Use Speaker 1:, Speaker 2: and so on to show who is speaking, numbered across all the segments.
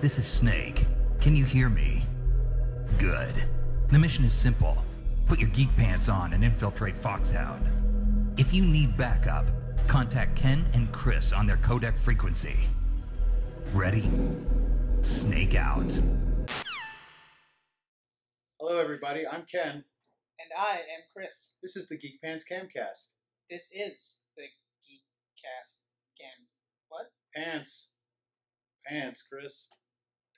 Speaker 1: This is Snake. Can you hear me? Good. The mission is simple put your geek pants on and infiltrate Foxhound. If you need backup, contact Ken and Chris on their codec frequency. Ready? Snake out.
Speaker 2: Hello, everybody. I'm Ken.
Speaker 3: And I am Chris.
Speaker 2: This is the Geek Pants Camcast.
Speaker 3: This is the Geekcast Cam. What?
Speaker 2: Pants. Pants, Chris.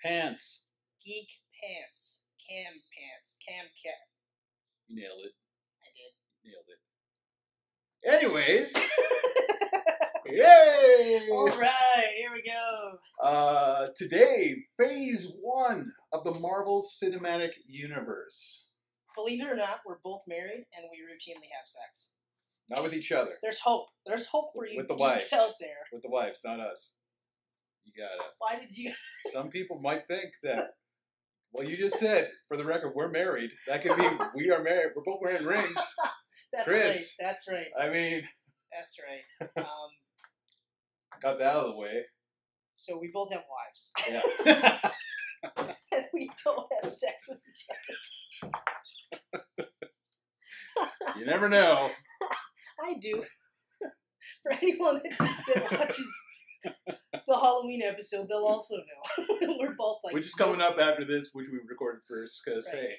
Speaker 2: Pants.
Speaker 3: Geek Pants. Cam Pants. Cam Cat.
Speaker 2: You nailed it. Nailed it.
Speaker 3: I did.
Speaker 2: Anyways. Yay!
Speaker 3: Alright, here we go.
Speaker 2: Uh, today, phase one of the Marvel Cinematic Universe.
Speaker 3: Believe it or not, we're both married and we routinely have sex.
Speaker 2: Not with each other,
Speaker 3: There's hope. There's hope for you
Speaker 2: With the
Speaker 3: geeks
Speaker 2: wives.
Speaker 3: out there.
Speaker 2: with the wives, not us. You got it.
Speaker 3: Why did you
Speaker 2: Some people might think that. Well, you just said, for the record, we're married. That could mean we are married. We're both wearing rings.
Speaker 3: That's
Speaker 2: Chris.
Speaker 3: right. That's right.
Speaker 2: I mean,
Speaker 3: That's right. Um,
Speaker 2: got that out of the way.
Speaker 3: so we both have wives.
Speaker 2: Yeah.
Speaker 3: And we don't have sex with each other.
Speaker 2: you never know.
Speaker 3: I do. For anyone that, that watches the Halloween episode, they'll also know. We're both like,
Speaker 2: Which is coming up after this, which we recorded first, because
Speaker 3: Right.
Speaker 2: hey,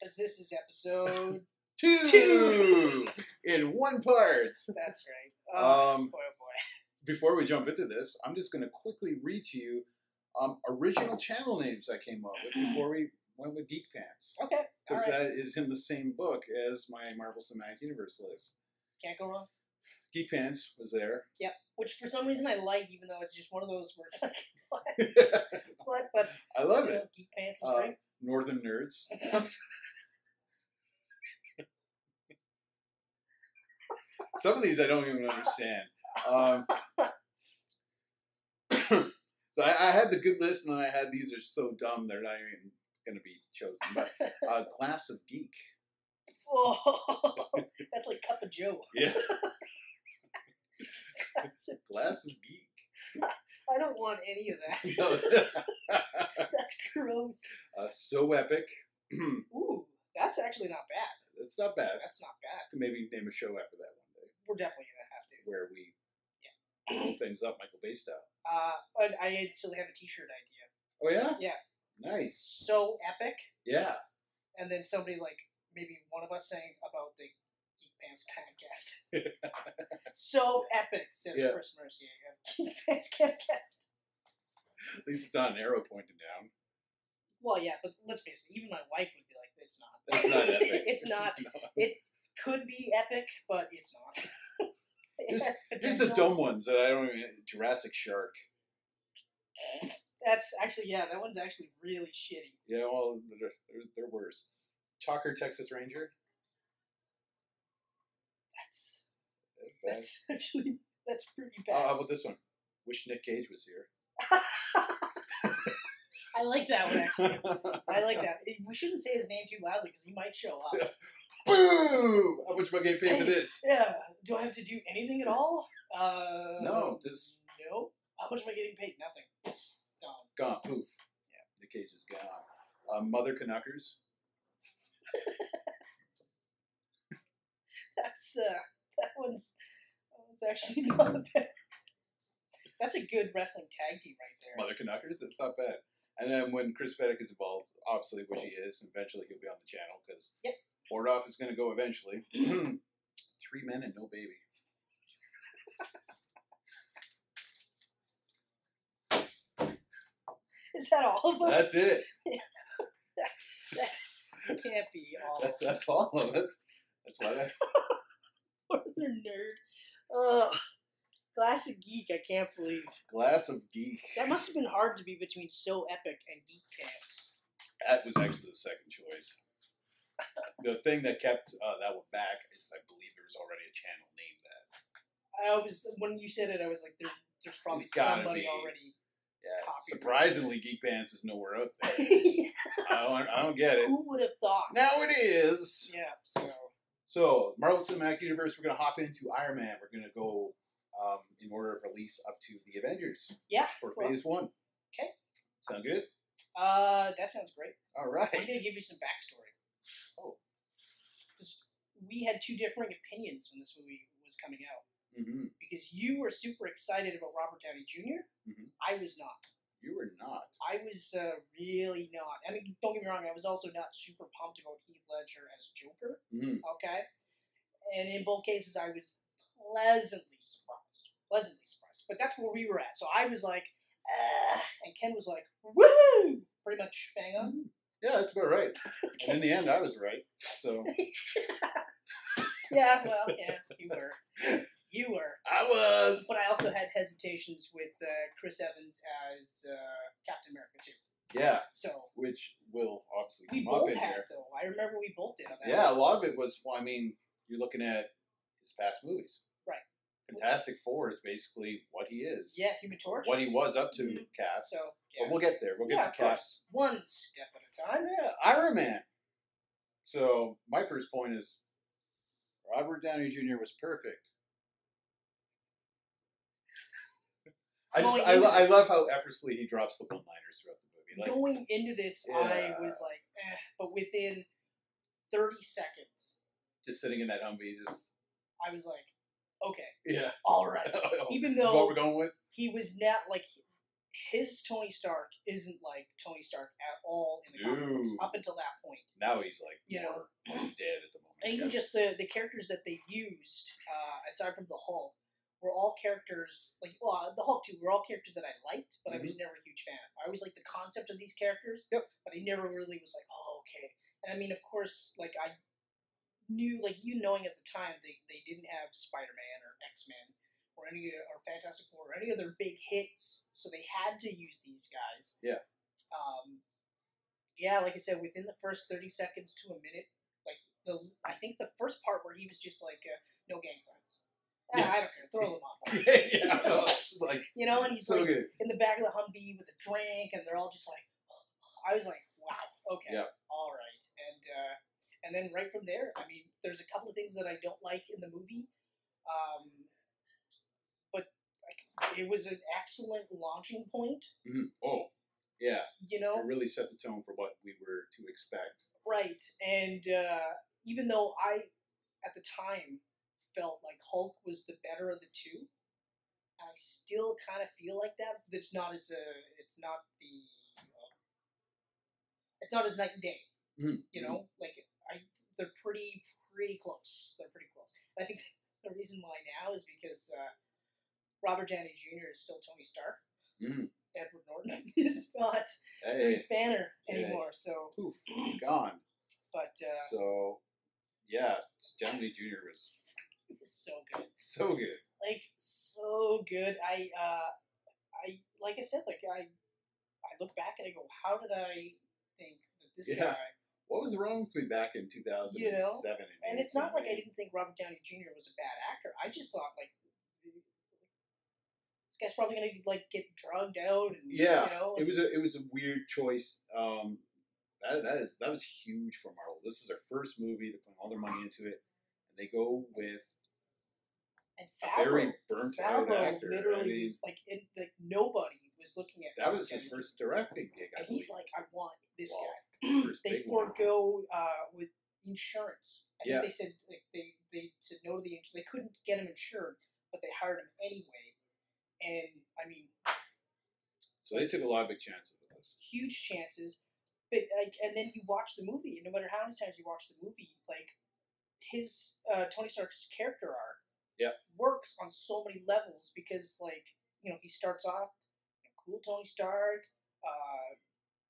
Speaker 3: Because this is episode.
Speaker 2: two,
Speaker 3: Two.
Speaker 2: in one part.
Speaker 3: That's right. Oh,
Speaker 2: Um,
Speaker 3: boy, oh boy.
Speaker 2: before we jump into this, I'm just going to quickly read to you um, original channel names I came up with before we went with Geek Pants,
Speaker 3: Okay. All
Speaker 2: because
Speaker 3: right.
Speaker 2: that is in the same book as my Marvel Cinematic Universe list.
Speaker 3: Can't go wrong.
Speaker 2: Geek Pants was there.
Speaker 3: Which for some reason I like, even though it's just one of those words like, what? what? But
Speaker 2: I love
Speaker 3: you know,
Speaker 2: it.
Speaker 3: geek pants is
Speaker 2: Uh,
Speaker 3: great.
Speaker 2: Northern Nerds. Some of these I don't even understand. Um, so I, I had the good list, and then I had these are so dumb they're not even going to be chosen. But uh, class of geek.
Speaker 3: Oh, that's like cup of Joe.
Speaker 2: Yeah, class of geek.
Speaker 3: I don't want any of that. that's gross.
Speaker 2: uh, so epic.
Speaker 3: Ooh, that's actually not bad.
Speaker 2: That's not bad.
Speaker 3: That's not bad.
Speaker 2: Could maybe name a show after that one day
Speaker 3: We're definitely gonna have to.
Speaker 2: where we blow things up Michael Bay style.
Speaker 3: Uh, but I still have a T-shirt idea.
Speaker 2: Oh yeah.
Speaker 3: Yeah.
Speaker 2: Nice.
Speaker 3: So epic,
Speaker 2: Yeah.
Speaker 3: and then somebody like maybe one of us saying about the Geek Pants Podcast. so epic, says
Speaker 2: Yeah.
Speaker 3: Chris Mercier of Geek Pants Podcast.
Speaker 2: At least it's not an arrow pointing down.
Speaker 3: Well, yeah, but let's face it. Even my wife would be like, "It's not.
Speaker 2: That's not epic.
Speaker 3: it's not. It could be epic, but it's not." It
Speaker 2: Here's-
Speaker 3: has
Speaker 2: Here's the
Speaker 3: potential.
Speaker 2: dumb ones that I don't even. Jurassic Shark.
Speaker 3: That's actually yeah. That one's actually really shitty.
Speaker 2: Yeah, well, they're, they're, they're worse. Chalker Texas Ranger.
Speaker 3: That's
Speaker 2: That's bad.
Speaker 3: that's actually that's pretty
Speaker 2: Oh,
Speaker 3: bad.
Speaker 2: how about this one? Wish Nick Cage was here.
Speaker 3: I like that one actually. I like that. We shouldn't say his name too loudly because he might show up.
Speaker 2: Boom! How much am I getting paid for this?
Speaker 3: Yeah. Do I have to do anything at all? Uh,
Speaker 2: No, just
Speaker 3: No. How much am I getting paid? Nothing. Gone.
Speaker 2: gone. Poof. Yeah, Nick Cage is gone. Uh, Mother Canuckers.
Speaker 3: That's uh, that one's that one's actually not bad. That's a good wrestling tag team right there.
Speaker 2: Mother Canuckers? That's not bad. And then when Chris Fedek is involved, obviously, which he is, and eventually he'll be on the channel because
Speaker 3: Yep.
Speaker 2: Mordoff is going to go eventually. Three men and no baby.
Speaker 3: Is that all of them?
Speaker 2: That's it.
Speaker 3: That can't be all.
Speaker 2: That's, that's all of it. That's why I,
Speaker 3: Northern nerd. Ugh. Classic geek. I can't believe
Speaker 2: glass of geek.
Speaker 3: that must have been hard to be between so epic and geek cats.
Speaker 2: That was actually the second choice. The thing that kept uh, that one back is I believe there was already a channel named that.
Speaker 3: I was when you said it, I was like, there, there's probably
Speaker 2: It's gotta
Speaker 3: somebody
Speaker 2: be.
Speaker 3: already.
Speaker 2: Yeah.
Speaker 3: Copyright.
Speaker 2: Surprisingly, Geek Pants is nowhere out there. I don't, I don't get it.
Speaker 3: Who would have thought?
Speaker 2: Now it is.
Speaker 3: Yeah. So
Speaker 2: So, Marvel Cinematic Universe, we're going to hop into Iron Man. We're going to go um, in order of release up to the Avengers
Speaker 3: yeah.
Speaker 2: for
Speaker 3: well,
Speaker 2: phase one.
Speaker 3: Okay.
Speaker 2: Sound good?
Speaker 3: Uh, that sounds great.
Speaker 2: All
Speaker 3: I'm gonna
Speaker 2: right.
Speaker 3: give you some backstory.
Speaker 2: Oh.
Speaker 3: Because we had two differing opinions when this movie was coming out.
Speaker 2: hmm
Speaker 3: Because you were super excited about Robert Downey junior
Speaker 2: Mhm.
Speaker 3: I was not.
Speaker 2: You were not.
Speaker 3: I was uh, really not. I mean, don't get me wrong. I was also not super pumped about Heath Ledger as Joker.
Speaker 2: hmm
Speaker 3: Okay, and in both cases, I was pleasantly surprised. Pleasantly surprised. But that's where we were at. So I was like, "Ah," and Ken was like, "Woo!" Pretty much bang on.
Speaker 2: Mm-hmm. Yeah, that's about right. And in the end, I was right. So
Speaker 3: Yeah, well, yeah, you were. You were.
Speaker 2: I was.
Speaker 3: But I also had hesitations with uh, Chris Evans as uh, Captain America too.
Speaker 2: Yeah,
Speaker 3: So
Speaker 2: which will obviously
Speaker 3: we
Speaker 2: come up
Speaker 3: both
Speaker 2: in
Speaker 3: had
Speaker 2: here.
Speaker 3: though. I remember we both did on that.
Speaker 2: Yeah, a lot of it was. Well, I mean, you're looking at his past movies.
Speaker 3: Right.
Speaker 2: Fantastic Four is basically what he is.
Speaker 3: Yeah, Human Torch.
Speaker 2: What he was up to,
Speaker 3: Mhm.
Speaker 2: cast.
Speaker 3: So yeah.
Speaker 2: But we'll get there. We'll get
Speaker 3: yeah,
Speaker 2: to
Speaker 3: of
Speaker 2: cast.
Speaker 3: course. One step at a time.
Speaker 2: Yeah, Iron Man. So my first point is Robert Downey Jr. was perfect. I just
Speaker 3: Going
Speaker 2: I, lo-
Speaker 3: into
Speaker 2: I
Speaker 3: this-
Speaker 2: love how effortlessly he drops the one-liners throughout the movie. Like,
Speaker 3: Going into this,
Speaker 2: Yeah.
Speaker 3: I was like, eh, but within thirty seconds,
Speaker 2: just sitting in that Humvee, just oh,
Speaker 3: I was like, okay,
Speaker 2: yeah.
Speaker 3: all right. Even though
Speaker 2: what we're going with,
Speaker 3: he was not like his Tony Stark isn't like Tony Stark at all in the comic books
Speaker 2: No.
Speaker 3: up until that point.
Speaker 2: now he's like
Speaker 3: You know.
Speaker 2: more- he's dead at the moment.
Speaker 3: And even
Speaker 2: Yeah.
Speaker 3: just the the characters that they used, uh, aside from the Hulk, were all characters like well uh, the Hulk too were all characters that I liked, but I was never a huge fan. of. I always liked the concept of these characters,
Speaker 2: Mm-hmm. Yep.
Speaker 3: but I never really was like oh okay. And I mean of course like I knew like you knowing at the time they, they didn't have Spider Man or X Men or any or Fantastic Four or any other big hits, so they had to use these guys.
Speaker 2: Yeah.
Speaker 3: Um, yeah, like I said, within the first thirty seconds to a minute, like the I think the first part where he was just like uh, no gang signs. Ah,
Speaker 2: Yeah.
Speaker 3: I don't care, throw them off.
Speaker 2: yeah, oh, it's like
Speaker 3: You know, and he's
Speaker 2: so
Speaker 3: like
Speaker 2: good.
Speaker 3: in the back of the Humvee with a drink, and they're all just like, I was like, wow, okay,
Speaker 2: Yeah.
Speaker 3: all right, and uh, and then right from there, I mean, there's a couple of things that I don't like in the movie, um, but like it was an excellent launching point,
Speaker 2: Mhm. Oh, yeah,
Speaker 3: you know.
Speaker 2: it really set the tone for what we were to expect.
Speaker 3: Right, and uh, even though I, at the time, felt like Hulk was the better of the two, I still kind of feel like that. but It's not as a, it's not the, uh, it's not as night and day.
Speaker 2: Mhm.
Speaker 3: You know, like I, they're pretty pretty close. They're pretty close. And I think the reason why now is because uh, Robert Downey Jr. is still Tony Stark.
Speaker 2: Mhm.
Speaker 3: Edward Norton is not
Speaker 2: Hey,
Speaker 3: Bruce Banner
Speaker 2: Yeah.
Speaker 3: anymore. So,
Speaker 2: poof, gone.
Speaker 3: but. Uh,
Speaker 2: So, yeah, Downey Jr. was
Speaker 3: It was so good.
Speaker 2: so good.
Speaker 3: Like so good. I uh I like I said, like I I look back and I go, How did I think that this
Speaker 2: Yeah.
Speaker 3: guy
Speaker 2: What was wrong with me back in 2007?
Speaker 3: You know,
Speaker 2: and,
Speaker 3: and it's not like I
Speaker 2: 18?
Speaker 3: didn't think Robert Downey Jr. was a bad actor. I just thought like this guy's probably gonna like get drugged out and
Speaker 2: Yeah,
Speaker 3: you know
Speaker 2: It was a it was a weird choice. Um, that that is that was huge for Marvel. This is their first movie. They're putting all their money into it, and they go with
Speaker 3: and
Speaker 2: a
Speaker 3: Favreau,
Speaker 2: very burnt out
Speaker 3: Favreau
Speaker 2: actor.
Speaker 3: literally
Speaker 2: I mean,
Speaker 3: was like in, like nobody was looking at
Speaker 2: that
Speaker 3: Robert
Speaker 2: was his
Speaker 3: Downey
Speaker 2: first directing gig.
Speaker 3: Jr.
Speaker 2: I
Speaker 3: and he's
Speaker 2: believe.
Speaker 3: like, I want this
Speaker 2: Wow.
Speaker 3: guy.
Speaker 2: First
Speaker 3: they
Speaker 2: big one.
Speaker 3: forego uh, with insurance. I
Speaker 2: Yeah.
Speaker 3: think they said like, they they said no to the insurance. They couldn't get him insured, but they hired him anyway. And I mean,
Speaker 2: So they took a lot of big chances with this.
Speaker 3: huge chances. But like, and then you watch the movie, and no matter how many times you watch the movie, like his uh, Tony Stark's character arc
Speaker 2: Yeah.
Speaker 3: works on so many levels because like you know he starts off you know, cool Tony Stark, uh,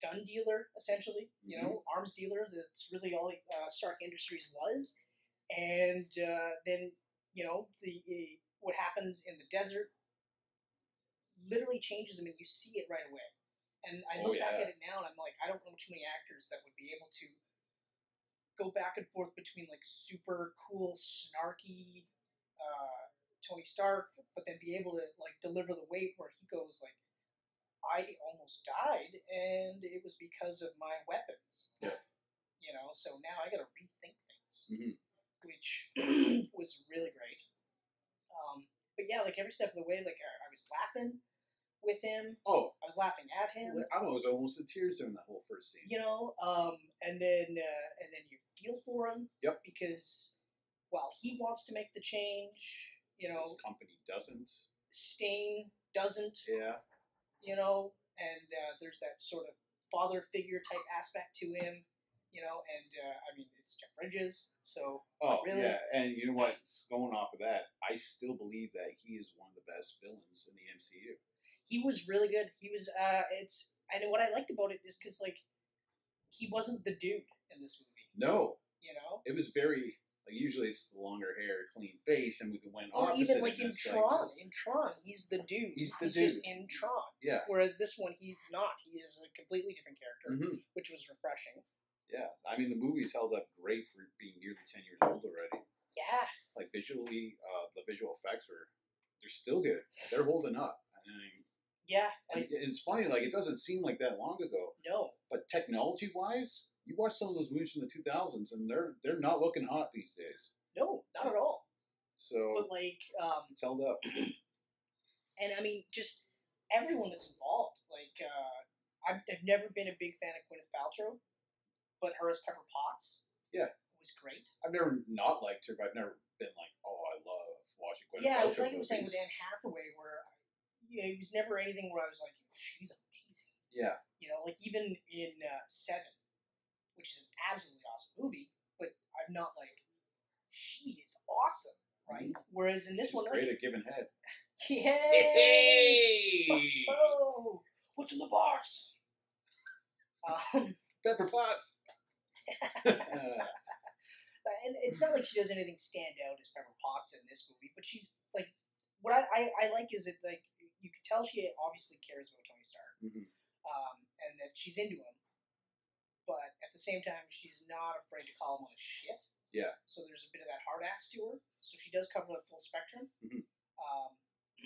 Speaker 3: gun dealer essentially, you know arms dealer. That's really all uh, Stark Industries was, and uh, then you know the uh, what happens in the desert literally changes him, and you see it right away. And I
Speaker 2: Oh,
Speaker 3: look back
Speaker 2: yeah.
Speaker 3: at it now, and I'm like, I don't know too many actors that would be able to go back and forth between like super cool, snarky uh, Tony Stark, but then be able to like deliver the weight where he goes like, I almost died, and it was because of my weapons.
Speaker 2: Yeah.
Speaker 3: You know, so now I got to rethink things,
Speaker 2: Mhm.
Speaker 3: which was really great. Um, but yeah, like every step of the way, like I, I was laughing. with him.
Speaker 2: Oh,
Speaker 3: I was laughing at him.
Speaker 2: I was almost in tears during that whole first scene.
Speaker 3: you know um, and then uh, and then you feel for him
Speaker 2: Yep.
Speaker 3: because while he wants to make the change you know
Speaker 2: This company doesn't.
Speaker 3: stain doesn't
Speaker 2: Yeah.
Speaker 3: you know and uh, there's that sort of father figure type aspect to him you know and uh, i mean it's jeff bridges so
Speaker 2: Oh,
Speaker 3: Really?
Speaker 2: yeah. And you know what? S- Going off of that, I still believe that he is one of the best villains in the MCU.
Speaker 3: he was really good he was uh, it's and what i liked about it is because like he wasn't the dude in this movie
Speaker 2: No,
Speaker 3: you know
Speaker 2: it was very like usually it's the longer hair, clean face, and we can win.
Speaker 3: Or
Speaker 2: opposite
Speaker 3: even
Speaker 2: and
Speaker 3: like in
Speaker 2: it's
Speaker 3: Tron,
Speaker 2: just-
Speaker 3: in Tron, he's the dude.
Speaker 2: He's the
Speaker 3: just
Speaker 2: dude.
Speaker 3: in Tron.
Speaker 2: yeah.
Speaker 3: Whereas this one, he's not. He is a completely different character,
Speaker 2: hmm
Speaker 3: which was refreshing.
Speaker 2: Yeah, I mean the movie's held up great for being nearly ten years old already.
Speaker 3: Yeah,
Speaker 2: Like visually, uh, the visual effects are they're still good. They're holding up. And,
Speaker 3: yeah.
Speaker 2: and
Speaker 3: I
Speaker 2: it's funny, like it doesn't seem like that long ago,
Speaker 3: no,
Speaker 2: but technology wise, you watch some of those movies from the two thousands, and they're they're not looking hot these days.
Speaker 3: no, not at all.
Speaker 2: So
Speaker 3: But like, um,
Speaker 2: it's held up.
Speaker 3: and I mean, just everyone that's involved. Like, uh, I've, I've never been a big fan of Gwyneth Paltrow, but her as Pepper Potts,
Speaker 2: Yeah.
Speaker 3: was great.
Speaker 2: I've never not liked her, but I've never been like, oh, I love watching Gwyneth
Speaker 3: yeah, it was
Speaker 2: Paltrow
Speaker 3: like I was saying with
Speaker 2: movies.
Speaker 3: Anne Hathaway, where yeah, it was never anything where I was like, she's amazing.
Speaker 2: Yeah,
Speaker 3: You know, like even in uh, Seven, which is an absolutely awesome movie, but I'm not like, she is awesome, right? Whereas in this
Speaker 2: Mm-hmm. she's
Speaker 3: one,
Speaker 2: great
Speaker 3: like,
Speaker 2: at giving head.
Speaker 3: yay! Oh, what's in the box? Um,
Speaker 2: Pepper Potts. Uh,
Speaker 3: and it's not like she does anything stand out as Pepper Potts in this movie, but she's like, what I, I, I like is that like you could tell she obviously cares about Tony Stark.
Speaker 2: mhm.
Speaker 3: um, and that she's into him. But at the same time, she's not afraid to call him on his shit.
Speaker 2: Yeah.
Speaker 3: So there's a bit of that hard ass to her. So she does cover the full spectrum.
Speaker 2: Mhm.
Speaker 3: Um,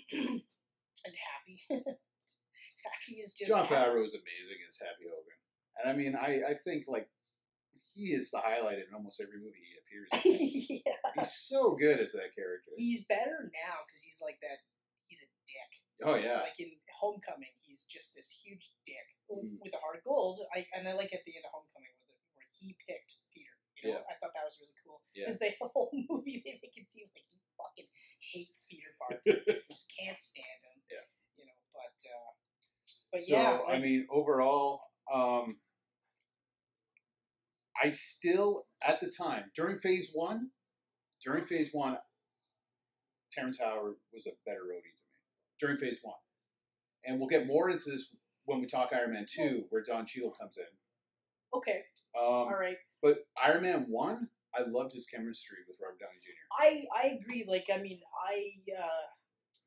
Speaker 3: and happy. happy is just.
Speaker 2: John
Speaker 3: happy.
Speaker 2: Favreau is amazing as Happy Hogan, and I mean, I, I think like he is the highlight in almost every movie he appears. in.
Speaker 3: yeah.
Speaker 2: he's so good as that character.
Speaker 3: He's better now because he's like that. He's a dick.
Speaker 2: oh yeah,
Speaker 3: Like in Homecoming, he's just this huge dick
Speaker 2: Mhm.
Speaker 3: with a heart of gold. I and I like at the end of Homecoming where, the, where he picked Peter. You know, I thought that was really cool
Speaker 2: Yeah.
Speaker 3: because the whole movie they make it seem like he fucking hates Peter Parker, just can't stand him.
Speaker 2: Yeah.
Speaker 3: you know, but uh, but
Speaker 2: so
Speaker 3: yeah,
Speaker 2: I
Speaker 3: like,
Speaker 2: mean, overall, um, I still at the time during Phase One, during Phase One, Terrence Howard was a better roadie to me during Phase One, and we'll get more into this when we talk Iron Man Two, where Don Cheadle comes in.
Speaker 3: okay,
Speaker 2: Um,
Speaker 3: all right.
Speaker 2: But Iron Man One, I loved his chemistry with Robert Downey Jr.
Speaker 3: I I agree. Like I mean, I uh,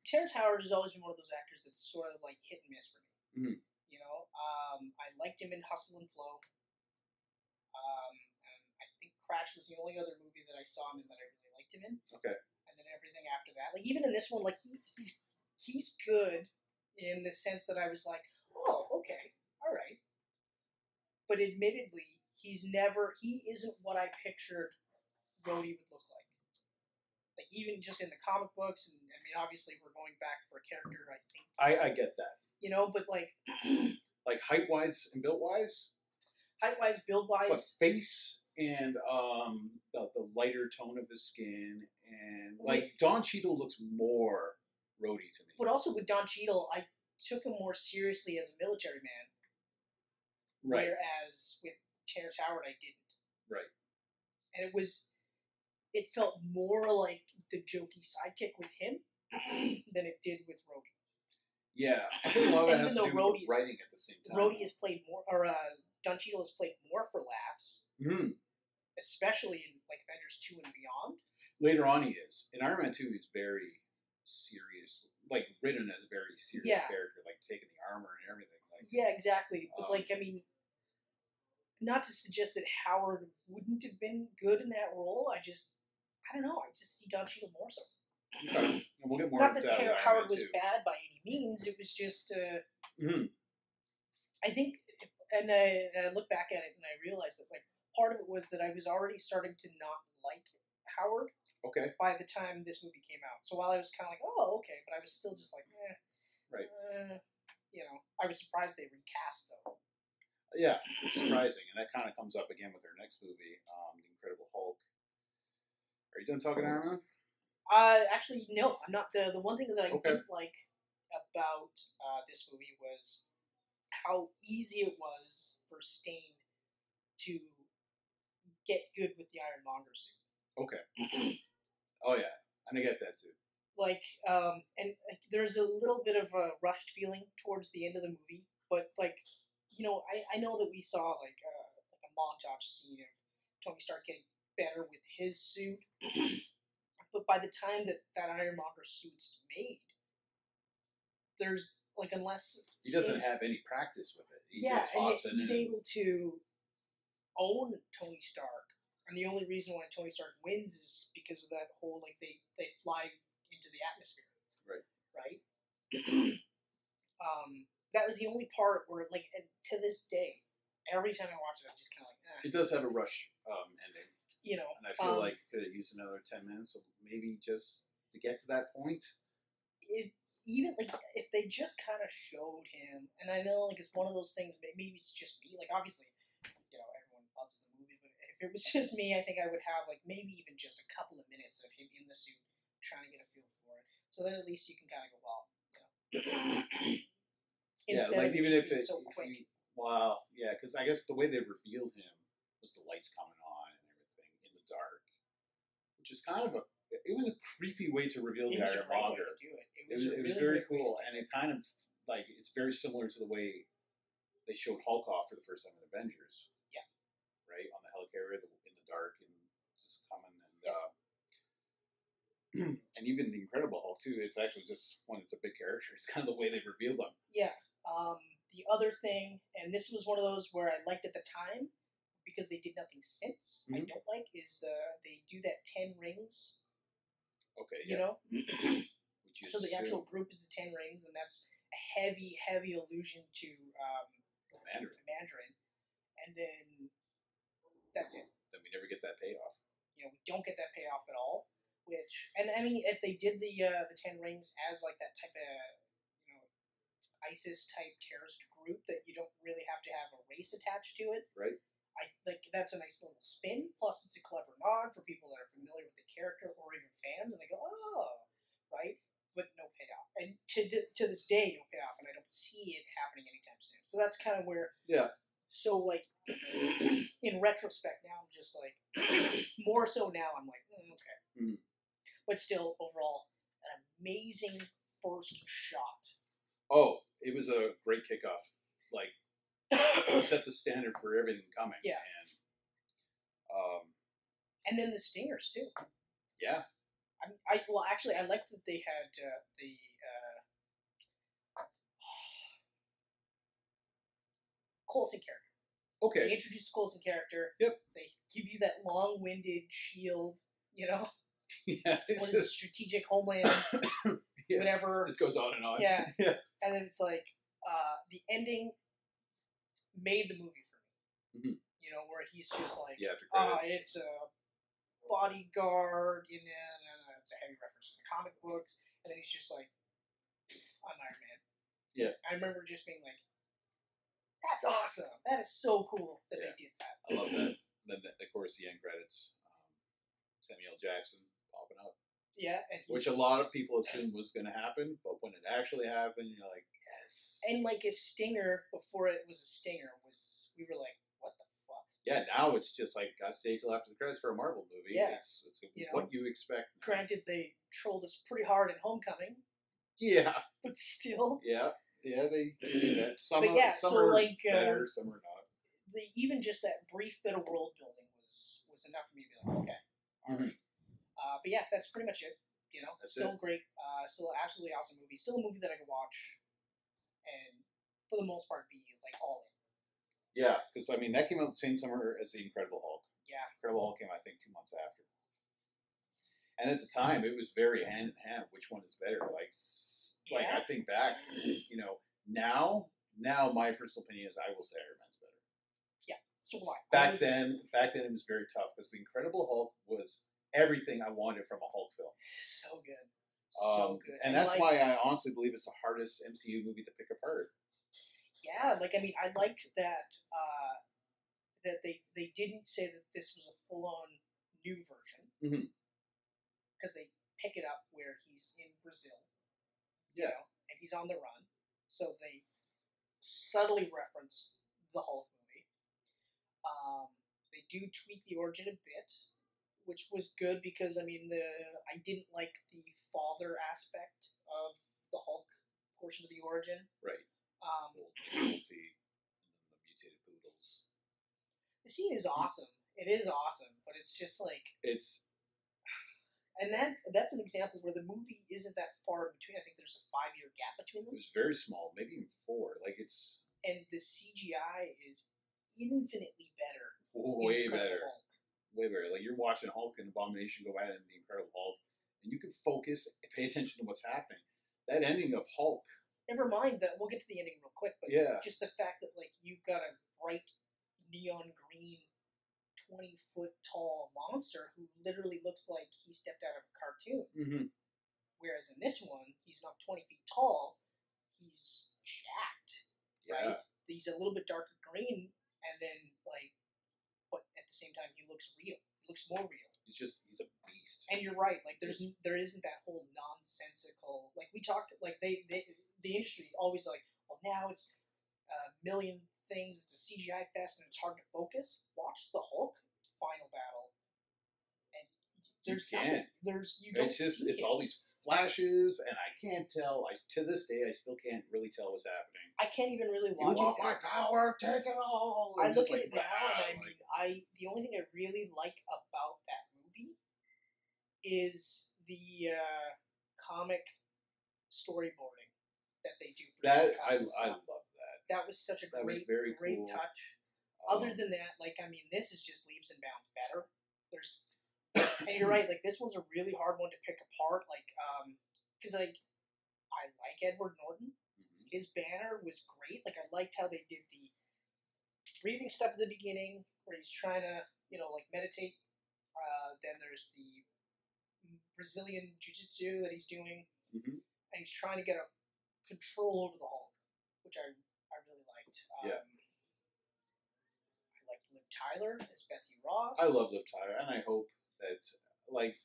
Speaker 3: Terrence Howard has always been one of those actors that's sort of like hit and miss for me.
Speaker 2: Mhm.
Speaker 3: You know, um, I liked him in Hustle and Flow. Um, and I think Crash was the only other movie that I saw him in that I really liked him in.
Speaker 2: Okay.
Speaker 3: And then everything after that, like even in this one, like he, he's he's good in the sense that I was like, oh, okay, all right. But admittedly, he's never he isn't what I pictured Rhodey would look like like even just in the comic books and i mean obviously we're going back for a character i think
Speaker 2: I, I get that.
Speaker 3: you know but like
Speaker 2: Like height wise and built wise,
Speaker 3: height wise build
Speaker 2: but
Speaker 3: wise
Speaker 2: face and um, the, the lighter tone of his skin and like Don Cheadle looks more roadie to me.
Speaker 3: but also with don Cheadle, i took him more seriously as a military man
Speaker 2: right,
Speaker 3: whereas with terrence howard i didn't
Speaker 2: right.
Speaker 3: and it was it felt more like the jokey sidekick with him than it did with Rhodey.
Speaker 2: Yeah, I think a lot of that
Speaker 3: And
Speaker 2: has
Speaker 3: even
Speaker 2: to do
Speaker 3: though
Speaker 2: with
Speaker 3: Rhodey's-
Speaker 2: the writing at the same time.
Speaker 3: Rhodey has played more, or uh, Don Cheadle has played more for laughs,
Speaker 2: Mhm.
Speaker 3: especially in like Avengers two and beyond.
Speaker 2: Later on, he is in Iron Man Two. He's very serious, like written as a very serious
Speaker 3: Yeah.
Speaker 2: character, like taking the armor and everything. Like
Speaker 3: Yeah, exactly. But
Speaker 2: Um,
Speaker 3: like, I mean, not to suggest that Howard wouldn't have been good in that role. I just, I don't know. I just see Don Cheadle more so.
Speaker 2: Okay. And we'll get more
Speaker 3: not
Speaker 2: into
Speaker 3: that
Speaker 2: that.
Speaker 3: Har-
Speaker 2: with Iron Man
Speaker 3: Howard
Speaker 2: 2.
Speaker 3: was bad by any means. It was just, uh,
Speaker 2: Mhm.
Speaker 3: I think, and I, and I look back at it and I realized that like part of it was that I was already starting to not like Howard
Speaker 2: Okay.
Speaker 3: by the time this movie came out. So while I was kind of like, oh, okay, but I was still just like, eh,
Speaker 2: Right.
Speaker 3: uh, you know, I was surprised they recast though.
Speaker 2: Yeah, it's surprising, and that kind of comes up again with her next movie, um, The Incredible Hulk. Are you done
Speaker 3: Oh.
Speaker 2: talking, Iron Man?
Speaker 3: Uh, actually, no, I'm not. The the one thing that I
Speaker 2: Okay.
Speaker 3: didn't like about uh, this movie was how easy it was for Stain to get good with the Ironmonger suit.
Speaker 2: Oh yeah, and I get that too.
Speaker 3: Like, um, and like, there's a little bit of a rushed feeling towards the end of the movie, but like, you know, I, I know that we saw like uh, like a montage scene of Tony Stark getting better with his suit, but by the time that that Ironmonger suit's made, there's like unless
Speaker 2: He doesn't
Speaker 3: Stain's-
Speaker 2: have any practice with it. He
Speaker 3: yeah,
Speaker 2: just
Speaker 3: and yet
Speaker 2: hops in
Speaker 3: he's
Speaker 2: and-
Speaker 3: able to own Tony Stark, and the only reason why Tony Stark wins is because of that whole like they they fly into the atmosphere.
Speaker 2: Right.
Speaker 3: Right. um, that was the only part where like and to this day, every time I watch it, I'm just kind of like, eh,
Speaker 2: It does have a rush um, ending,
Speaker 3: you know.
Speaker 2: and I feel
Speaker 3: um,
Speaker 2: like it could have used another ten minutes, of maybe just to get to that point.
Speaker 3: if even like if they just kind of showed him, and I know like it's one of those things. may- Maybe it's just me. Like obviously, you know, everyone loves the movie, but if it was just me, I think I would have like maybe even just a couple of minutes of him in the suit trying to get a feel for it. So then at least you can kind of go, well, you know.
Speaker 2: yeah, like
Speaker 3: of it
Speaker 2: even if
Speaker 3: just being
Speaker 2: it,
Speaker 3: so
Speaker 2: if
Speaker 3: quick.
Speaker 2: you- well, yeah, because I guess the way they revealed him was the lights coming on and everything in the dark, which is kind of a it was a creepy way to reveal
Speaker 3: It
Speaker 2: the
Speaker 3: was a
Speaker 2: Iron
Speaker 3: great way
Speaker 2: Monger.
Speaker 3: to do it. It
Speaker 2: It
Speaker 3: was,
Speaker 2: was,
Speaker 3: a
Speaker 2: it was
Speaker 3: really
Speaker 2: very
Speaker 3: great way to
Speaker 2: cool,
Speaker 3: do it.
Speaker 2: and it kind of like it's very similar to the way they showed Hulk off for the first time in Avengers.
Speaker 3: Yeah.
Speaker 2: right on the helicarrier the, in the dark and just coming and
Speaker 3: Yeah.
Speaker 2: uh, and even the Incredible Hulk too. It's actually just when it's a big character, it's kind of the way they revealed him.
Speaker 3: Yeah. Um, the other thing, and this was one of those where I liked at the time because they did nothing since. I
Speaker 2: Mhm.
Speaker 3: don't like is uh, they do that ten rings,
Speaker 2: Okay,
Speaker 3: you know.
Speaker 2: Which is
Speaker 3: So the
Speaker 2: true.
Speaker 3: actual group is the ten rings, and that's a heavy, heavy allusion to um,
Speaker 2: Mandarin.
Speaker 3: to Mandarin. And then that's it.
Speaker 2: Then we never get that payoff.
Speaker 3: You know, we don't get that payoff at all. Which, and I mean, if they did the uh, the ten rings as like that type of you know ISIS type terrorist group that you don't really have to have a race attached to it,
Speaker 2: Right.
Speaker 3: I like that's a nice little spin. Plus, it's a clever nod for people that are familiar with the character or even fans, and they go, oh, right. But no payoff, and to th- to this day, no payoff, and I don't see it happening anytime soon. So that's kind of where.
Speaker 2: Yeah.
Speaker 3: So like, in retrospect, now I'm just like, more so now I'm like, mm, okay.
Speaker 2: Mm.
Speaker 3: But still, overall, an amazing first shot.
Speaker 2: Oh, it was a great kickoff. Like set the standard for everything coming.
Speaker 3: Yeah.
Speaker 2: And, um,
Speaker 3: and then the stingers too.
Speaker 2: yeah,
Speaker 3: I, mean, I well, actually, I liked that they had uh, the uh, Coulson character. They
Speaker 2: okay,
Speaker 3: introduced the Coulson character.
Speaker 2: Yep.
Speaker 3: They give you that long-winded shield. You know,
Speaker 2: yeah. it
Speaker 3: what is it,
Speaker 2: just,
Speaker 3: strategic homeland,
Speaker 2: Yeah.
Speaker 3: whatever.
Speaker 2: just goes on and on.
Speaker 3: Yeah.
Speaker 2: yeah.
Speaker 3: and then it's like uh, the ending made the movie for me.
Speaker 2: Mhm.
Speaker 3: You know, where he's just like,
Speaker 2: Yeah, After
Speaker 3: Ah,
Speaker 2: credits.
Speaker 3: it's a bodyguard, you know, no, no, it's a heavy reference to the comic books, and then he's just like, I'm Iron Man.
Speaker 2: Yeah.
Speaker 3: I remember just being like, that's awesome. That is so cool that they did that.
Speaker 2: I love that. Then, the, of course, the end credits. Um, Samuel Jackson popping up,
Speaker 3: Yeah, and
Speaker 2: which a
Speaker 3: he's-
Speaker 2: lot of people assumed was going to happen, but when it actually happened, you're like, yes.
Speaker 3: And like his stinger before it was a stinger was we were like, what the fuck?
Speaker 2: yeah, now it's just like got stay till after the credits for a Marvel movie.
Speaker 3: Yeah.
Speaker 2: It's, it's
Speaker 3: You know.
Speaker 2: what you expect.
Speaker 3: Granted, they trolled us pretty hard in Homecoming,
Speaker 2: Yeah,
Speaker 3: but still,
Speaker 2: yeah, yeah. They they do that. Some,
Speaker 3: But
Speaker 2: are,
Speaker 3: yeah,
Speaker 2: some
Speaker 3: so,
Speaker 2: are
Speaker 3: like, uh,
Speaker 2: better, some are not.
Speaker 3: the even just that brief bit of world building was was enough for me to be like, okay, all right. Uh, but yeah, that's pretty much it. You know,
Speaker 2: Mm-hmm. That's
Speaker 3: still great, uh, still absolutely awesome movie, still a movie that I could watch, and for the most part, be like all in.
Speaker 2: Yeah, because I mean that came out the same summer as the Incredible Hulk.
Speaker 3: Yeah.
Speaker 2: Incredible Hulk came out, I think two months after. And at the time, it was very hand in hand. Which one is better? Like, s- like I
Speaker 3: Yeah.
Speaker 2: think back, you know, now, now my personal opinion is I will say Iron Man's better.
Speaker 3: So why?
Speaker 2: Back then, back then it was very tough because the Incredible Hulk was everything I wanted from a Hulk film.
Speaker 3: so good,
Speaker 2: Um,
Speaker 3: so good,
Speaker 2: And
Speaker 3: I
Speaker 2: that's
Speaker 3: liked-
Speaker 2: why I honestly believe it's the hardest MCU movie to pick apart
Speaker 3: yeah, like I mean, I liked that uh, that they they didn't say that this was a full on new version
Speaker 2: Mhm.
Speaker 3: because they pick it up where he's in Brazil, you
Speaker 2: Yeah.
Speaker 3: know, and he's on the run, so they subtly reference the Hulk movie. Um, they do tweak the origin a bit, which was good because I mean the I didn't like the father aspect of the Hulk portion of the origin.
Speaker 2: Right.
Speaker 3: Um,
Speaker 2: Little difficulty, and then the mutated poodles.
Speaker 3: the scene is awesome. It is awesome, but it's just like,
Speaker 2: It's
Speaker 3: and that that's an example where the movie isn't that far between. I think there's a five year gap between
Speaker 2: it
Speaker 3: them,
Speaker 2: was very small, maybe even four. Like it's
Speaker 3: and the CGI is infinitely better. in
Speaker 2: way
Speaker 3: Incredible
Speaker 2: better.
Speaker 3: Hulk.
Speaker 2: way better. Like you're watching Hulk and Abomination go at it and the Incredible Hulk, and you can focus and pay attention to what's happening. That ending of Hulk,
Speaker 3: Never mind that. We'll get to the ending real quick, but
Speaker 2: Yeah.
Speaker 3: just the fact that like you've got a bright neon green. 20 foot tall monster who literally looks like he stepped out of a cartoon.
Speaker 2: mm-hmm.
Speaker 3: Whereas in this one, he's not 20 feet tall, he's jacked.
Speaker 2: yeah,
Speaker 3: right? He's a little bit darker green, and then like, but at the same time, he looks real. He looks more real.
Speaker 2: he's just he's a beast.
Speaker 3: And you're right. Like, there's n- there isn't that whole nonsensical. Like we talked. Like they, they the industry always like, well now it's a million things. It's a CGI fest, and it's hard to focus. Watch the Hulk final battle, and there's
Speaker 2: You
Speaker 3: nothing. There's you don't
Speaker 2: it's just
Speaker 3: see
Speaker 2: it's
Speaker 3: it.
Speaker 2: all these flashes, and I can't tell. I to this day I still can't really tell what's happening.
Speaker 3: I can't even really
Speaker 2: You
Speaker 3: watch
Speaker 2: want
Speaker 3: it.
Speaker 2: my power? Take it all.
Speaker 3: I
Speaker 2: It's
Speaker 3: look
Speaker 2: just
Speaker 3: at it now,
Speaker 2: wow,
Speaker 3: and I mean,
Speaker 2: like,
Speaker 3: I the only thing I really like about that movie is the uh, comic storyboarding that they do for
Speaker 2: that I,
Speaker 3: Cyclops and
Speaker 2: I
Speaker 3: stuff.
Speaker 2: love that.
Speaker 3: that was such a
Speaker 2: that was
Speaker 3: great,
Speaker 2: very
Speaker 3: great
Speaker 2: cool.
Speaker 3: touch.
Speaker 2: Um,
Speaker 3: Other than that, like I mean, this is just leaps and bounds better. There's, and you're right. Like this one's a really hard one to pick apart. Like, um, because like I like Edward Norton
Speaker 2: mhm.
Speaker 3: his banner was great. Like I liked how they did the breathing stuff at the beginning, where he's trying to, you know, like meditate. Uh, then there's the Brazilian jiu-jitsu that he's doing,
Speaker 2: Mhm.
Speaker 3: and he's trying to get a control over the Hulk, which I I really liked. Um,
Speaker 2: Yeah.
Speaker 3: I liked Liv Tyler as Betsy Ross.
Speaker 2: I love Liv Tyler, and I hope that like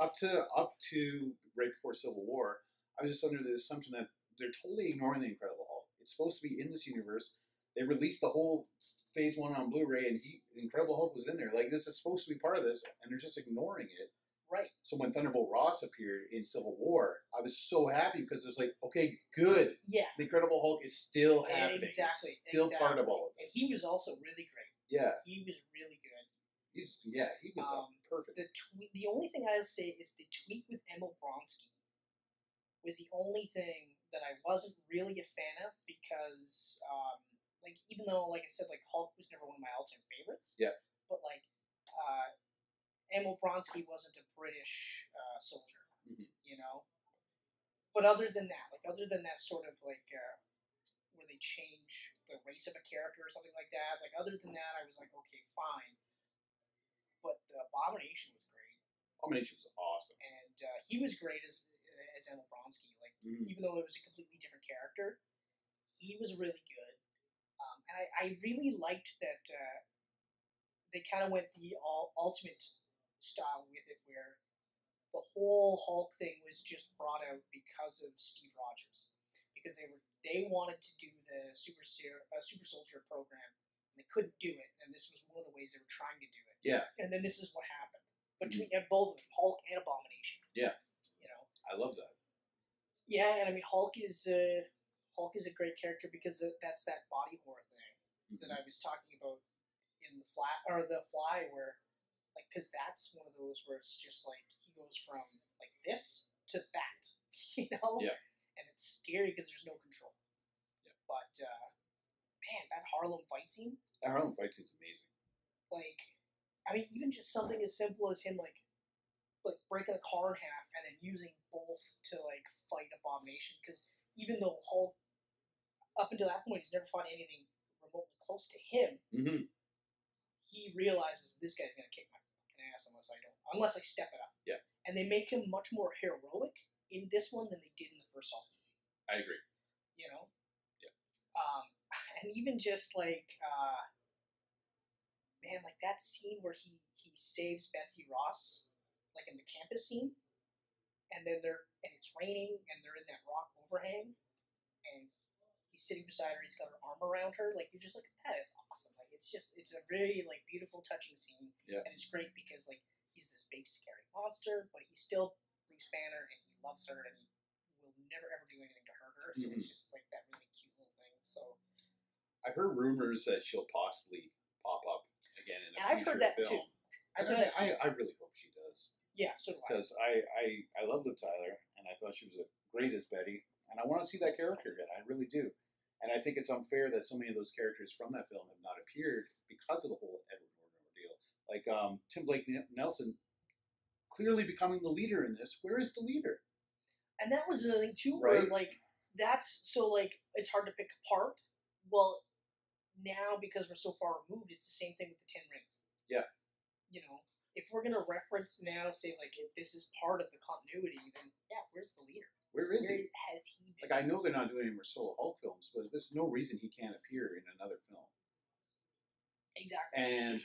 Speaker 2: up to up to right before Civil War, I was just under the assumption that they're totally ignoring the Incredible Hulk. It's supposed to be in this universe. They released the whole Phase One on Blu-ray, and he Incredible Hulk was in there. Like this is supposed to be part of this, and they're just ignoring it.
Speaker 3: right.
Speaker 2: So when Thunderbolt Ross appeared in Civil War, I was so happy because it was like, okay, good.
Speaker 3: Yeah.
Speaker 2: The Incredible Hulk is still happening. It's
Speaker 3: Exactly.
Speaker 2: still
Speaker 3: exactly.
Speaker 2: part of all of
Speaker 3: And
Speaker 2: this.
Speaker 3: he was also really great.
Speaker 2: yeah,
Speaker 3: He was really good.
Speaker 2: he's yeah, he was uh,
Speaker 3: Um,
Speaker 2: perfect.
Speaker 3: the tweet. The only thing I'll say is the tweet with Emil Bronsky was the only thing that I wasn't really a fan of because, um, like, even though, like I said, like Hulk was never one of my all-time favorites.
Speaker 2: Yeah.
Speaker 3: But like, uh, Emil Bronsky wasn't a British uh, soldier,
Speaker 2: Mhm.
Speaker 3: you know. But other than that, like, other than that sort of like. Uh, where they change the race of a character or something like that. Like other than that, I was like, okay, fine. But the abomination was great
Speaker 2: Abomination was awesome.
Speaker 3: and uh, he was great as as Emil Bronsky. Like
Speaker 2: Mhm.
Speaker 3: even though it was a completely different character, he was really good. Um, and I, I really liked that uh, they kind of went the all, ultimate style with it, where the whole Hulk thing was just brought out because of Steve Rogers, because they were they wanted to do the super ser- uh, super soldier program. and They couldn't do it, and this was one of the ways they were trying to do it.
Speaker 2: Yeah. Mm-hmm.
Speaker 3: And then this is what happened between and both of them, Hulk and Abomination.
Speaker 2: Yeah.
Speaker 3: You know.
Speaker 2: I love that.
Speaker 3: Yeah, and I mean Hulk is uh, Hulk is a great character because tha- that's that body horror thing that I was talking about in the fly or the fly where like because that's one of those where it's just like he goes from like this to that, you know?
Speaker 2: Yeah.
Speaker 3: And it's scary because there's no control.
Speaker 2: Yeah.
Speaker 3: But uh, man, that Harlem fight scene
Speaker 2: That Harlem fight scene's amazing.
Speaker 3: like I mean, even just something as simple as him like like breaking the car in half and then using both to like fight Abomination because even though Hulk up until that point he's never fought anything remotely close to him,
Speaker 2: Mm-hmm.
Speaker 3: he realizes this guy's gonna kick my fucking ass unless I don't unless I step it up.
Speaker 2: Yeah.
Speaker 3: And they make him much more heroic in this one than they did in the first Hulk
Speaker 2: I agree.
Speaker 3: you know.
Speaker 2: Yeah.
Speaker 3: Um, and even just like uh, man, like that scene where he he saves Betsy Ross, like in the campus scene, and then they're and it's raining and they're in that rock overhang, and he's sitting beside her, he's got her arm around her, like you're just like that is awesome. Like it's just it's a really like beautiful, touching scene,
Speaker 2: Yeah.
Speaker 3: and it's great because like he's this big scary monster, but he's still Bruce Banner and he loves her and he will never ever do anything to hurt her. So it's just like that really cute little thing. So
Speaker 2: I've heard rumors that she'll possibly pop up again in a
Speaker 3: And I've
Speaker 2: future
Speaker 3: heard that
Speaker 2: film.
Speaker 3: too.
Speaker 2: And
Speaker 3: I've heard that
Speaker 2: I,
Speaker 3: too.
Speaker 2: I, I really hope she does
Speaker 3: yeah, so do I.
Speaker 2: because I, I I love Liv Tyler and I thought she was a great as Betty and I want to see that character again. I really do, and I think it's unfair that so many of those characters from that film have not appeared because of the whole Edward Norton ordeal. Like um, Tim Blake N- Nelson clearly becoming the leader in this. Where is the leader?
Speaker 3: And that was another thing too, where
Speaker 2: Right.
Speaker 3: like that's so like it's hard to pick apart. Well, now because we're so far removed, it's the same thing with the Ten Rings.
Speaker 2: Yeah.
Speaker 3: You know, if we're gonna reference now, say like if this is part of the continuity, then yeah, where's the leader?
Speaker 2: Where is
Speaker 3: Where
Speaker 2: he?
Speaker 3: has he been?
Speaker 2: Like I know they're not doing any more solo Hulk films, but there's no reason he can't appear in another film.
Speaker 3: exactly.
Speaker 2: and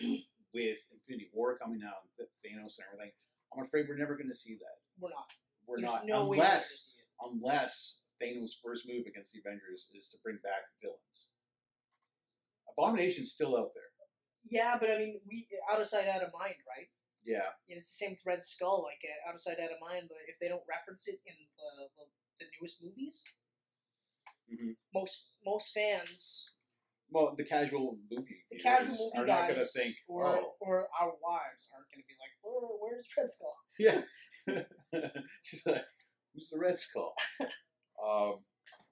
Speaker 2: with Infinity War coming out, and Thanos and everything, I'm afraid we're never going to see that.
Speaker 3: We're not.
Speaker 2: We're
Speaker 3: There's
Speaker 2: not
Speaker 3: no way we're gonna
Speaker 2: unless
Speaker 3: see it.
Speaker 2: unless Thanos' first move against the Avengers is to bring back villains. Abomination's still out there.
Speaker 3: Yeah, but I mean, we out of sight, out of mind, right?
Speaker 2: Yeah,
Speaker 3: you know, it's the same with Red Skull, like uh, out of sight, out of mind. But if they don't reference it in the the, the newest movies,
Speaker 2: Mhm.
Speaker 3: most most fans,
Speaker 2: well, the casual movie
Speaker 3: the
Speaker 2: viewers
Speaker 3: casual movie
Speaker 2: are
Speaker 3: guys,
Speaker 2: not going to think.
Speaker 3: or
Speaker 2: oh,
Speaker 3: or our wives aren't going to be like, Where, "Where's Red Skull?"
Speaker 2: yeah. She's like, who's the Red Skull? um,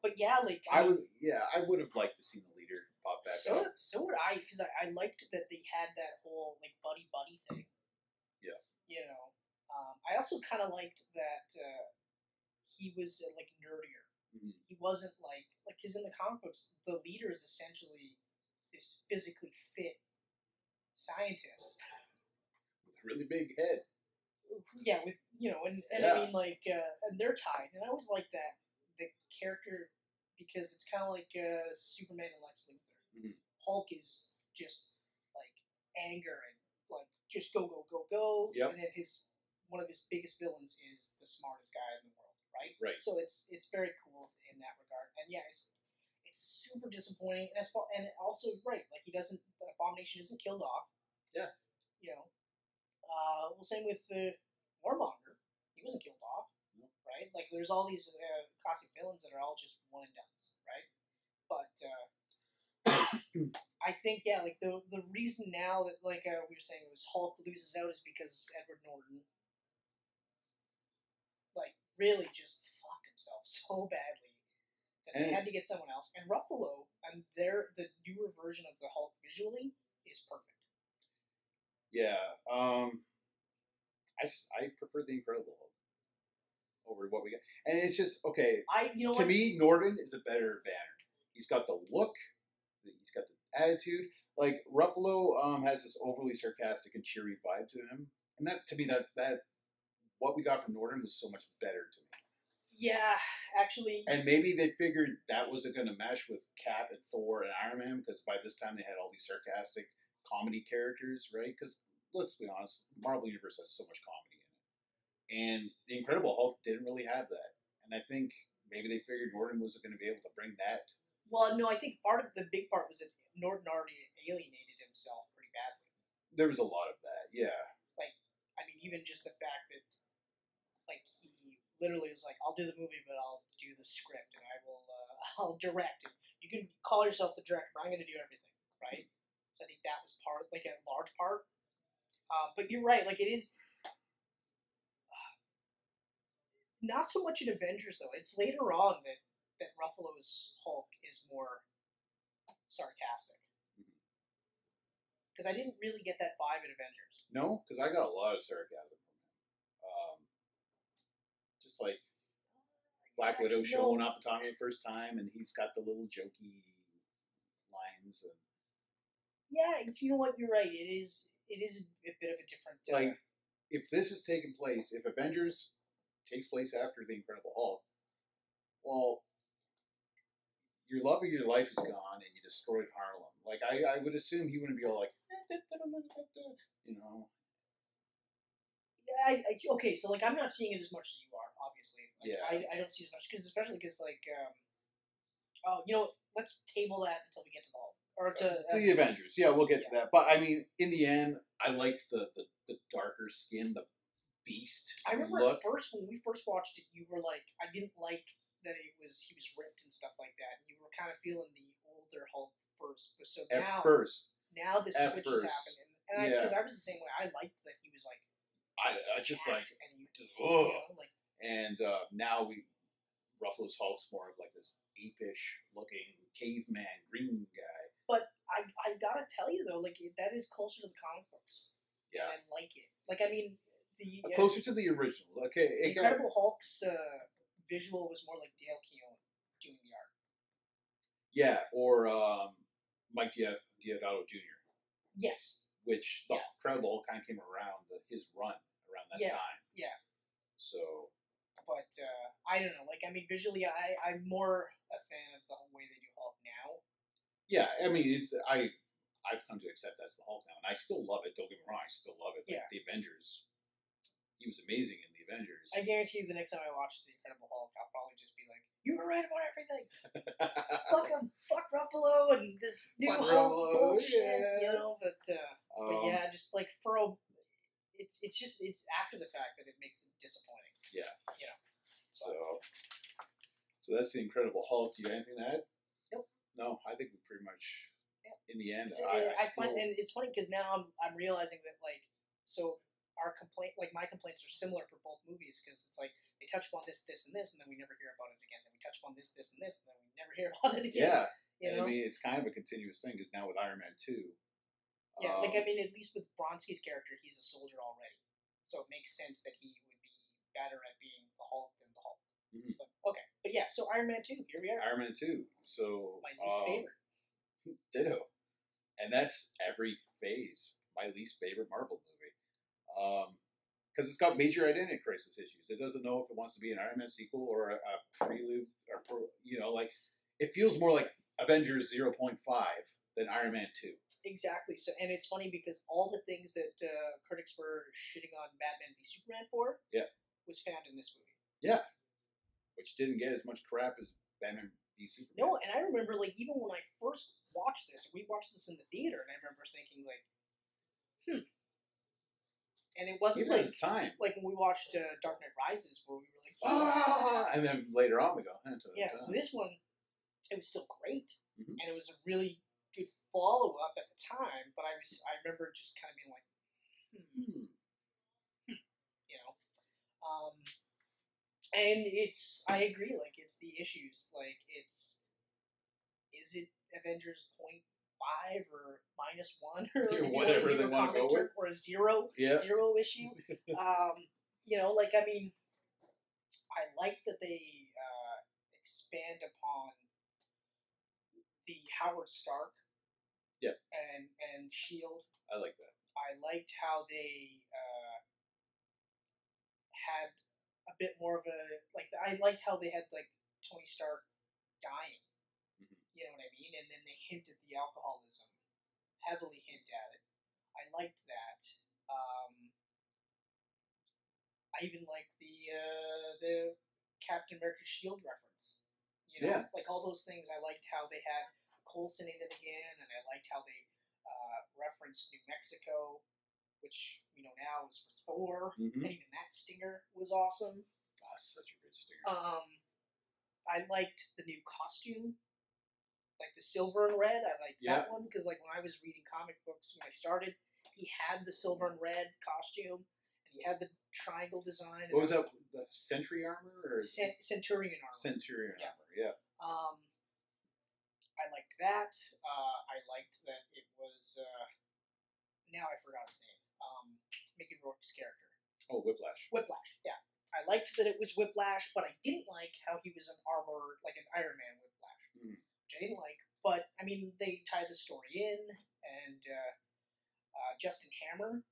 Speaker 3: But yeah, like
Speaker 2: I
Speaker 3: mean,
Speaker 2: would, yeah, I would have liked to see the leader pop back
Speaker 3: So
Speaker 2: up.
Speaker 3: so would I, because I, I liked that they had that whole like buddy buddy thing.
Speaker 2: Yeah.
Speaker 3: You know, um, I also kind of liked that uh, he was uh, like nerdier.
Speaker 2: Mhm.
Speaker 3: He wasn't like like because in the comic books, the leader is essentially this physically fit scientist.
Speaker 2: With a really big head.
Speaker 3: Yeah, with you know, and, and I
Speaker 2: Yeah.
Speaker 3: mean like uh, and they're tied, and I always like that the character because it's kind of like uh, Superman and Lex Luthor.
Speaker 2: Mhm.
Speaker 3: Hulk is just like anger and like just go go go go,
Speaker 2: Yep.
Speaker 3: and then his one of his biggest villains is the smartest guy in the world, right?
Speaker 2: Right.
Speaker 3: So it's it's very cool in that regard, and yeah, it's it's super disappointing, and that's why- and also right, like he doesn't the abomination isn't killed off.
Speaker 2: Yeah.
Speaker 3: You know, uh, well, same with uh, Warmonger, he wasn't killed off right? Like there's all these uh, classic villains that are all just one and done, right? But uh, I think yeah, like the the reason now that like uh, we were saying it was Hulk loses out is because Edward Norton, like really just fucked himself so badly that they
Speaker 2: And-
Speaker 3: had to get someone else. And Ruffalo and their the newer version of the Hulk visually is perfect.
Speaker 2: Yeah. Um, I, s- I prefer the Incredible Hulk over what we got, and it's just okay
Speaker 3: I you know
Speaker 2: to
Speaker 3: what?
Speaker 2: me. Norton is a better Banner. He's got the look. He's got the attitude. Like Ruffalo um, has this overly sarcastic and cheery vibe to him, and that to me that that what we got from Norton was so much better to me.
Speaker 3: yeah, actually,
Speaker 2: And maybe they figured that wasn't going to mesh with Cap and Thor and Iron Man because by this time they had all these sarcastic comedy characters, right? Because let's be honest, Marvel Universe has so much comedy in it. And The Incredible Hulk didn't really have that. And I think maybe they figured Norton was going to be able to bring that.
Speaker 3: well, no, I think part of the big part was that Norton already alienated himself pretty badly.
Speaker 2: There was a lot of that, yeah.
Speaker 3: I mean, even just the fact that, like, he literally was like, "I'll do the movie, but I'll do the script, and I will, uh, I'll direct it. You can call yourself the director, but I'm going to do everything, right?" So I think that was part, like, a large part. Uh, but you're right. Like, it is uh, not so much in Avengers though. It's later on that that Ruffalo's Hulk is more sarcastic. Because I didn't really get that vibe in Avengers.
Speaker 2: No, because I got a lot of sarcasm from him. Um, just like Black Widow
Speaker 3: Actually, no.
Speaker 2: showing up at Tommy the first time, and he's got the little jokey lines uh, and
Speaker 3: Yeah, you know what? You're right. It is. It is a bit of a different. Uh,
Speaker 2: like if this is taking place, if Avengers takes place after the Incredible Hulk, well, your love of your life is gone, and you destroyed Harlem. Like I, I would assume he wouldn't be all like, "Eh, da, da, da, da, da, da," you know,
Speaker 3: I, I, okay, so like I'm not seeing it as much as you are, obviously. Like,
Speaker 2: Yeah.
Speaker 3: I, I don't see as much because especially because like um, oh you know what? let's table that until we get to the Hulk or to uh,
Speaker 2: the Avengers. Yeah, we'll get to that. But I mean, in the end, I like the the, the darker skin, the beast.
Speaker 3: I remember
Speaker 2: look.
Speaker 3: at first when we first watched it, you were like I didn't like that it was he was ripped and stuff like that. You were kind of feeling the older Hulk first, but so
Speaker 2: at
Speaker 3: now
Speaker 2: first.
Speaker 3: now this
Speaker 2: at
Speaker 3: switch
Speaker 2: first,
Speaker 3: has happened, and, and I
Speaker 2: yeah.
Speaker 3: because I was the same way. I liked that he was like
Speaker 2: I, I just like,
Speaker 3: jacked and you,
Speaker 2: ugh.
Speaker 3: you know, like
Speaker 2: and uh, now we Ruffalo's Hulk's more of like this apish looking caveman green guy.
Speaker 3: I I gotta tell you though, like it- that is closer to the comic books.
Speaker 2: Yeah,
Speaker 3: and like it. Like I mean, the uh,
Speaker 2: closer to the original. Okay, it got,
Speaker 3: Incredible Hulk's uh, visual was more like Dale Keown doing the art.
Speaker 2: yeah, or um, Mike Dia- Diodato Jr.,
Speaker 3: Yes,
Speaker 2: which the
Speaker 3: Yeah.
Speaker 2: Incredible Hulk kind of came around the, his run around that
Speaker 3: Yeah,
Speaker 2: time.
Speaker 3: yeah.
Speaker 2: So
Speaker 3: but uh, I don't know. Like I mean, visually, I I'm more a fan of the way they do Hulk now.
Speaker 2: yeah, I mean, it's I I've come to accept that's the Hulk now, and I still love it. Don't get me wrong, I still love it. Like,
Speaker 3: Yeah.
Speaker 2: the Avengers, he was amazing in the Avengers.
Speaker 3: I guarantee you, the next time I watch the Incredible Hulk, I'll probably just be like, "You were right about everything. Fuck him. Fuck Ruffalo and this new
Speaker 2: Fuck
Speaker 3: Hulk
Speaker 2: Ruffalo,
Speaker 3: bullshit."
Speaker 2: yeah.
Speaker 3: You know, but. Uh, But
Speaker 2: Um,
Speaker 3: yeah, just like for a, it's it's just it's after the fact that it makes it disappointing.
Speaker 2: So, so that's the Incredible Hulk. Do you have anything to add?
Speaker 3: Nope.
Speaker 2: No, I think we pretty much,
Speaker 3: Yeah.
Speaker 2: in the end,
Speaker 3: It's-
Speaker 2: I, I,
Speaker 3: I, find
Speaker 2: still-
Speaker 3: and it's funny because now I'm I'm realizing that like so our complaint like my complaints are similar for both movies because it's like they touch upon this this and this and then we never hear about it again. Then we touch upon this this and this and then we never hear about it again.
Speaker 2: yeah.
Speaker 3: you
Speaker 2: and
Speaker 3: know.
Speaker 2: I mean, it's kind of a continuous thing because now with Iron Man two,
Speaker 3: yeah,
Speaker 2: um,
Speaker 3: like I mean, at least with Bronski's character, he's a soldier already, so it makes sense that he would be better at being the Hulk than the Hulk.
Speaker 2: Mhm.
Speaker 3: But, okay, but yeah, so Iron Man two, here we are,
Speaker 2: Iron Man two. So
Speaker 3: my least
Speaker 2: um,
Speaker 3: favorite.
Speaker 2: Ditto, and that's every phase. My least favorite Marvel movie, because it's got major identity crisis issues. It doesn't know if it wants to be an Iron Man sequel or a, a prelude, or pro, you know, like it feels more like Avengers zero point five than Iron Man two.
Speaker 3: Exactly. So, and it's funny because all the things that uh, critics were shitting on Batman v Superman for,
Speaker 2: Yeah.
Speaker 3: was found in this movie.
Speaker 2: which didn't get as much crap as Batman v Superman.
Speaker 3: No, and I remember like even when I first watched this, we watched this in the theater, and I remember thinking like, hmm. And it wasn't
Speaker 2: even at
Speaker 3: like
Speaker 2: the time.
Speaker 3: like when we watched uh, Dark Knight Rises, where we were like,
Speaker 2: Ah! And then later on, we go, huh,
Speaker 3: yeah.
Speaker 2: da-da-da.
Speaker 3: This one, it was still great,
Speaker 2: Mhm.
Speaker 3: and it was a really good follow up at the time. But I was I remember just kind of being like, hmm.
Speaker 2: Hmm.
Speaker 3: you know. Um, and it's I agree, like it's the issues, like it's is it Avengers point five or minus one or
Speaker 2: Yeah,
Speaker 3: if you wanna
Speaker 2: whatever
Speaker 3: give
Speaker 2: they
Speaker 3: a
Speaker 2: wanna go
Speaker 3: common term, or a zero
Speaker 2: Yeah.
Speaker 3: zero issue. um, you know, like I mean, I like that they uh, expand upon the Howard Stark.
Speaker 2: Yeah.
Speaker 3: And and Shield
Speaker 2: I like that.
Speaker 3: E I liked how they uh, had a bit more of a like. I liked how they had like Tony Stark dying.
Speaker 2: Mhm.
Speaker 3: You know what I mean? And then they hinted the alcoholism, heavily hint at it. I liked that. Um, I even liked the uh, the Captain America shield E reference. You know,
Speaker 2: Yeah.
Speaker 3: like all those things. I liked how they had Colson in it again, and I liked how they uh, referenced New Mexico, which we know now is for Thor.
Speaker 2: Mm-hmm.
Speaker 3: And even that stinger was awesome.
Speaker 2: such a good sticker.
Speaker 3: Um, I liked the new costume, like the silver and red. I liked that one because, like, when I was reading comic books when I started, he had the silver and red costume, and he had the triangle design. and
Speaker 2: what was
Speaker 3: I
Speaker 2: that? The Sentry armor or
Speaker 3: Cen- Centurion armor.
Speaker 2: Centurion
Speaker 3: Yeah.
Speaker 2: armor? Yeah.
Speaker 3: Um, I liked that. Uh, I liked that it was. Uh, now I forgot his name. Um, Mickey Rourke's character.
Speaker 2: Oh, Whiplash.
Speaker 3: Whiplash. Yeah, I liked that it was Whiplash, but I didn't like how he was an armor like an Iron Man Whiplash,
Speaker 2: Mm.
Speaker 3: which I didn't like. But I mean, they tie the story in, and uh, uh, Justin Hammer,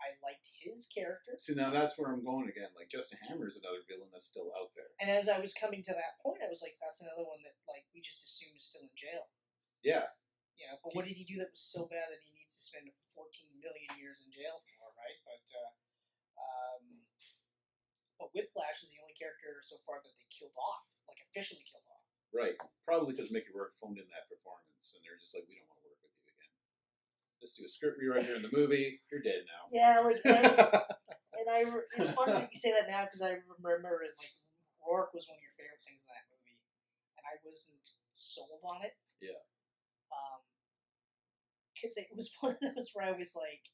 Speaker 3: I liked his character.
Speaker 2: See, now that's where I'm going again. Like Justin Hammer is another villain that's still out there.
Speaker 3: And as I was coming to that point, I was like that's another one that like we just assume is still in jail.
Speaker 2: Yeah.
Speaker 3: You know, but what did he do that was so bad that he needs to spend 14 million years in jail for, right? But uh, um, but Whiplash is the only character so far that they killed off, like officially killed off.
Speaker 2: Right. Probably because Mickey Rourke phoned in that performance, and they're just like, we don't want to work with you again. Let's do a script rewrite here in the movie. You're dead now.
Speaker 3: Yeah, like and, and I. re- It's funny that you say that now because I remember it, like Rourke was one of your favorite things in that movie, and I wasn't sold on it.
Speaker 2: Yeah.
Speaker 3: Um, because it was one of those where I was like,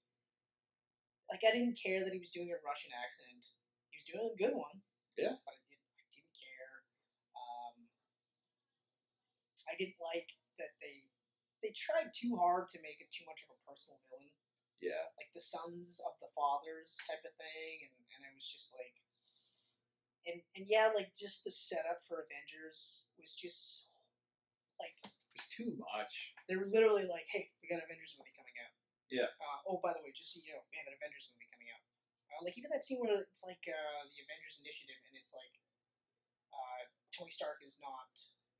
Speaker 3: like I didn't care that he was doing a Russian accent. He was doing a good one.
Speaker 2: Yeah.
Speaker 3: But I didn't, I didn't care. Um, I didn't like that they they tried too hard to make it too much of a personal villain
Speaker 2: yeah.
Speaker 3: like the sons of the fathers type of thing and, and I was just like and and yeah, like just the setup for Avengers was just like
Speaker 2: It's too much.
Speaker 3: they were literally like, Hey, we got an Avengers movie coming out.
Speaker 2: Yeah.
Speaker 3: Uh, oh by the way, just so you know, we have an Avengers movie coming out. Uh, like even that scene where it's like uh, the Avengers initiative and it's like uh, Tony Stark is not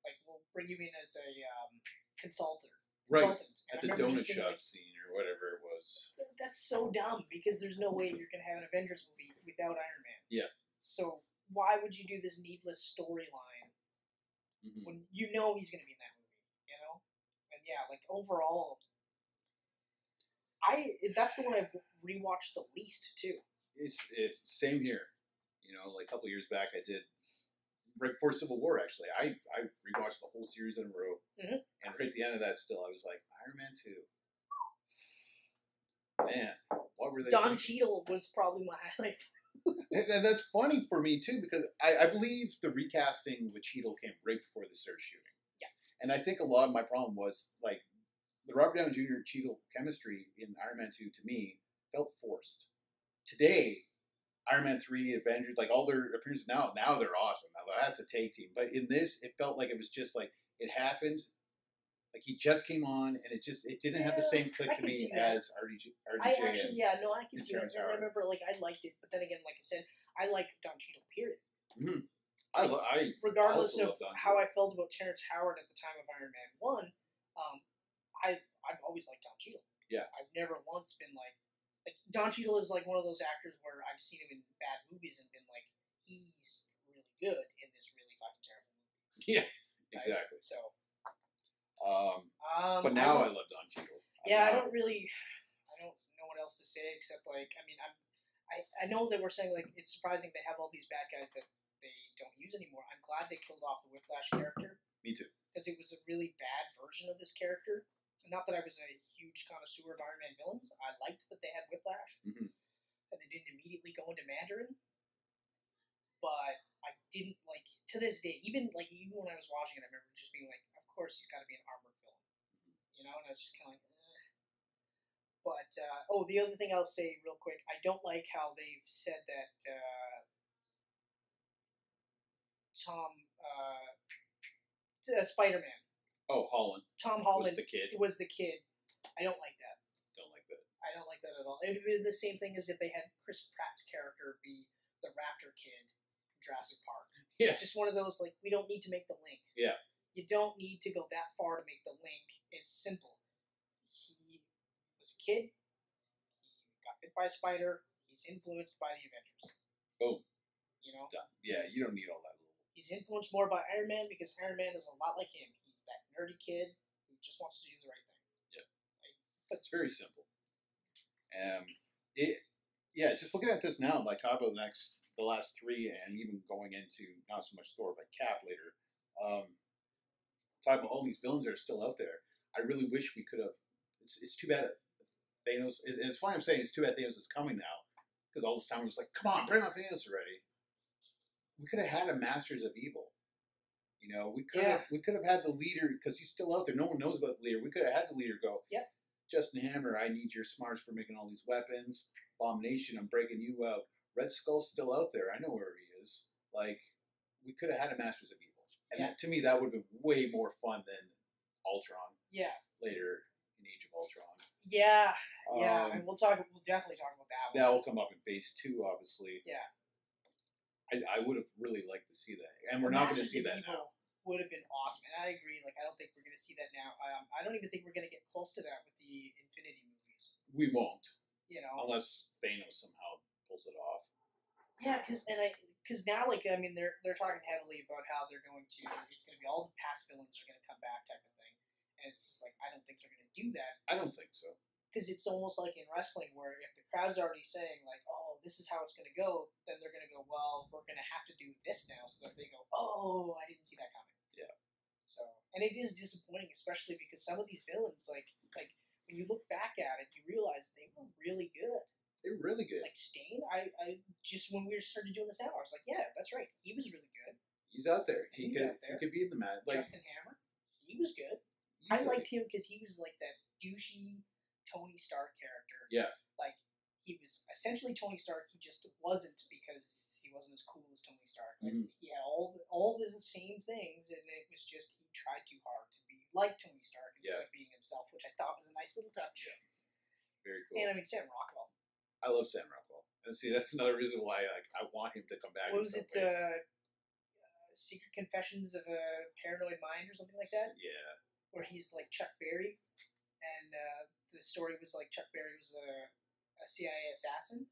Speaker 3: like we'll bring you in as a um, consultant.
Speaker 2: Right.
Speaker 3: consultant. And
Speaker 2: At
Speaker 3: I
Speaker 2: the donut
Speaker 3: remember just being like,
Speaker 2: shop scene or whatever it was.
Speaker 3: Th- that's so dumb because there's no way you're gonna have an Avengers movie without Iron Man.
Speaker 2: Yeah.
Speaker 3: So why would you do this needless storyline
Speaker 2: Mhm.
Speaker 3: when you know he's gonna be in that movie? You know, and yeah, like overall, I that's the one I've rewatched the least too.
Speaker 2: it's it's same here. You know, like a couple years back, I did right before Civil War. Actually, I I rewatched the whole series in a row,
Speaker 3: Mhm.
Speaker 2: and right at the end of that, still I was like Iron Man two. Man, what were they?
Speaker 3: Don
Speaker 2: thinking?
Speaker 3: Cheadle was probably my highlight.
Speaker 2: And, and that's funny for me too because I, I believe the recasting with Cheadle came right before the Surge shooting.
Speaker 3: Yeah.
Speaker 2: and I think a lot of my problem was like the Robert Downey Jr. Cheadle chemistry in Iron Man two to me felt forced. Today, Iron Man three, Avengers, like all their appearances now, now they're awesome. Now that's a tag team, but in this, it felt like it was just like it happened. Like he just came on, and it just it didn't have the
Speaker 3: Yeah,
Speaker 2: same click to
Speaker 3: I can
Speaker 2: me
Speaker 3: see that.
Speaker 2: as RDJ. RDJ
Speaker 3: I actually, uh, yeah, no, I can
Speaker 2: and
Speaker 3: see that.
Speaker 2: Terrence
Speaker 3: And I
Speaker 2: Howard.
Speaker 3: remember, like, I liked it, but then again, like I said, I like Don Cheadle. Period.
Speaker 2: Mm-hmm. I, lo- I
Speaker 3: regardless
Speaker 2: Also
Speaker 3: of
Speaker 2: love Don
Speaker 3: how
Speaker 2: Cheadle.
Speaker 3: I felt about Terrence Howard at the time of Iron Man One, um, I I've always liked Don Cheadle.
Speaker 2: Yeah.
Speaker 3: I've never once been like like Don Cheadle is like one of those actors where I've seen him in bad movies and been like he's really good in this really fucking terrible movie.
Speaker 2: exactly.
Speaker 3: So
Speaker 2: Um,
Speaker 3: um,
Speaker 2: but now I,
Speaker 3: I don't-
Speaker 2: love Don Cheadle.
Speaker 3: yeah I
Speaker 2: love-
Speaker 3: don't really I don't know what else to say except like I mean I'm. I, I know that we're saying like it's surprising they have all these bad guys that they don't use anymore. I'm glad they killed off the Whiplash character.
Speaker 2: Me too.
Speaker 3: because it was a really bad version of this character. Not that I was a huge connoisseur of Iron Man villains. I liked that they had Whiplash
Speaker 2: Mhm.
Speaker 3: and they didn't immediately go into Mandarin. But I didn't like to this day. Even like even when I was watching it, I remember just being like, "Of course he's got to be an armored villain," you know. And I was just kind of like, eh. "But uh, oh, the other thing I'll say real quick, I don't like how they've said that uh, Tom uh, uh, Spider Man,
Speaker 2: Oh, Holland
Speaker 3: Tom
Speaker 2: was
Speaker 3: Holland
Speaker 2: the kid.
Speaker 3: was the kid. I don't like that.
Speaker 2: Don't like that.
Speaker 3: I don't like that at all. It would be the same thing as if they had Chris Pratt's character be the Raptor kid in Jurassic Park.
Speaker 2: Yeah.
Speaker 3: It's just one of those like we don't need to make the link.
Speaker 2: Yeah.
Speaker 3: You don't need to go that far to make the link. It's simple. He was a kid. He got bit by a spider. He's influenced by the Avengers.
Speaker 2: Boom.
Speaker 3: You know,
Speaker 2: Done. Yeah, you don't need all that. Little.
Speaker 3: he's influenced more by Iron Man because Iron Man is a lot like him. He's that nerdy kid who just wants to do the right thing.
Speaker 2: It's very simple. Um, it, yeah, just looking at this now, like talking about the next, the last three, and even going into not so much Thor, but Cap later. Um, talking about all these villains that are still out there. I really wish we could have. It's, it's too bad. that Thanos. it- It's funny I'm saying it's too bad Thanos is coming now because all this time it was like, come on, bring on Thanos already. We could have had a Masters of Evil. You know, we could have
Speaker 3: Yeah.
Speaker 2: we could have had the leader because he's still out there. No one knows about the leader. We could have had the leader go.
Speaker 3: Yep.
Speaker 2: Justin Hammer, I need your smarts for making all these weapons. Abomination, I'm breaking you out. Red Skull's still out there. I know where he is. Like, we could have had a Masters of Evil, and
Speaker 3: Yeah.
Speaker 2: that, to me, that would have been way more fun than Ultron
Speaker 3: Yeah.
Speaker 2: later in Age of Ultron.
Speaker 3: Yeah. Yeah,
Speaker 2: Um,
Speaker 3: and we'll talk. We'll definitely talk about that.
Speaker 2: that
Speaker 3: One.
Speaker 2: will come up in Phase Two, obviously.
Speaker 3: Yeah.
Speaker 2: I, I would have really liked to see that, and we're not going to
Speaker 3: Masters
Speaker 2: see
Speaker 3: of
Speaker 2: that
Speaker 3: Evil would have been awesome. And I agree. Like, I don't think we're going to see that now. Um, I don't even think we're going to get close to that with the Infinity movies.
Speaker 2: We won't,
Speaker 3: You know?
Speaker 2: unless Thanos somehow pulls it off.
Speaker 3: Yeah, because and I because now like I mean they're they're talking heavily about how they're going to it's going to be all the past villains are going to come back type of thing, and it's just like I don't think they're going to do that
Speaker 2: I don't think so.
Speaker 3: because it's almost like in wrestling where if the crowd's already saying like oh this is how it's going to go, then they're going to go well we're going to have to do this now so that they go oh I didn't see that coming.
Speaker 2: Yeah.
Speaker 3: So and it is disappointing, especially because some of these villains like like when you look back at it, you realize they were really good
Speaker 2: They're really good.
Speaker 3: like Stain. I, I just when we started doing this now, I was like, yeah, that's right. He was really good.
Speaker 2: he's out there. He
Speaker 3: He's
Speaker 2: could
Speaker 3: out there.
Speaker 2: he could be in the match. Like
Speaker 3: Justin Hammer, he was good.
Speaker 2: he's
Speaker 3: I
Speaker 2: a-
Speaker 3: liked him because he was like that douchey Tony Stark character.
Speaker 2: Yeah.
Speaker 3: like he was essentially Tony Stark. He just wasn't because he wasn't as cool as Tony Stark. Like
Speaker 2: Mhm.
Speaker 3: he had all the, all the same things, and it was just he tried too hard to be like Tony Stark instead of being himself, which I thought was a nice little touch.
Speaker 2: very cool.
Speaker 3: And I mean Sam Rockwell.
Speaker 2: I love Sam Rockwell. And see, that's another reason why like I want him to come back.
Speaker 3: what
Speaker 2: in
Speaker 3: was
Speaker 2: some
Speaker 3: it?
Speaker 2: way.
Speaker 3: Uh, uh, Secret Confessions of a Paranoid Mind or something like that,
Speaker 2: Yeah,
Speaker 3: where he's like Chuck Berry, and uh, the story was like Chuck Berry was a, a CIA assassin.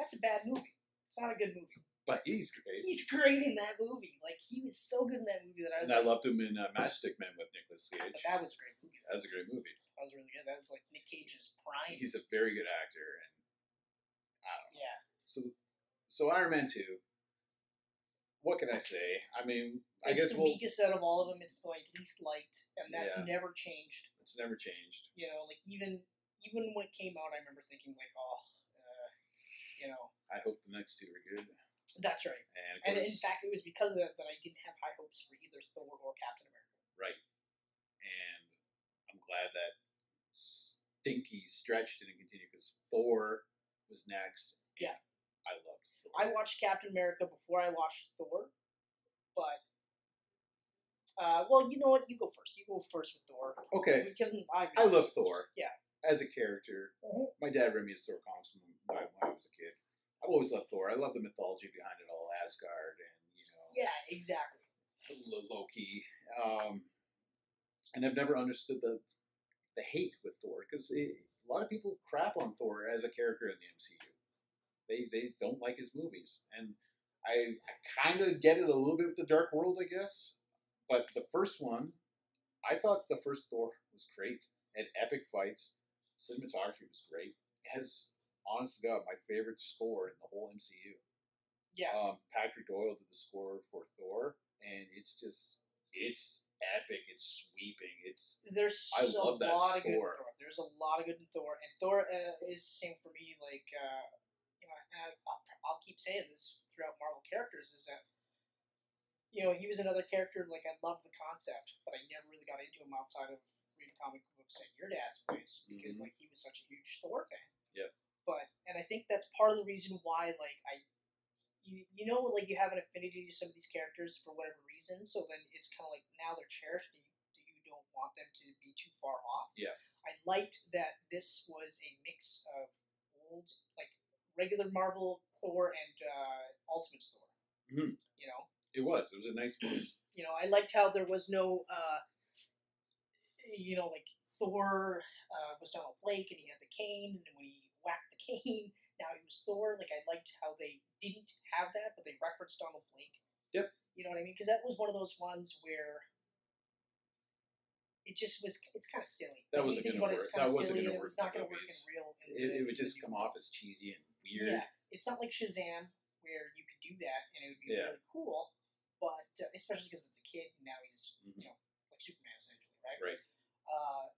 Speaker 3: That's a bad movie. It's not a good movie.
Speaker 2: but he's great.
Speaker 3: He's great in that movie. Like he was so good in that movie that I was
Speaker 2: and I
Speaker 3: like,
Speaker 2: loved him in uh, Matchstick Man with Nicolas Cage.
Speaker 3: "But that was a great movie.
Speaker 2: That was a great movie.
Speaker 3: That was really good. That was like Nick Cage in his prime.
Speaker 2: He's a very good actor. And
Speaker 3: yeah,
Speaker 2: so, so Iron Man two. What can I say? I mean, I
Speaker 3: it's
Speaker 2: guess
Speaker 3: the
Speaker 2: we'll.
Speaker 3: weakest out of all of them. It's like least liked, and that's
Speaker 2: Yeah.
Speaker 3: never changed.
Speaker 2: It's never changed.
Speaker 3: you know, like even even when it came out, I remember thinking like, oh, uh, you know,
Speaker 2: I hope the next two are good.
Speaker 3: that's right.
Speaker 2: And, of
Speaker 3: And
Speaker 2: course,
Speaker 3: in fact, it was because of that that I didn't have high hopes for either Thor or Captain America.
Speaker 2: right. And I'm glad that Stinky Stretch didn't continue because Thor was next. and
Speaker 3: Yeah.
Speaker 2: I loved. Thor.
Speaker 3: I watched Captain America before I watched Thor, but uh, well, you know what? You go first. You go first with Thor.
Speaker 2: okay.
Speaker 3: We can, I,
Speaker 2: I love Thor.
Speaker 3: Yeah.
Speaker 2: As a character,
Speaker 3: Mhm.
Speaker 2: my dad read me his Thor comics when, when I when I was a kid. I've always loved Thor. I love the mythology behind it all, Asgard and you know
Speaker 3: Yeah, exactly.
Speaker 2: L- Loki. Um, and I've never understood the the hate with Thor because a lot of people crap on Thor as a character in the MCU. They they don't like his movies, and I, I kind of get it a little bit with the Dark World, I guess. But the first one, I thought the first Thor was great. It had epic fights, cinematography was great. It has, honest to God, my favorite score in the whole MCU.
Speaker 3: Yeah.
Speaker 2: Um, Patrick Doyle did the score for Thor, and it's just it's epic. It's sweeping. It's
Speaker 3: There's
Speaker 2: I
Speaker 3: so- a
Speaker 2: love that
Speaker 3: lot of good in
Speaker 2: score.
Speaker 3: Thor. There's a lot of good in Thor, and Thor uh, is same for me. Like uh, you know, and I- I'll, I'll keep saying this throughout Marvel characters is that you know he was another character. Like I loved the concept, but I never really got into him outside of reading comic books at your dad's place because
Speaker 2: Mhm.
Speaker 3: like he was such a huge Thor fan.
Speaker 2: Yep.
Speaker 3: But and I think that's part of the reason why like I. You, you know like you have an affinity to some of these characters for whatever reason so then it's kind of like now they're cherished and you that you don't want them to be too far off.
Speaker 2: Yeah.
Speaker 3: I liked that this was a mix of old, like regular Marvel Thor and uh, Ultimate Thor.
Speaker 2: Mhm.
Speaker 3: You know,
Speaker 2: it was it was a nice movie.
Speaker 3: you know, I liked how there was no, uh, you know, like Thor uh, was Donald Blake and he had the cane, and when he whacked the cane, now he was Thor. Like I liked how they didn't have that, but they referenced Donald Blake.
Speaker 2: Yep.
Speaker 3: You know what I mean? Because that was one of those ones where it just was. It's kind of silly.
Speaker 2: That
Speaker 3: When you
Speaker 2: wasn't
Speaker 3: think
Speaker 2: gonna
Speaker 3: about it, it's
Speaker 2: work. That
Speaker 3: kinda
Speaker 2: wasn't
Speaker 3: silly,
Speaker 2: gonna
Speaker 3: and
Speaker 2: work
Speaker 3: It was
Speaker 2: in
Speaker 3: not going to work in
Speaker 2: movies.
Speaker 3: real. in
Speaker 2: It,
Speaker 3: the-
Speaker 2: it would
Speaker 3: in the
Speaker 2: just
Speaker 3: new
Speaker 2: come off as cheesy and weird.
Speaker 3: yeah, it's not like Shazam where you could do that and it would be
Speaker 2: Yeah.
Speaker 3: really cool, but uh, especially because it's a kid and now he's
Speaker 2: Mhm.
Speaker 3: you know like Superman essentially, right?
Speaker 2: Right.
Speaker 3: Uh,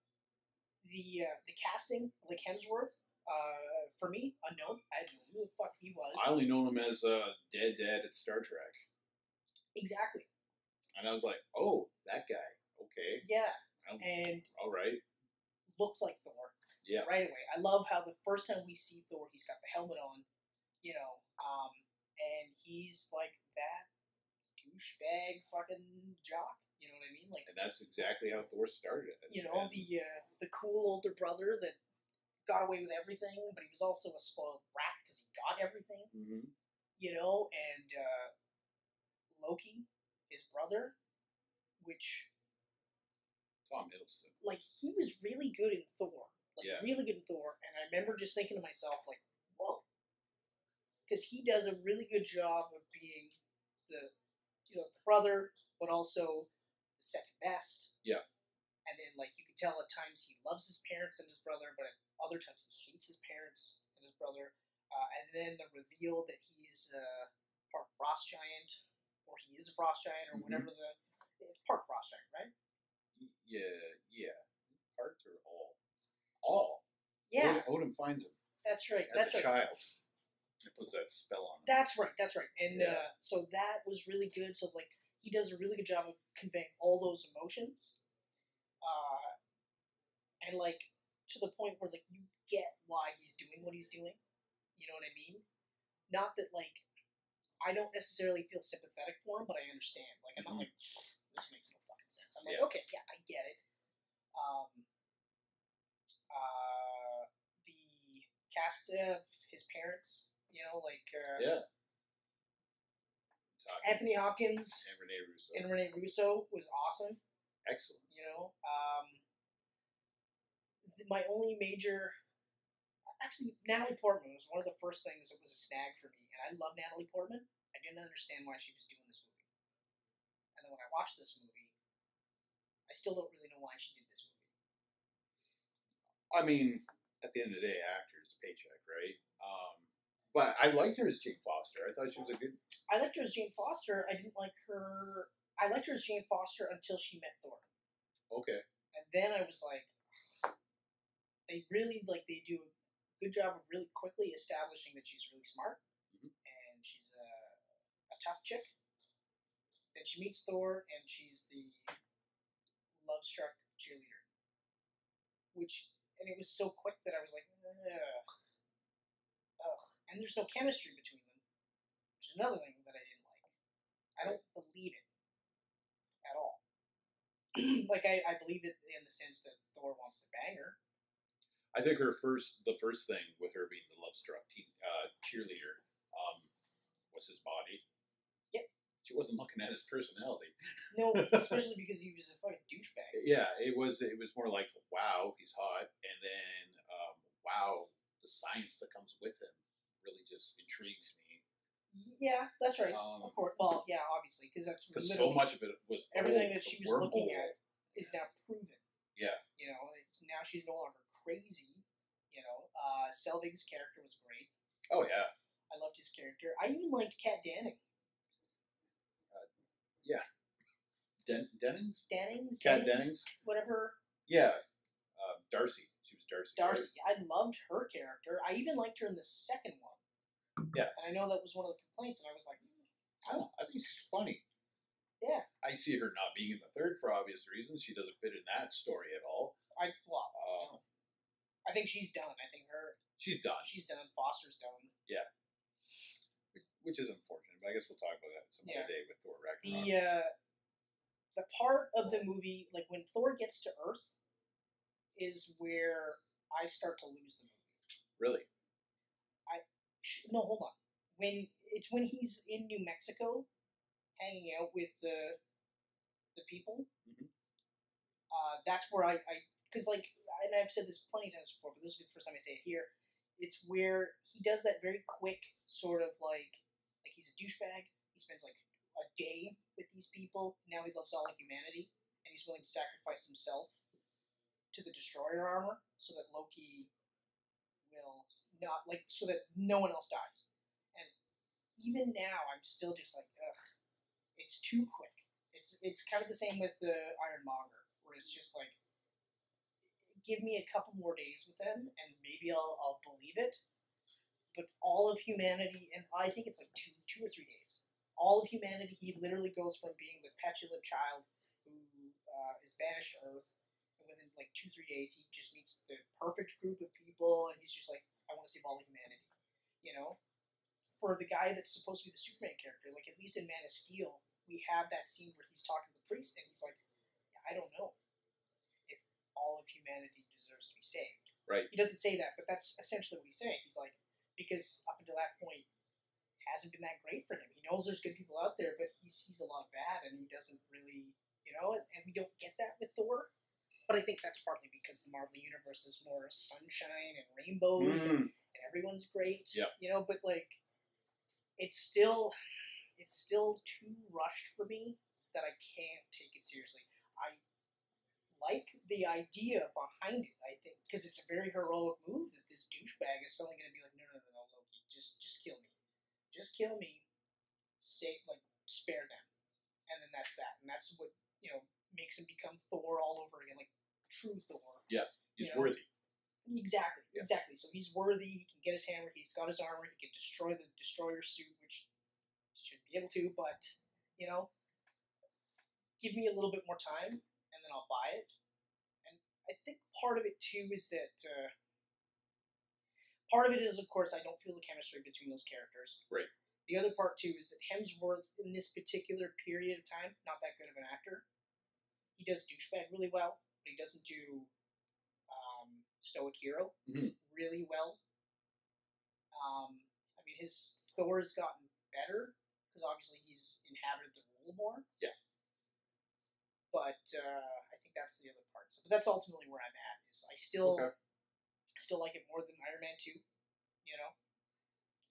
Speaker 3: the uh, the casting like Hemsworth uh, for me unknown. I had no clue who the fuck he was
Speaker 2: I only know him as uh, Dead Dad at Star Trek,
Speaker 3: exactly.
Speaker 2: and I was like, oh, that guy. Okay,
Speaker 3: Yeah,
Speaker 2: I'm-
Speaker 3: and
Speaker 2: all right.
Speaker 3: looks like Thor.
Speaker 2: Yeah.
Speaker 3: Right away. I love how the first time we see Thor, he's got the helmet on, you know, um, and he's like that douchebag fucking jock. You know what I mean? Like
Speaker 2: And that's exactly how Thor started. it.
Speaker 3: you know
Speaker 2: And
Speaker 3: the uh, the cool older brother that got away with everything, but he was also a spoiled brat because he got everything,
Speaker 2: Mhm.
Speaker 3: you know. And uh, Loki, his brother, which
Speaker 2: Tom Hiddleston.
Speaker 3: like he was really good in Thor, like
Speaker 2: Yeah.
Speaker 3: really good in Thor, and I remember just thinking to myself like, whoa, because he does a really good job of being the you know the brother, but also the second best.
Speaker 2: Yeah.
Speaker 3: and then like you can tell at times he loves his parents and his brother, but at other times he hates his parents and his brother. Uh, and then the reveal that he's uh, part frost giant, or he is a frost giant, or
Speaker 2: Mhm.
Speaker 3: whatever the it's part frost giant, right?
Speaker 2: Yeah, yeah. Part or all? All.
Speaker 3: Yeah,
Speaker 2: Od- Odin finds him
Speaker 3: that's right.
Speaker 2: as
Speaker 3: That's
Speaker 2: a
Speaker 3: right.
Speaker 2: child. It puts that spell on him.
Speaker 3: That's right. That's right. And
Speaker 2: Yeah.
Speaker 3: uh, so that was really good. So like he does a really good job of conveying all those emotions, uh, and like to the point where like you get why he's doing what he's doing. You know what I mean? Not that like I don't necessarily feel sympathetic for him, but I understand. Like I'm
Speaker 2: Mhm.
Speaker 3: not like this makes no fucking sense. I'm like
Speaker 2: Yeah.
Speaker 3: okay, yeah, I get it. Um, uh, the cast of his parents, you know, like uh,
Speaker 2: yeah. Talking
Speaker 3: Anthony Hopkins
Speaker 2: and Rene Russo.
Speaker 3: and Rene Russo was awesome.
Speaker 2: Excellent.
Speaker 3: You know, um, th- my only major, actually, Natalie Portman was one of the first things that was a snag for me, and I love Natalie Portman. I didn't understand why she was doing this movie, and then when I watched this movie, I still don't really know why she did this movie.
Speaker 2: I mean, at the end of the day, actors paycheck, right? Um, but I liked her as Jane Foster. I thought she was a good.
Speaker 3: I liked her as Jane Foster. I didn't like her. I liked her as Jane Foster until she met Thor.
Speaker 2: Okay.
Speaker 3: and then I was like, they really like they do a good job of really quickly establishing that she's really smart
Speaker 2: Mhm.
Speaker 3: and she's a, a tough chick. Then she meets Thor and she's the love struck cheerleader, which and it was so quick that I was like, ugh, ugh. And there's no chemistry between them, which is another thing that I didn't like. I don't believe it at all. like I, I believe it in the sense that Thor wants to bang her.
Speaker 2: I think her first, the first thing with her being the love struck teen uh, cheerleader, um, was his body.
Speaker 3: Yep.
Speaker 2: She wasn't looking at his personality.
Speaker 3: No, especially because he was a fucking douchebag.
Speaker 2: Yeah, it was. It was more like, wow, he's hot, and then um, wow, the science that comes with him really just intrigues me.
Speaker 3: Yeah, that's right.
Speaker 2: Um,
Speaker 3: of course. Well, yeah, obviously, because that's
Speaker 2: because
Speaker 3: literally
Speaker 2: so much of it was the whole-
Speaker 3: everything that
Speaker 2: the
Speaker 3: she was looking
Speaker 2: wormhole.
Speaker 3: at is now proven.
Speaker 2: Yeah.
Speaker 3: You know, it's, now she's no longer crazy. You know, uh, Selvig's character was great.
Speaker 2: Oh yeah,
Speaker 3: I loved his character. I even liked Kat Danning.
Speaker 2: Den- Dennings,
Speaker 3: Dannings,
Speaker 2: Cat
Speaker 3: Dennings,
Speaker 2: Dennings.
Speaker 3: whatever.
Speaker 2: Yeah, um, Darcy. She was Darcy. right?
Speaker 3: Darcy. I loved her character. I even liked her in the second one.
Speaker 2: Yeah.
Speaker 3: And I know that was one of the complaints, and I was like, "Hmm,
Speaker 2: I, don't- I think she's funny.
Speaker 3: Yeah.
Speaker 2: I see her not being in the third for obvious reasons. She doesn't fit in that story at all.
Speaker 3: I well,
Speaker 2: Um,
Speaker 3: I think she's done. I think her
Speaker 2: she's done,
Speaker 3: she's done. Foster's done.
Speaker 2: which is unfortunate. But I guess we'll talk about that some
Speaker 3: Yeah.
Speaker 2: other day with Thor
Speaker 3: The
Speaker 2: Ragnarok.
Speaker 3: uh, the part of the movie like when Thor gets to Earth is where I start to lose the movie.
Speaker 2: Really?
Speaker 3: Sh- No, hold on. When it's when he's in New Mexico, hanging out with the the people.
Speaker 2: Mhm.
Speaker 3: Uh, that's where I I because like and I've said this plenty of times before, but this will be the first time I say it here. It's where he does that very quick sort of like like he's a douchebag. He spends like a day with these people. Now he loves all of humanity, and he's willing to sacrifice himself to the destroyer armor so that Loki will not like so that no one else dies. And even now, I'm still just like, ugh, it's too quick. It's it's kind of the same with the Ironmonger, where it's just like, give me a couple more days with him, and maybe I'll I'll believe it. But all of humanity, and I think it's like two two or three days. All of humanity, he literally goes from being the petulant child who uh, is banished to Earth, and within like two three days, he just meets the perfect group of people, and he's just like, I want to save all of humanity, you know for the guy that's supposed to be the Superman character. Like at least in Man of Steel, we have that scene where he's talking to the priest and he's like, I don't know if all of humanity deserves to be saved.
Speaker 2: Right.
Speaker 3: He doesn't say that, but that's essentially what he's saying. He's like, because up until that point, it hasn't been that great for him. He knows there's good people out there, but he sees a lot of bad and he doesn't really, you you know, and, and we don't get that with Thor. But I think that's partly because the Marvel universe is more sunshine and rainbows, and,
Speaker 2: Mm,
Speaker 3: and everyone's great.
Speaker 2: Yep.
Speaker 3: You know, but like, it's still, it's still too rushed for me that I can't take it seriously. I like the idea behind it. I think because it's a very heroic move that this douchebag is suddenly going to be like, no, no, no, no, Loki, just, just kill me, just kill me, save, like, spare them, and then that's that, and that's what you know makes him become Thor all over again, like true Thor.
Speaker 2: he's
Speaker 3: Yeah.
Speaker 2: worthy.
Speaker 3: Exactly,
Speaker 2: Yeah.
Speaker 3: exactly. So he's worthy. He can get his hammer. He's got his armor. He can destroy the destroyer suit, which he should be able to. But you know, give me a little bit more time, and then I'll buy it. And I think part of it too is that uh, part of it is, of course, I don't feel the chemistry between those characters.
Speaker 2: Right.
Speaker 3: The other part too is that Hemsworth, in this particular period of time, not that good of an actor. He does douchebag really well, but he doesn't do um, Stoic Hero
Speaker 2: Mhm.
Speaker 3: really well. Um, I mean, his Thor has gotten better because obviously he's inhabited the role more.
Speaker 2: Yeah.
Speaker 3: But uh, I think that's the other part. So, but that's ultimately where I'm at. Is I still
Speaker 2: Okay.
Speaker 3: I still like it more than Iron Man two, you know,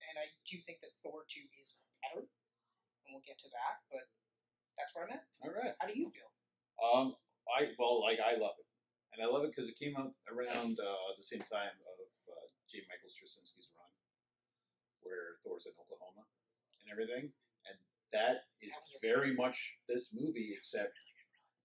Speaker 3: and I do think that Thor two is better, and we'll get to that. But that's where I'm at.
Speaker 2: All right.
Speaker 3: How do you feel?
Speaker 2: Um, I well, like I love it, and I love it because it came out around uh, the same time of uh, J. Michael Straczynski's run, where Thor's in Oklahoma and everything, and that is
Speaker 3: That was a
Speaker 2: very much this movie, except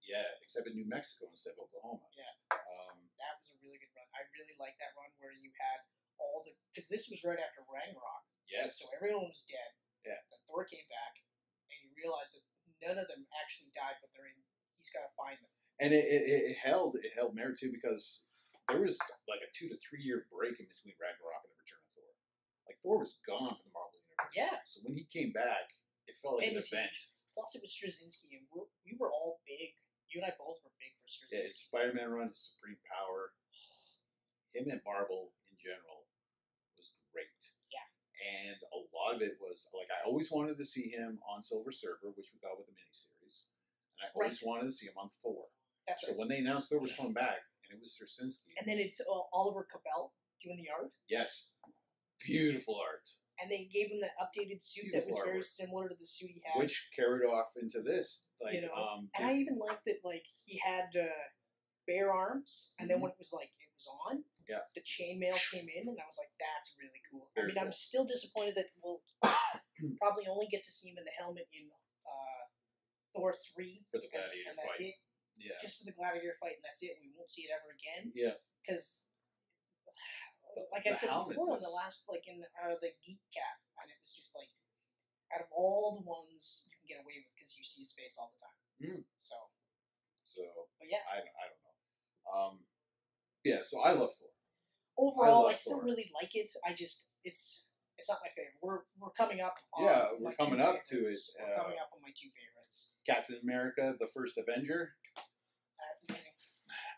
Speaker 2: yeah, except in New Mexico instead of Oklahoma.
Speaker 3: Yeah.
Speaker 2: Um,
Speaker 3: That was a really good run. I really liked that run where you had all the because this was right after Ragnarok.
Speaker 2: yes.
Speaker 3: So everyone was dead.
Speaker 2: Yeah.
Speaker 3: Then Thor came back, and you realize that none of them actually died, but they're in. He's got to find them.
Speaker 2: and it, it, it- it held it held merit too because there was like a two to three year break in between Ragnarok and the Return of Thor. Like Thor was gone from the Marvel universe.
Speaker 3: Yeah.
Speaker 2: So when he came back, it felt like
Speaker 3: It
Speaker 2: an
Speaker 3: was
Speaker 2: event.
Speaker 3: Plus, it was Straczynski, and we're, we were all big. You and I both were big for
Speaker 2: Yeah, his
Speaker 3: Straczynski.
Speaker 2: Spider Man run, his supreme power, him and Marvel in general was great.
Speaker 3: Yeah.
Speaker 2: And a lot of it was like I always wanted to see him on Silver Surfer, which we got with the miniseries, and I always
Speaker 3: Right.
Speaker 2: wanted to see him on Thor.
Speaker 3: That's
Speaker 2: So
Speaker 3: right.
Speaker 2: when they announced Thor was coming back, and it was Straczynski,
Speaker 3: And then it's uh, Oliver Cabell doing the art,
Speaker 2: Yes. Beautiful art.
Speaker 3: and they gave him that updated suit that was
Speaker 2: Beautiful
Speaker 3: very
Speaker 2: artwork.
Speaker 3: similar to the suit he had.
Speaker 2: Which carried off into this. Like
Speaker 3: You know,
Speaker 2: um
Speaker 3: and I even liked that, like he had uh, bare arms, and then when it was like it was on,
Speaker 2: Mm-hmm. Yeah.
Speaker 3: the chainmail came in, and I was like, "That's really cool." I
Speaker 2: Very
Speaker 3: mean, I'm
Speaker 2: cool.
Speaker 3: still disappointed that we'll probably only get to see him in the helmet in uh, Thor three,
Speaker 2: For the
Speaker 3: and,
Speaker 2: gladiator
Speaker 3: and that's
Speaker 2: fight.
Speaker 3: it.
Speaker 2: yeah.
Speaker 3: Just for the gladiator fight, and that's it. We won't see it ever again
Speaker 2: Yeah.
Speaker 3: because,
Speaker 2: The-
Speaker 3: like I
Speaker 2: the
Speaker 3: said
Speaker 2: helmet
Speaker 3: before, in
Speaker 2: is-
Speaker 3: the last like in uh, the geek cat, and it was just like out of all the ones you can get away with because you see his face all the time.
Speaker 2: Mm.
Speaker 3: So,
Speaker 2: So
Speaker 3: but yeah.
Speaker 2: I, I don't know. Um yeah, so I love Thor. I
Speaker 3: overall, I,
Speaker 2: love
Speaker 3: still
Speaker 2: Thor.
Speaker 3: really like it. I just it's it's not my favorite. We're we're coming up. On
Speaker 2: Yeah, we're
Speaker 3: my two
Speaker 2: coming up to
Speaker 3: favorites.
Speaker 2: it,
Speaker 3: We're
Speaker 2: uh,
Speaker 3: coming up on my two favorites.
Speaker 2: Captain America, the first Avenger.
Speaker 3: That's amazing.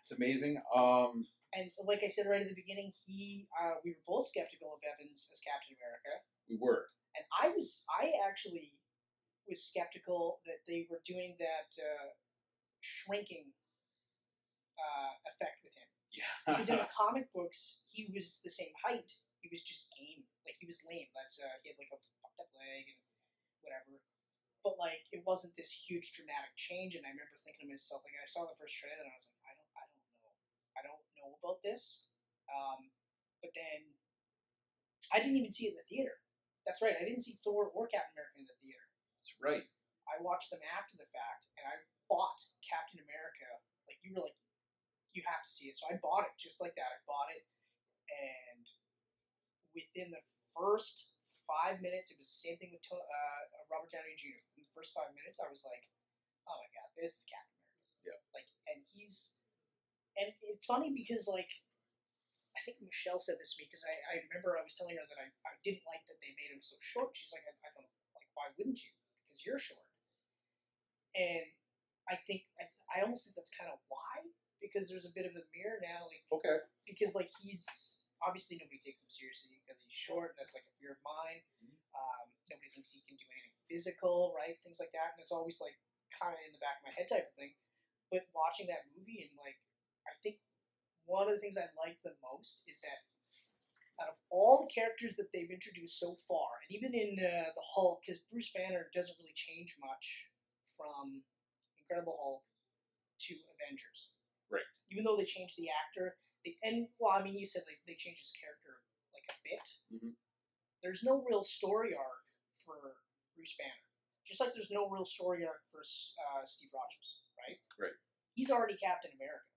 Speaker 2: It's amazing. Um
Speaker 3: And like I said right at the beginning, he uh, we were both skeptical of Evans as Captain America,
Speaker 2: we were.
Speaker 3: and I was I actually was skeptical that they were doing that uh, shrinking uh, effect with him.
Speaker 2: Yeah.
Speaker 3: Because in the comic books, he was the same height. He was just game. Like he was lame. That's uh, he had like a fucked up leg and whatever. But like it wasn't this huge dramatic change. And I remember thinking to myself, like I saw the first trailer and I was like, I don't, I don't know, I don't know about this. Um, but then I didn't even see it in the theater. That's right. I didn't see Thor or Captain America in the theater.
Speaker 2: That's right.
Speaker 3: I watched them after the fact, and I bought Captain America. Like you were like, you have to see it. So I bought it just like that. I bought it, and within the first five minutes, it was the same thing with To- uh, Robert Downey Jr. In the first five minutes, I was like, oh my god, this is Captain America.
Speaker 2: Yeah.
Speaker 3: Like, and he's, and it's funny because like. I think Michelle said this to me because I, I remember I was telling her that I, I didn't like that they made him so short. She's like, I, I don't like why wouldn't you? Because you're short and I think I, I almost think that's kind of why because there's a bit of a mirror now, like
Speaker 2: Okay.
Speaker 3: because like he's obviously nobody takes him seriously because he's short. That's like a fear of mine. Um, nobody thinks he can do anything physical, right? Things like that, and it's always like kind of in the back of my head type of thing. but watching that movie and like, I think one of the things I like the most is that out of all the characters that they've introduced so far, and even in uh, the Hulk, because Bruce Banner doesn't really change much from Incredible Hulk to Avengers.
Speaker 2: Right.
Speaker 3: Even though they changed the actor, they and well, I mean, you said like they changed his character like a bit.
Speaker 2: Mhm.
Speaker 3: There's no real story arc for Bruce Banner, just like there's no real story arc for uh, Steve Rogers, right?
Speaker 2: Right.
Speaker 3: He's already Captain America.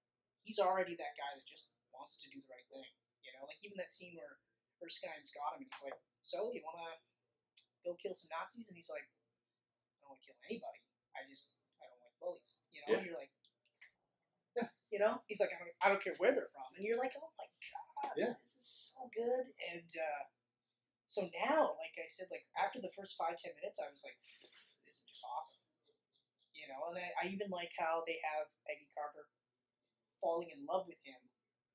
Speaker 3: He's already that guy that just wants to do the right thing. You know, like even that scene where Erskine's got him and he's like, "So you wanna go kill some Nazis?" And he's like, "I don't want to kill anybody. I just I don't like bullies." You know,
Speaker 2: Yeah.
Speaker 3: and you're like, you know, he's like, I don't, I don't care where they're from, and you're like, "Oh my god,
Speaker 2: Yeah.
Speaker 3: this is so good." And uh, so now, like I said, like after the first five ten minutes, I was like, "This is just awesome." You know, and I, I even like how they have Peggy Carter falling in love with him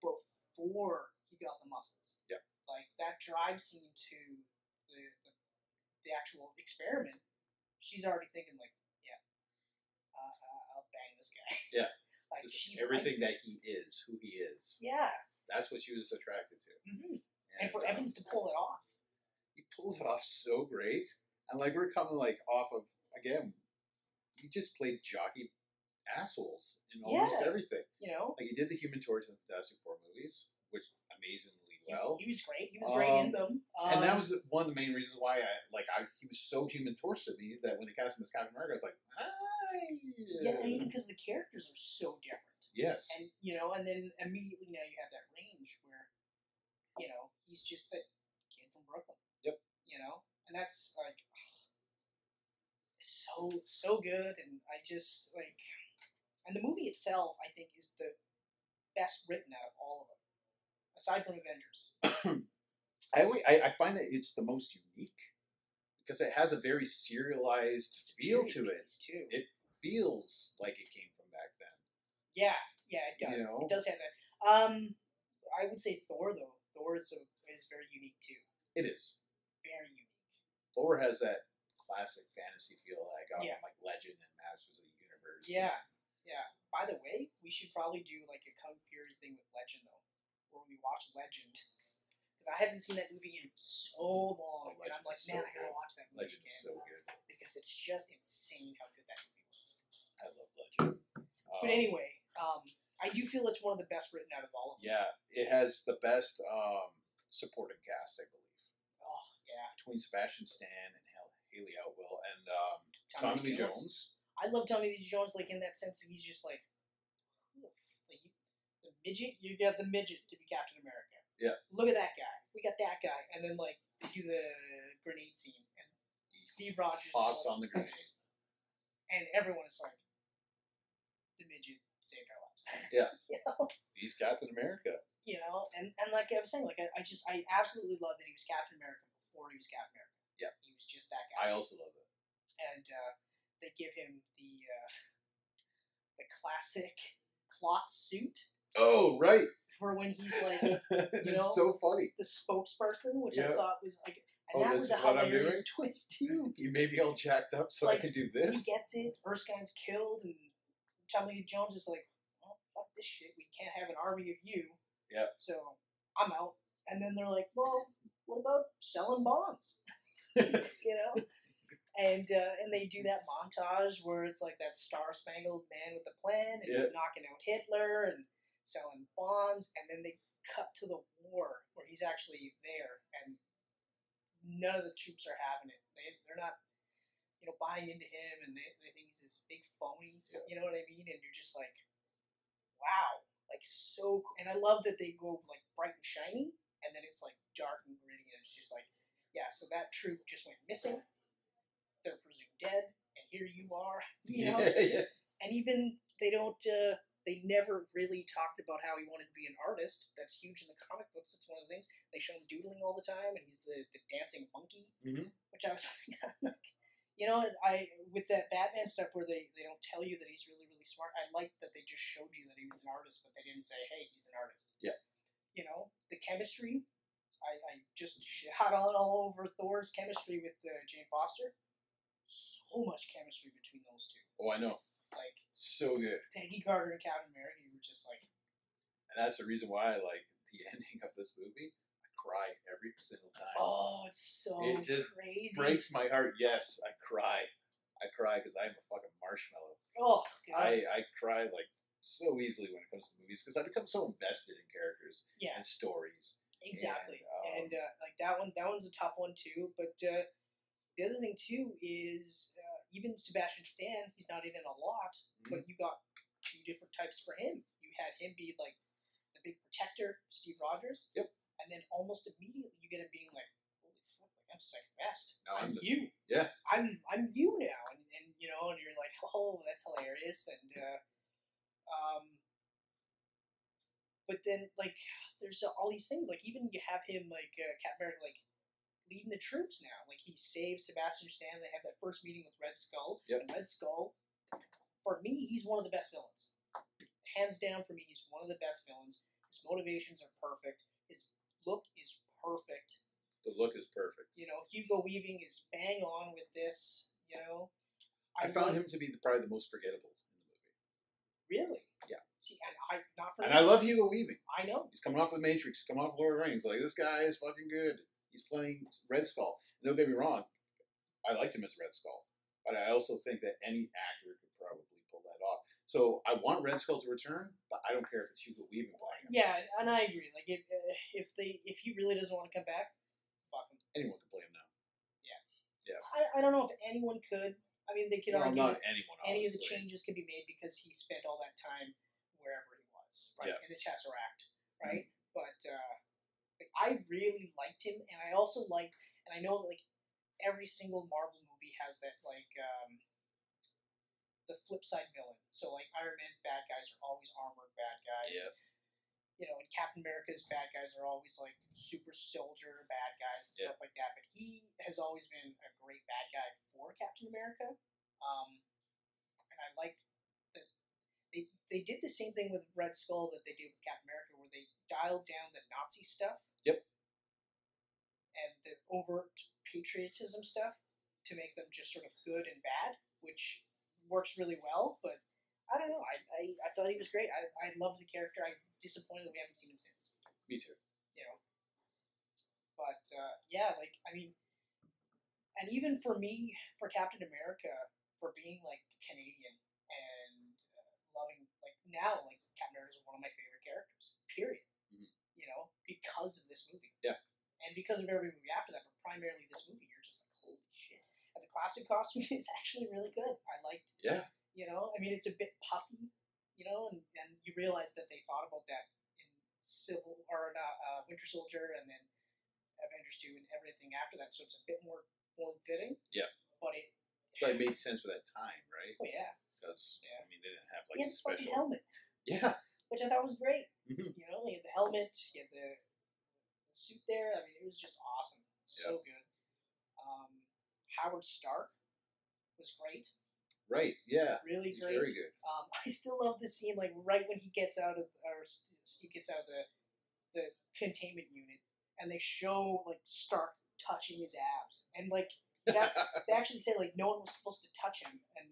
Speaker 3: before he got the muscles.
Speaker 2: Yeah.
Speaker 3: Like that drive scene to the, the the actual experiment, she's already thinking like, yeah, uh, uh, I'll bang this guy.
Speaker 2: Yeah.
Speaker 3: like
Speaker 2: Just
Speaker 3: she
Speaker 2: everything
Speaker 3: likes
Speaker 2: that he is, who he is.
Speaker 3: Yeah.
Speaker 2: That's what she was attracted to.
Speaker 3: hmm And for
Speaker 2: uh,
Speaker 3: Evans to pull it off.
Speaker 2: he pulled it off so great. And like we're coming like off of again, he just played jockey assholes in almost
Speaker 3: Yeah.
Speaker 2: everything.
Speaker 3: You know,
Speaker 2: Like he did the Human Torch and the Fantastic Four movies, which amazingly
Speaker 3: he,
Speaker 2: well.
Speaker 3: he was great. He was great in
Speaker 2: Um,
Speaker 3: them. Um,
Speaker 2: and that was one of the main reasons why I like I he was so Human Torch to me that when they cast him as Captain America, I was like,
Speaker 3: yeah,
Speaker 2: ah,
Speaker 3: and even because the characters are so different.
Speaker 2: yes,
Speaker 3: and you know, and then immediately now you have that range where, you know, he's just that kid from Brooklyn.
Speaker 2: Yep.
Speaker 3: You know, and that's like so so good, and I just like, and the movie itself, I think, is the best written out of all of them, aside from Avengers.
Speaker 2: I, always, I I find that it's the most unique because it has a very serialized feel
Speaker 3: Period
Speaker 2: to it.
Speaker 3: piece, too.
Speaker 2: It feels like it came from back then.
Speaker 3: Yeah, yeah, it does.
Speaker 2: You know?
Speaker 3: It does have that. Um, I would say Thor though. Thor is a, is very unique too.
Speaker 2: It is.
Speaker 3: Very unique.
Speaker 2: Thor has that classic fantasy feel that I got
Speaker 3: Yeah.
Speaker 2: from like Legend and Masters of the Universe.
Speaker 3: Yeah, yeah. By the way, we should probably do like a Kung Fury thing with Legend though, where we watch Legend, because I haven't seen that movie in so long,
Speaker 2: Oh,
Speaker 3: and
Speaker 2: Legend
Speaker 3: I'm like,
Speaker 2: is
Speaker 3: man,
Speaker 2: so
Speaker 3: I gotta
Speaker 2: good.
Speaker 3: watch that movie
Speaker 2: Legend is
Speaker 3: again
Speaker 2: so good.
Speaker 3: because it's just insane how good that movie was.
Speaker 2: I love Legend. Um,
Speaker 3: but anyway, um, I do feel it's one of the best written out of all of them.
Speaker 2: Yeah, it has the best um, supporting cast, I believe,
Speaker 3: Oh yeah,
Speaker 2: between Sebastian Stan and Hal- Haley Outwell and um, Tommy, Lee Jones.
Speaker 3: I love Tommy Lee Jones, like in that sense that he's just like, who the f- like you, the midget. You got the midget to be Captain America.
Speaker 2: Yeah.
Speaker 3: Look at that guy. We got that guy, and then like they do the grenade scene, and Steve Rogers is
Speaker 2: Pops
Speaker 3: like-
Speaker 2: on the grenade.
Speaker 3: and everyone is like, the midget saved our lives.
Speaker 2: Yeah.
Speaker 3: you know,
Speaker 2: He's Captain America.
Speaker 3: you know, and and like I was saying, like I, I just I absolutely love that he was Captain America before he was Captain America.
Speaker 2: Yeah.
Speaker 3: He was just that guy.
Speaker 2: I also love it.
Speaker 3: and uh, they give him the uh, the classic cloth suit
Speaker 2: Oh, right.
Speaker 3: for when he's like
Speaker 2: it's
Speaker 3: know?
Speaker 2: so funny.
Speaker 3: the spokesperson, which I
Speaker 2: Yeah.
Speaker 3: thought was like, and
Speaker 2: Oh,
Speaker 3: that
Speaker 2: this
Speaker 3: was a
Speaker 2: is what I'm
Speaker 3: hilarious twist too.
Speaker 2: You may be all jacked up so
Speaker 3: Like,
Speaker 2: I can do
Speaker 3: He
Speaker 2: this.
Speaker 3: gets it. Erskine's killed, and Tommy Lee Jones is like, "Well, fuck this shit. We can't have an army of you."
Speaker 2: Yeah.
Speaker 3: So I'm out. And then they're like, "Well, what about selling bonds?" you know. And uh, and they do that montage where it's like that Star Spangled Man with the plan, and he's knocking out Hitler and selling bonds, and then they cut to the war where he's actually there, and none of the troops are having it. They they're not you know, buying into him and they, they think he's this big phony,
Speaker 2: Yeah.
Speaker 3: you know what I mean? And you're just like, wow, like so cool. And I love that they go like bright and shiny and then it's like dark and gritty and it's just like, yeah, so that troop just went missing. They're presumed dead and here you are, you know?
Speaker 2: yeah, yeah.
Speaker 3: And even they don't, uh, they never really talked about how he wanted to be an artist. That's huge in the comic books. It's one of the things. They show him doodling all the time and he's the, the dancing monkey
Speaker 2: Mm-hmm.
Speaker 3: which I was like, like, you know, I with that Batman stuff where they, they don't tell you that he's really really smart. I liked that they just showed you that he was an artist, but they didn't say, hey, he's an artist.
Speaker 2: Yeah.
Speaker 3: You know the chemistry. I, I just shot on all over Thor's chemistry with uh, Jane Foster. So much chemistry between those two.
Speaker 2: Oh, I know.
Speaker 3: Like
Speaker 2: So good.
Speaker 3: Peggy Carter and Captain America, you were just like,
Speaker 2: And that's the reason why I like the ending of this movie. I cry every single time.
Speaker 3: oh, it's so
Speaker 2: It just
Speaker 3: crazy.
Speaker 2: breaks my heart. Yes, I cry. I cry because I am a fucking marshmallow.
Speaker 3: Oh, God.
Speaker 2: I, I cry like so easily when it comes to movies because I become so invested in characters
Speaker 3: yeah,
Speaker 2: and stories.
Speaker 3: exactly.
Speaker 2: and, um,
Speaker 3: And, uh, like that one, that one's a tough one too. But uh, the other thing too is uh, even Sebastian Stan, he's not in it a lot,
Speaker 2: Mm-hmm.
Speaker 3: but you got two different types for him. You had him be like the big protector, Steve Rogers.
Speaker 2: Yep.
Speaker 3: And then almost immediately you get him being like, "Holy fuck! Like I'm second best.
Speaker 2: Now I'm the-
Speaker 3: you.
Speaker 2: yeah.
Speaker 3: I'm I'm you now, and, and you know, and you're like, oh, that's hilarious, and uh, um. But then, like, there's all these things. Like, even you have him, like, uh, Captain America, like, leading the troops now. Like, he saves Sebastian Stan. They have that first meeting with Red Skull.
Speaker 2: Yep.
Speaker 3: And Red Skull for me, he's one of the best villains. Hands down, for me, he's one of the best villains. His motivations are perfect. His look is perfect.
Speaker 2: The look is perfect.
Speaker 3: You know, Hugo Weaving is bang on with this. You know,
Speaker 2: I, found
Speaker 3: love-
Speaker 2: him to be the, probably the most forgettable in the movie.
Speaker 3: really.
Speaker 2: Yeah.
Speaker 3: See, and I not for
Speaker 2: And
Speaker 3: me.
Speaker 2: I love Hugo Weaving.
Speaker 3: I know.
Speaker 2: He's coming off the Matrix, coming off Lord of the Rings. Like this guy is fucking good. He's playing Red Skull. And don't get me wrong, I liked him as Red Skull, but I also think that any actor could probably pull that off. So I want Red Skull to return, but I don't care if it's Hugo Weaving playing him.
Speaker 3: Yeah, and I agree. Like, if uh, if they if he really doesn't want to come back, fuck him.
Speaker 2: Anyone can play him now.
Speaker 3: I, I don't know if anyone could. I mean, they could
Speaker 2: Well,
Speaker 3: argue
Speaker 2: not
Speaker 3: that
Speaker 2: anyone.
Speaker 3: any of the
Speaker 2: obviously.
Speaker 3: changes could be made because he spent all that time wherever he was,
Speaker 2: Yeah.
Speaker 3: right?
Speaker 2: Mm-hmm.
Speaker 3: In the Tesseract, right? But uh, like, I really liked him, and I also liked, and I know like every single Marvel movie has that like um, the flip side villain. So like Iron Man's bad guys are always armored bad guys.
Speaker 2: Yeah.
Speaker 3: You know, and Captain America's bad guys are always like super soldier bad guys and
Speaker 2: Yeah.
Speaker 3: stuff like that. But he has always been a great bad guy for Captain America. Um, and I liked that they they did the same thing with Red Skull that they did with Captain America, where they dialed down the Nazi stuff.
Speaker 2: Yep.
Speaker 3: And the overt patriotism stuff to make them just sort of good and bad, which works really well. But I don't know. I, I, I thought he was great. I, I loved the character. I'm disappointed that we haven't seen him since
Speaker 2: Me too.
Speaker 3: you know. But uh, yeah, like I mean, and even for me, for Captain America, for being like Canadian and uh, loving like now, like Captain America is one of my favorite characters. Period.
Speaker 2: Mhm.
Speaker 3: You know, because of this movie.
Speaker 2: Yeah.
Speaker 3: And because of every movie after that, but primarily this movie, you're just like, holy shit. And the classic costume is actually really good. I liked.
Speaker 2: Yeah.
Speaker 3: You know, I mean, it's a bit puffy. You know, and, and you realize that they thought about that in Civil or not uh, Winter Soldier, and then Avengers Two, and everything after that. So it's a bit more form fitting.
Speaker 2: Yeah.
Speaker 3: But it.
Speaker 2: But it made sense for that time, right?
Speaker 3: Oh yeah.
Speaker 2: Because
Speaker 3: Yeah.
Speaker 2: I mean, they didn't have like
Speaker 3: he had the fucking
Speaker 2: special.
Speaker 3: helmet,
Speaker 2: Yeah,
Speaker 3: which I thought was great.
Speaker 2: Mhm.
Speaker 3: You know, he had the helmet, he had the, the suit there. I mean, it was just awesome. So good. Um, Howard Stark was great.
Speaker 2: right. Yeah,
Speaker 3: Really
Speaker 2: he's
Speaker 3: great.
Speaker 2: very good.
Speaker 3: Um, I still love the scene, like right when he gets out of, or S- Steve gets out of the, the containment unit, and they show like Stark touching his abs, and like that, they actually say like no one was supposed to touch him, and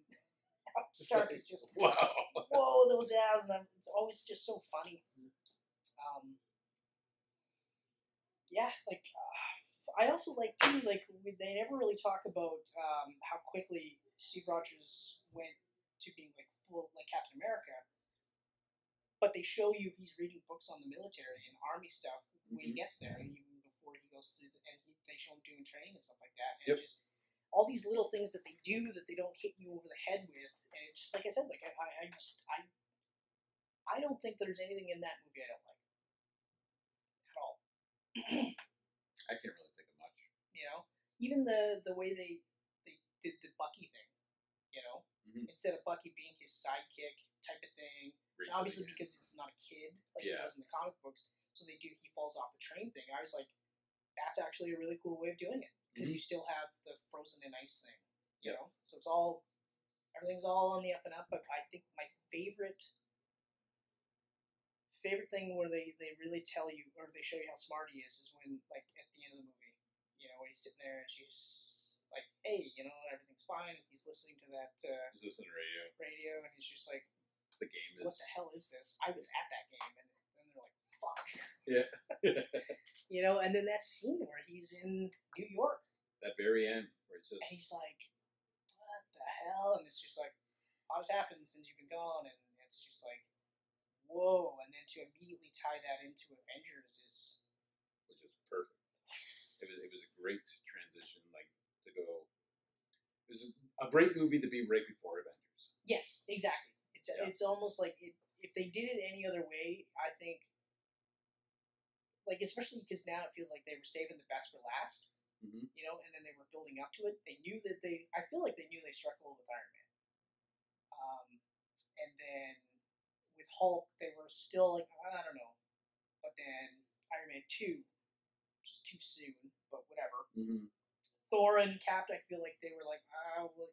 Speaker 3: Stark is just
Speaker 2: wow.
Speaker 3: whoa those abs, and I'm, it's always just so funny. Um, yeah, like uh, I also like too, like we- they never really talk about um, how quickly Steve Rogers went to being like full like Captain America, but they show you he's reading books on the military and army stuff when he gets there, and even before he goes through, the, and he, they show him doing training and stuff like that, and
Speaker 2: Yep.
Speaker 3: just all these little things that they do that they don't hit you over the head with, and it's just like I said, like I, I, I just I, I don't think there's anything in that movie I don't like at all.
Speaker 2: I can't really think of much.
Speaker 3: You know, even the the way they they did the Bucky thing, you know,
Speaker 2: Mhm.
Speaker 3: instead of Bucky being his sidekick type of thing,
Speaker 2: Great
Speaker 3: and obviously
Speaker 2: movie.
Speaker 3: because it's not a kid like
Speaker 2: Yeah.
Speaker 3: it was in the comic books, so they do he falls off the train thing. I was like, that's actually a really cool way of doing it because you still have the frozen and ice thing, you
Speaker 2: Yep.
Speaker 3: know. So it's all everything's all on the up and up. But I think my favorite favorite thing where they they really tell you or they show you how smart he is is when like at the end of the movie, you know, when he's sitting there and she's like, hey, you know, everything's fine. He's listening to that uh,
Speaker 2: He's listening to radio.
Speaker 3: radio, and he's just like,
Speaker 2: The game is.
Speaker 3: what the hell is this? I was at that game, and then they're like, fuck.
Speaker 2: Yeah.
Speaker 3: you know, and then that scene where he's in New York,
Speaker 2: That very end where it says.
Speaker 3: and he's like, what the hell? And it's just like, a lot has happened since you've been gone, and it's just like, whoa. And then to immediately tie that into Avengers is,
Speaker 2: which was perfect. It was it was a great transition, like to go. It was a great movie to be right before Avengers.
Speaker 3: yes, exactly. It's
Speaker 2: Yeah.
Speaker 3: it's almost like it, if they did it any other way, I think, like especially because now it feels like they were saving the best for last,
Speaker 2: Mhm.
Speaker 3: you know, and then they were building up to it. They knew that they, I feel like they knew they struck gold with Iron Man, um, and then with Hulk they were still like I don't know, but then Iron Man two, which is too soon, but whatever.
Speaker 2: Mm-hmm.
Speaker 3: Thor and Cap, I feel like they were like, ah, well,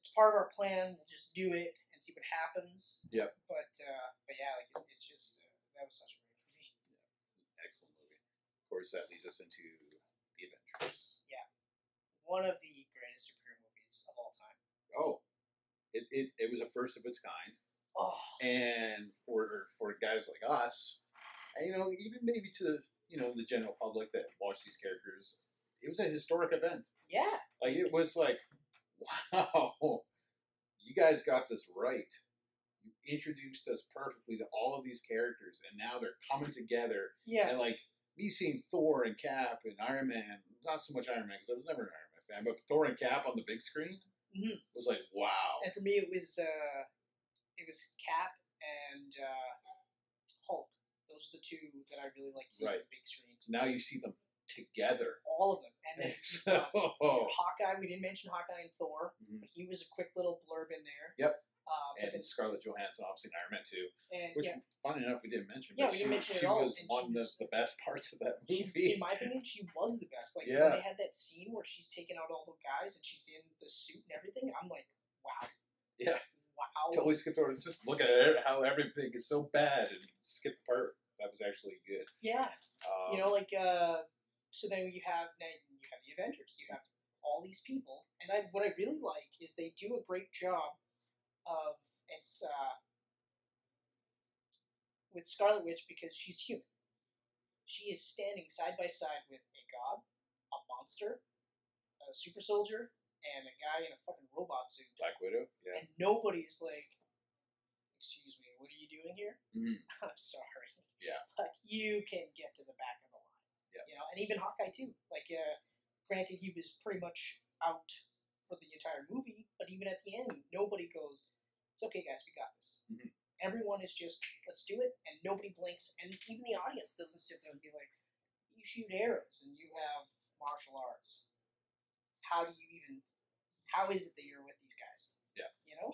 Speaker 3: it's part of our plan. We'll just do it and see what happens.
Speaker 2: Yep.
Speaker 3: But uh, but yeah, like it, it's just uh, that was such a great movie.
Speaker 2: Excellent movie. Of course, that leads us into the Avengers.
Speaker 3: One of the greatest superhero movies of all time.
Speaker 2: Oh, it, it, it was a first of its kind,
Speaker 3: Oh,
Speaker 2: and for for guys like us, and, you know, even maybe to you know the general public that watch these characters, it was a historic event.
Speaker 3: yeah,
Speaker 2: Like it was like, wow, you guys got this right. You introduced us perfectly to all of these characters, and now they're coming together.
Speaker 3: yeah,
Speaker 2: And like me seeing Thor and Cap and Iron Man, not so much Iron Man because I was never an Iron Man fan, but Thor and Cap on the big screen
Speaker 3: Mhm.
Speaker 2: was like, wow.
Speaker 3: and for me it was uh, it was Cap and uh, Hulk. Those are the two that I really liked seeing on
Speaker 2: Right.
Speaker 3: the big screen.
Speaker 2: So now you see them together.
Speaker 3: All of them, and then um,
Speaker 2: so,
Speaker 3: Hawkeye. We didn't mention Hawkeye and Thor.
Speaker 2: Mhm.
Speaker 3: but He was a quick little blurb in there.
Speaker 2: Yep.
Speaker 3: Um, but then,
Speaker 2: and Scarlett Johansson, obviously, in Iron Man too.
Speaker 3: and
Speaker 2: Which,
Speaker 3: yeah,
Speaker 2: funny enough, we didn't mention.
Speaker 3: Yeah,
Speaker 2: but
Speaker 3: we didn't
Speaker 2: she,
Speaker 3: mention it
Speaker 2: she
Speaker 3: at all,
Speaker 2: was
Speaker 3: and
Speaker 2: one
Speaker 3: she
Speaker 2: of the,
Speaker 3: was-
Speaker 2: the best parts of that
Speaker 3: she,
Speaker 2: movie.
Speaker 3: in my opinion, she was the best. Like when
Speaker 2: Yeah.
Speaker 3: they had that scene where she's taking out all the guys and she's in the suit and everything, I'm like, wow.
Speaker 2: Yeah.
Speaker 3: Wow.
Speaker 2: totally skipped over. Just look at it, how everything is so bad and skip the part that was actually good.
Speaker 3: Yeah.
Speaker 2: Um,
Speaker 3: you know, like uh, so then you have now you have the Avengers. You have all these people, and I what I really like is they do a great job of it's uh, with Scarlet Witch because she's human. She is standing side by side with a god, a monster, a super soldier, and a guy in a fucking robot suit,
Speaker 2: Black Widow. Yeah,
Speaker 3: and nobody is like, "Excuse me, what are you doing here?"
Speaker 2: Mhm.
Speaker 3: I'm sorry.
Speaker 2: Yeah.
Speaker 3: But you can get to the back of the line.
Speaker 2: Yeah.
Speaker 3: You know, and even Hawkeye too. Like, uh, granted, he was pretty much out for the entire movie, but even at the end, nobody goes, "It's okay, guys, we got this."
Speaker 2: Mhm.
Speaker 3: Everyone is just, "Let's do it," and nobody blinks, and even the audience doesn't sit there and be like, "You shoot arrows and you have martial arts. How do you even? How is it that you're with these guys?"
Speaker 2: Yeah.
Speaker 3: You know.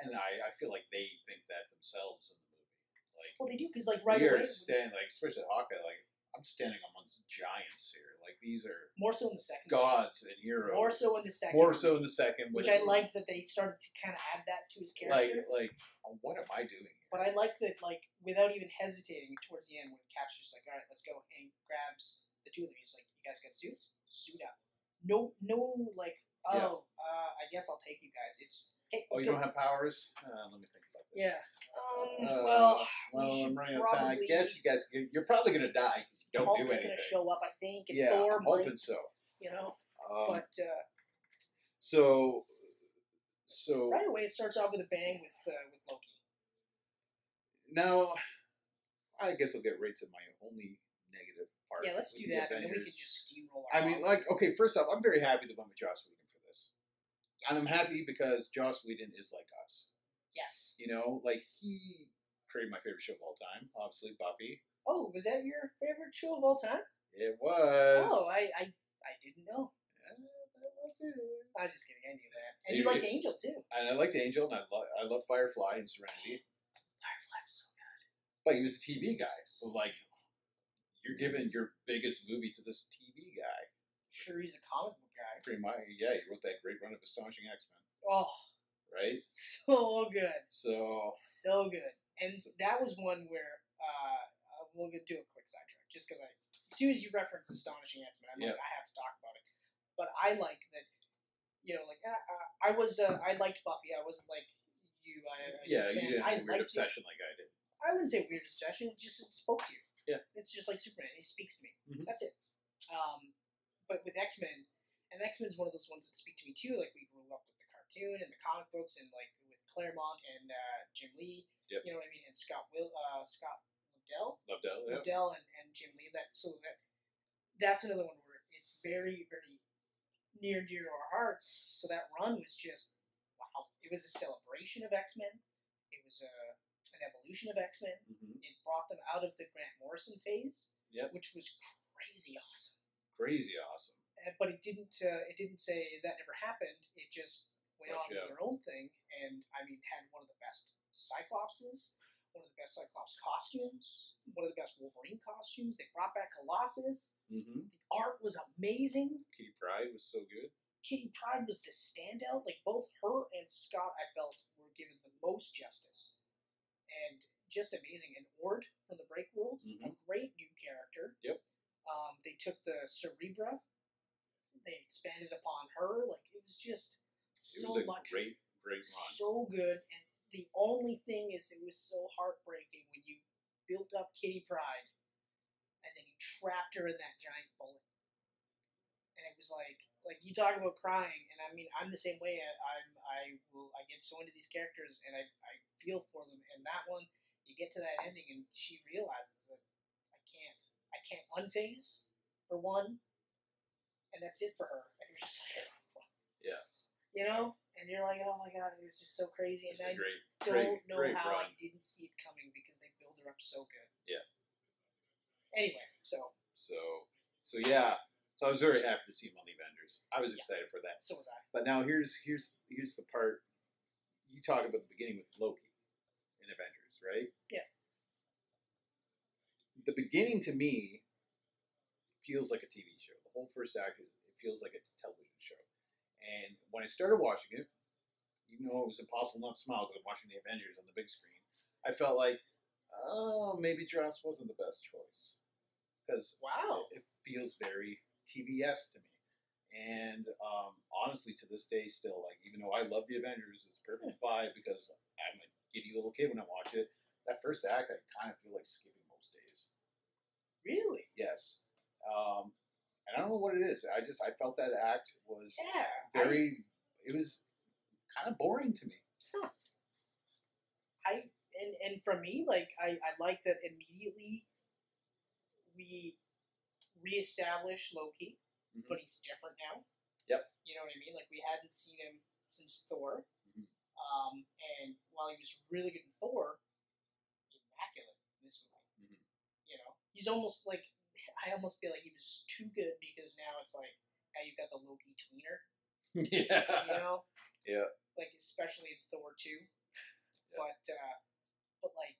Speaker 2: and I, I feel like they think that themselves in the movie. Like
Speaker 3: Well, they do because, like, right
Speaker 2: we are
Speaker 3: away,
Speaker 2: standing, like especially Hawkeye. Like I'm standing amongst giants here. Like these are
Speaker 3: more so in the second.
Speaker 2: gods and heroes.
Speaker 3: More so in the second.
Speaker 2: More so in the second,
Speaker 3: which I liked that they started to kind of add that to his
Speaker 2: Like,
Speaker 3: character.
Speaker 2: like, oh, what am I doing? here?
Speaker 3: but I like that, like, without even hesitating towards the end, when Cap's just like, all right, let's go, and he grabs the two of them. He's like, you guys got suits? Suit up. No, no, like, oh,
Speaker 2: Yeah.
Speaker 3: uh, I guess I'll take you guys. It's, hey,
Speaker 2: Oh,
Speaker 3: let's
Speaker 2: you
Speaker 3: go.
Speaker 2: don't have powers? Uh, let me think about this.
Speaker 3: Yeah. Um,
Speaker 2: Uh,
Speaker 3: well,
Speaker 2: well, I'm
Speaker 3: should
Speaker 2: running out of time. I
Speaker 3: probably-
Speaker 2: guess you guys, you're, you're probably gonna die because you don't do
Speaker 3: Hulk's
Speaker 2: anything.
Speaker 3: going to show up, I think, and
Speaker 2: yeah,
Speaker 3: Thor
Speaker 2: I'm
Speaker 3: might,
Speaker 2: hoping so.
Speaker 3: you know?
Speaker 2: Um,
Speaker 3: but, uh,
Speaker 2: so, so
Speaker 3: right away it starts off with a bang with, uh, with Loki.
Speaker 2: now, I guess I'll get right to my only negative part.
Speaker 3: Yeah, let's
Speaker 2: with
Speaker 3: do
Speaker 2: the
Speaker 3: that, and then we
Speaker 2: Avengers.
Speaker 3: can just steamroll our
Speaker 2: I mean,
Speaker 3: comments.
Speaker 2: like, okay, first off, I'm very happy that I'm with Joss Whedon for this, and I'm happy because Joss Whedon is like us.
Speaker 3: Yes.
Speaker 2: You know, like he created my favorite show of all time, obviously Buffy.
Speaker 3: Oh, was that your favorite show of all time?
Speaker 2: It was.
Speaker 3: Oh, I, I, I didn't know.
Speaker 2: Yeah, that was it.
Speaker 3: I was just kidding. I knew that. And you liked Angel too.
Speaker 2: And I liked Angel, and I love I love Firefly and Serenity,
Speaker 3: Firefly was so good.
Speaker 2: but he was a TV guy, so like, you're giving your biggest movie to this TV guy.
Speaker 3: Sure, he's a comic book guy.
Speaker 2: Pretty much, yeah, he wrote that great run of Astonishing X Men,
Speaker 3: Oh,
Speaker 2: right?
Speaker 3: so good,
Speaker 2: So
Speaker 3: so good. And that was one where uh, uh, we'll do a quick sidetrack just because I, as soon as you reference Astonishing X Men, I'm like, I have to talk about it. but I like that. You know, like I, I, I was, uh, I liked Buffy. I wasn't like you. I, I
Speaker 2: Yeah, you
Speaker 3: fan.
Speaker 2: didn't
Speaker 3: I
Speaker 2: have a weird
Speaker 3: liked it.
Speaker 2: obsession like I did.
Speaker 3: I wouldn't say weird obsession. It just it spoke to you.
Speaker 2: Yeah.
Speaker 3: It's just like Superman. He speaks to me.
Speaker 2: Mhm.
Speaker 3: That's it. Um, but with X Men, and X Men's one of those ones that speak to me too. Like we grew up with the cartoon and the comic books, and like with Claremont and uh, Jim Lee.
Speaker 2: Yep.
Speaker 3: You know what I mean? And Scott Will, uh, Scott Liddell.
Speaker 2: Loved it. Oh, Yeah.
Speaker 3: Liddell and, and Jim Lee. That so that that's another one where it's very very near and dear to our hearts. So that run was just wow. It was a celebration of X Men. It was a an evolution of X Men.
Speaker 2: hmm
Speaker 3: It brought them out of the Grant Morrison phase,
Speaker 2: Yep.
Speaker 3: which was crazy awesome.
Speaker 2: Crazy awesome.
Speaker 3: And- But it didn't. Uh, it didn't say that never happened. It just went
Speaker 2: Right,
Speaker 3: on with
Speaker 2: yeah.
Speaker 3: their own thing, and I mean, had one of the best Cyclopses, one of the best Cyclops costumes, one of the best Wolverine costumes. They brought back Colossus.
Speaker 2: Mm-hmm.
Speaker 3: The art was amazing.
Speaker 2: Kitty Pride was so good.
Speaker 3: Kitty Pride was the standout. Like both her and Scott, I felt were given the most justice, and just amazing. And Ord from the Break World, a
Speaker 2: Mhm.
Speaker 3: great new character.
Speaker 2: Yep.
Speaker 3: Um, they took the Cerebra. They expanded upon her. Like it was just
Speaker 2: It
Speaker 3: so
Speaker 2: was a
Speaker 3: much,
Speaker 2: great, great run.
Speaker 3: so good. And the only thing is, it was so heartbreaking when you built up Kitty Pride, and then you trapped her in that giant bullet. And it was like, like you talk about crying, and I mean, I'm the same way. I, I'm, I will, I get so into these characters, and I, I feel for them. And that one, you get to that ending, and she realizes that I can't, I can't unphase for one, and that's it for her. And you're just like,
Speaker 2: Yeah.
Speaker 3: you know. And you're like, oh my god, it was just so crazy.
Speaker 2: It was a
Speaker 3: And I
Speaker 2: great,
Speaker 3: don't
Speaker 2: great,
Speaker 3: know
Speaker 2: great
Speaker 3: how
Speaker 2: run.
Speaker 3: I didn't see it coming because they build her up so good.
Speaker 2: Yeah.
Speaker 3: Anyway, so
Speaker 2: So, so yeah. So I was very happy to see him on the Avengers. I was
Speaker 3: Yeah.
Speaker 2: excited for that.
Speaker 3: so was I.
Speaker 2: But now here's here's here's the part you talk about the beginning with Loki in Avengers, right?
Speaker 3: Yeah.
Speaker 2: The beginning to me feels like a TV show. The whole first act is it feels like a television show. And when I started watching it, even though it was impossible not to smile because I'm watching the Avengers on the big screen, I felt like, oh, maybe Joss wasn't the best choice because
Speaker 3: Wow.
Speaker 2: it feels very TBS to me. And um, honestly, to this day, still like even though I love the Avengers, it's perfect
Speaker 3: Hmm.
Speaker 2: five because I'm a giddy little kid when I watch it. That first act, I kind of feel like skipping most days.
Speaker 3: Really?
Speaker 2: Yes, um, and I don't know what it is. I just I felt that act was
Speaker 3: Yeah. I,
Speaker 2: very. It was kind of boring to me.
Speaker 3: I and and for me, like I I like that immediately. We reestablish Loki,
Speaker 2: Mhm.
Speaker 3: but he's different now.
Speaker 2: Yep.
Speaker 3: You know what I mean? Like we hadn't seen him since Thor,
Speaker 2: Mhm.
Speaker 3: um, and while he was really good in Thor, immaculate in this movie.
Speaker 2: Mhm.
Speaker 3: You know, he's almost like I almost feel like he was too good because now it's like now you've got the Loki tweener.
Speaker 2: yeah,
Speaker 3: you know?
Speaker 2: Yeah.
Speaker 3: Like especially in Thor two. But uh but like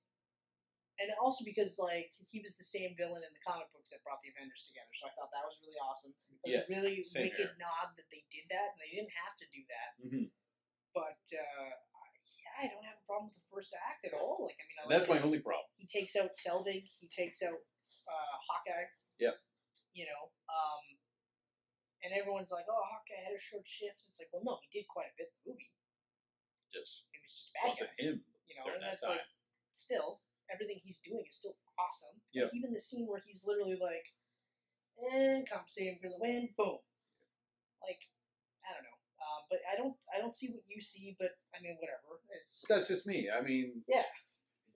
Speaker 3: and also because like he was the same villain in the comic books that brought the Avengers together, so I thought that was really awesome. It was a really
Speaker 2: same
Speaker 3: wicked
Speaker 2: here.
Speaker 3: nod that they did that, and they didn't have to do that.
Speaker 2: hmm
Speaker 3: But uh, I- yeah, I don't have a problem with the first act at all. Like I mean, I
Speaker 2: that's
Speaker 3: like
Speaker 2: my only problem.
Speaker 3: he takes out Selvig. He takes out uh, Hawkeye.
Speaker 2: Yep.
Speaker 3: You know, um, and everyone's like, "Oh, Hawkeye had a short shift." It's like, well, no, he did quite a bit in the movie.
Speaker 2: Just
Speaker 3: He was just a bad
Speaker 2: wasn't
Speaker 3: guy,
Speaker 2: him
Speaker 3: you know.
Speaker 2: during
Speaker 3: And
Speaker 2: that
Speaker 3: that's
Speaker 2: time.
Speaker 3: like, still, everything he's doing is still awesome.
Speaker 2: Yeah.
Speaker 3: Like, even the scene where he's literally like, "And compensating for the win," boom. Like, I don't know, um, but I don't, I don't see what you see, but I mean, whatever. It's
Speaker 2: That's just me. I mean,
Speaker 3: Yeah.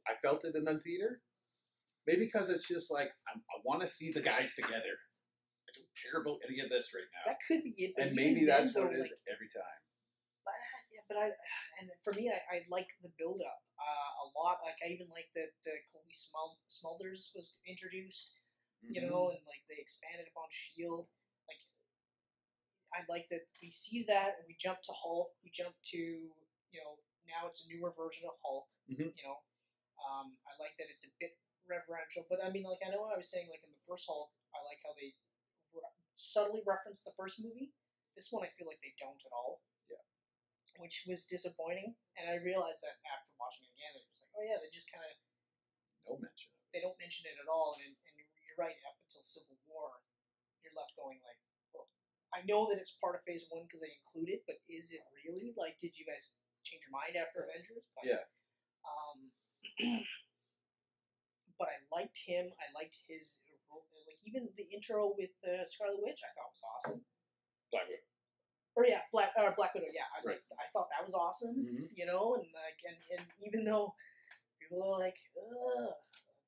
Speaker 2: I felt it in the theater. Maybe because it's just like I'm, I want to see the guys together. I don't care about any of this right now.
Speaker 3: that could be it. but
Speaker 2: and
Speaker 3: even
Speaker 2: maybe that's
Speaker 3: then,
Speaker 2: what it
Speaker 3: though,
Speaker 2: is
Speaker 3: like,
Speaker 2: every time.
Speaker 3: But, yeah, but I and for me, I, I like the build up uh, a lot. Like I even like that uh, Colby Smul- Smulders was introduced, you
Speaker 2: Mhm.
Speaker 3: know, and like they expanded upon Shield. E Like I like that we see that, and we jump to Hulk. We jump to you know now it's a newer version of Hulk.
Speaker 2: Mhm.
Speaker 3: You know, um, I like that it's a bit reverential, but I mean, like I know what I was saying. Like in the first Hulk, I like how they re- subtly reference the first movie. This one, I feel like they don't at all which was disappointing. And I realized that after watching it again, it was like, oh yeah, they just kind of
Speaker 2: no mention. of
Speaker 3: they don't mention it at all. And, and you're right, up until Civil War, you're left going like, well, I know that it's part of Phase One because they include it, but is it really? Like, did you guys change your mind after Avengers? Like,
Speaker 2: Yeah.
Speaker 3: Um, but I liked him. I liked his like even the intro with uh, Scarlet Witch. I thought was awesome.
Speaker 2: Black Widow.
Speaker 3: Or yeah, Black or Black Widow. Yeah, I
Speaker 2: Right.
Speaker 3: liked, I thought that was awesome
Speaker 2: Mhm.
Speaker 3: you know, and like, and, and even though people are like, Ugh,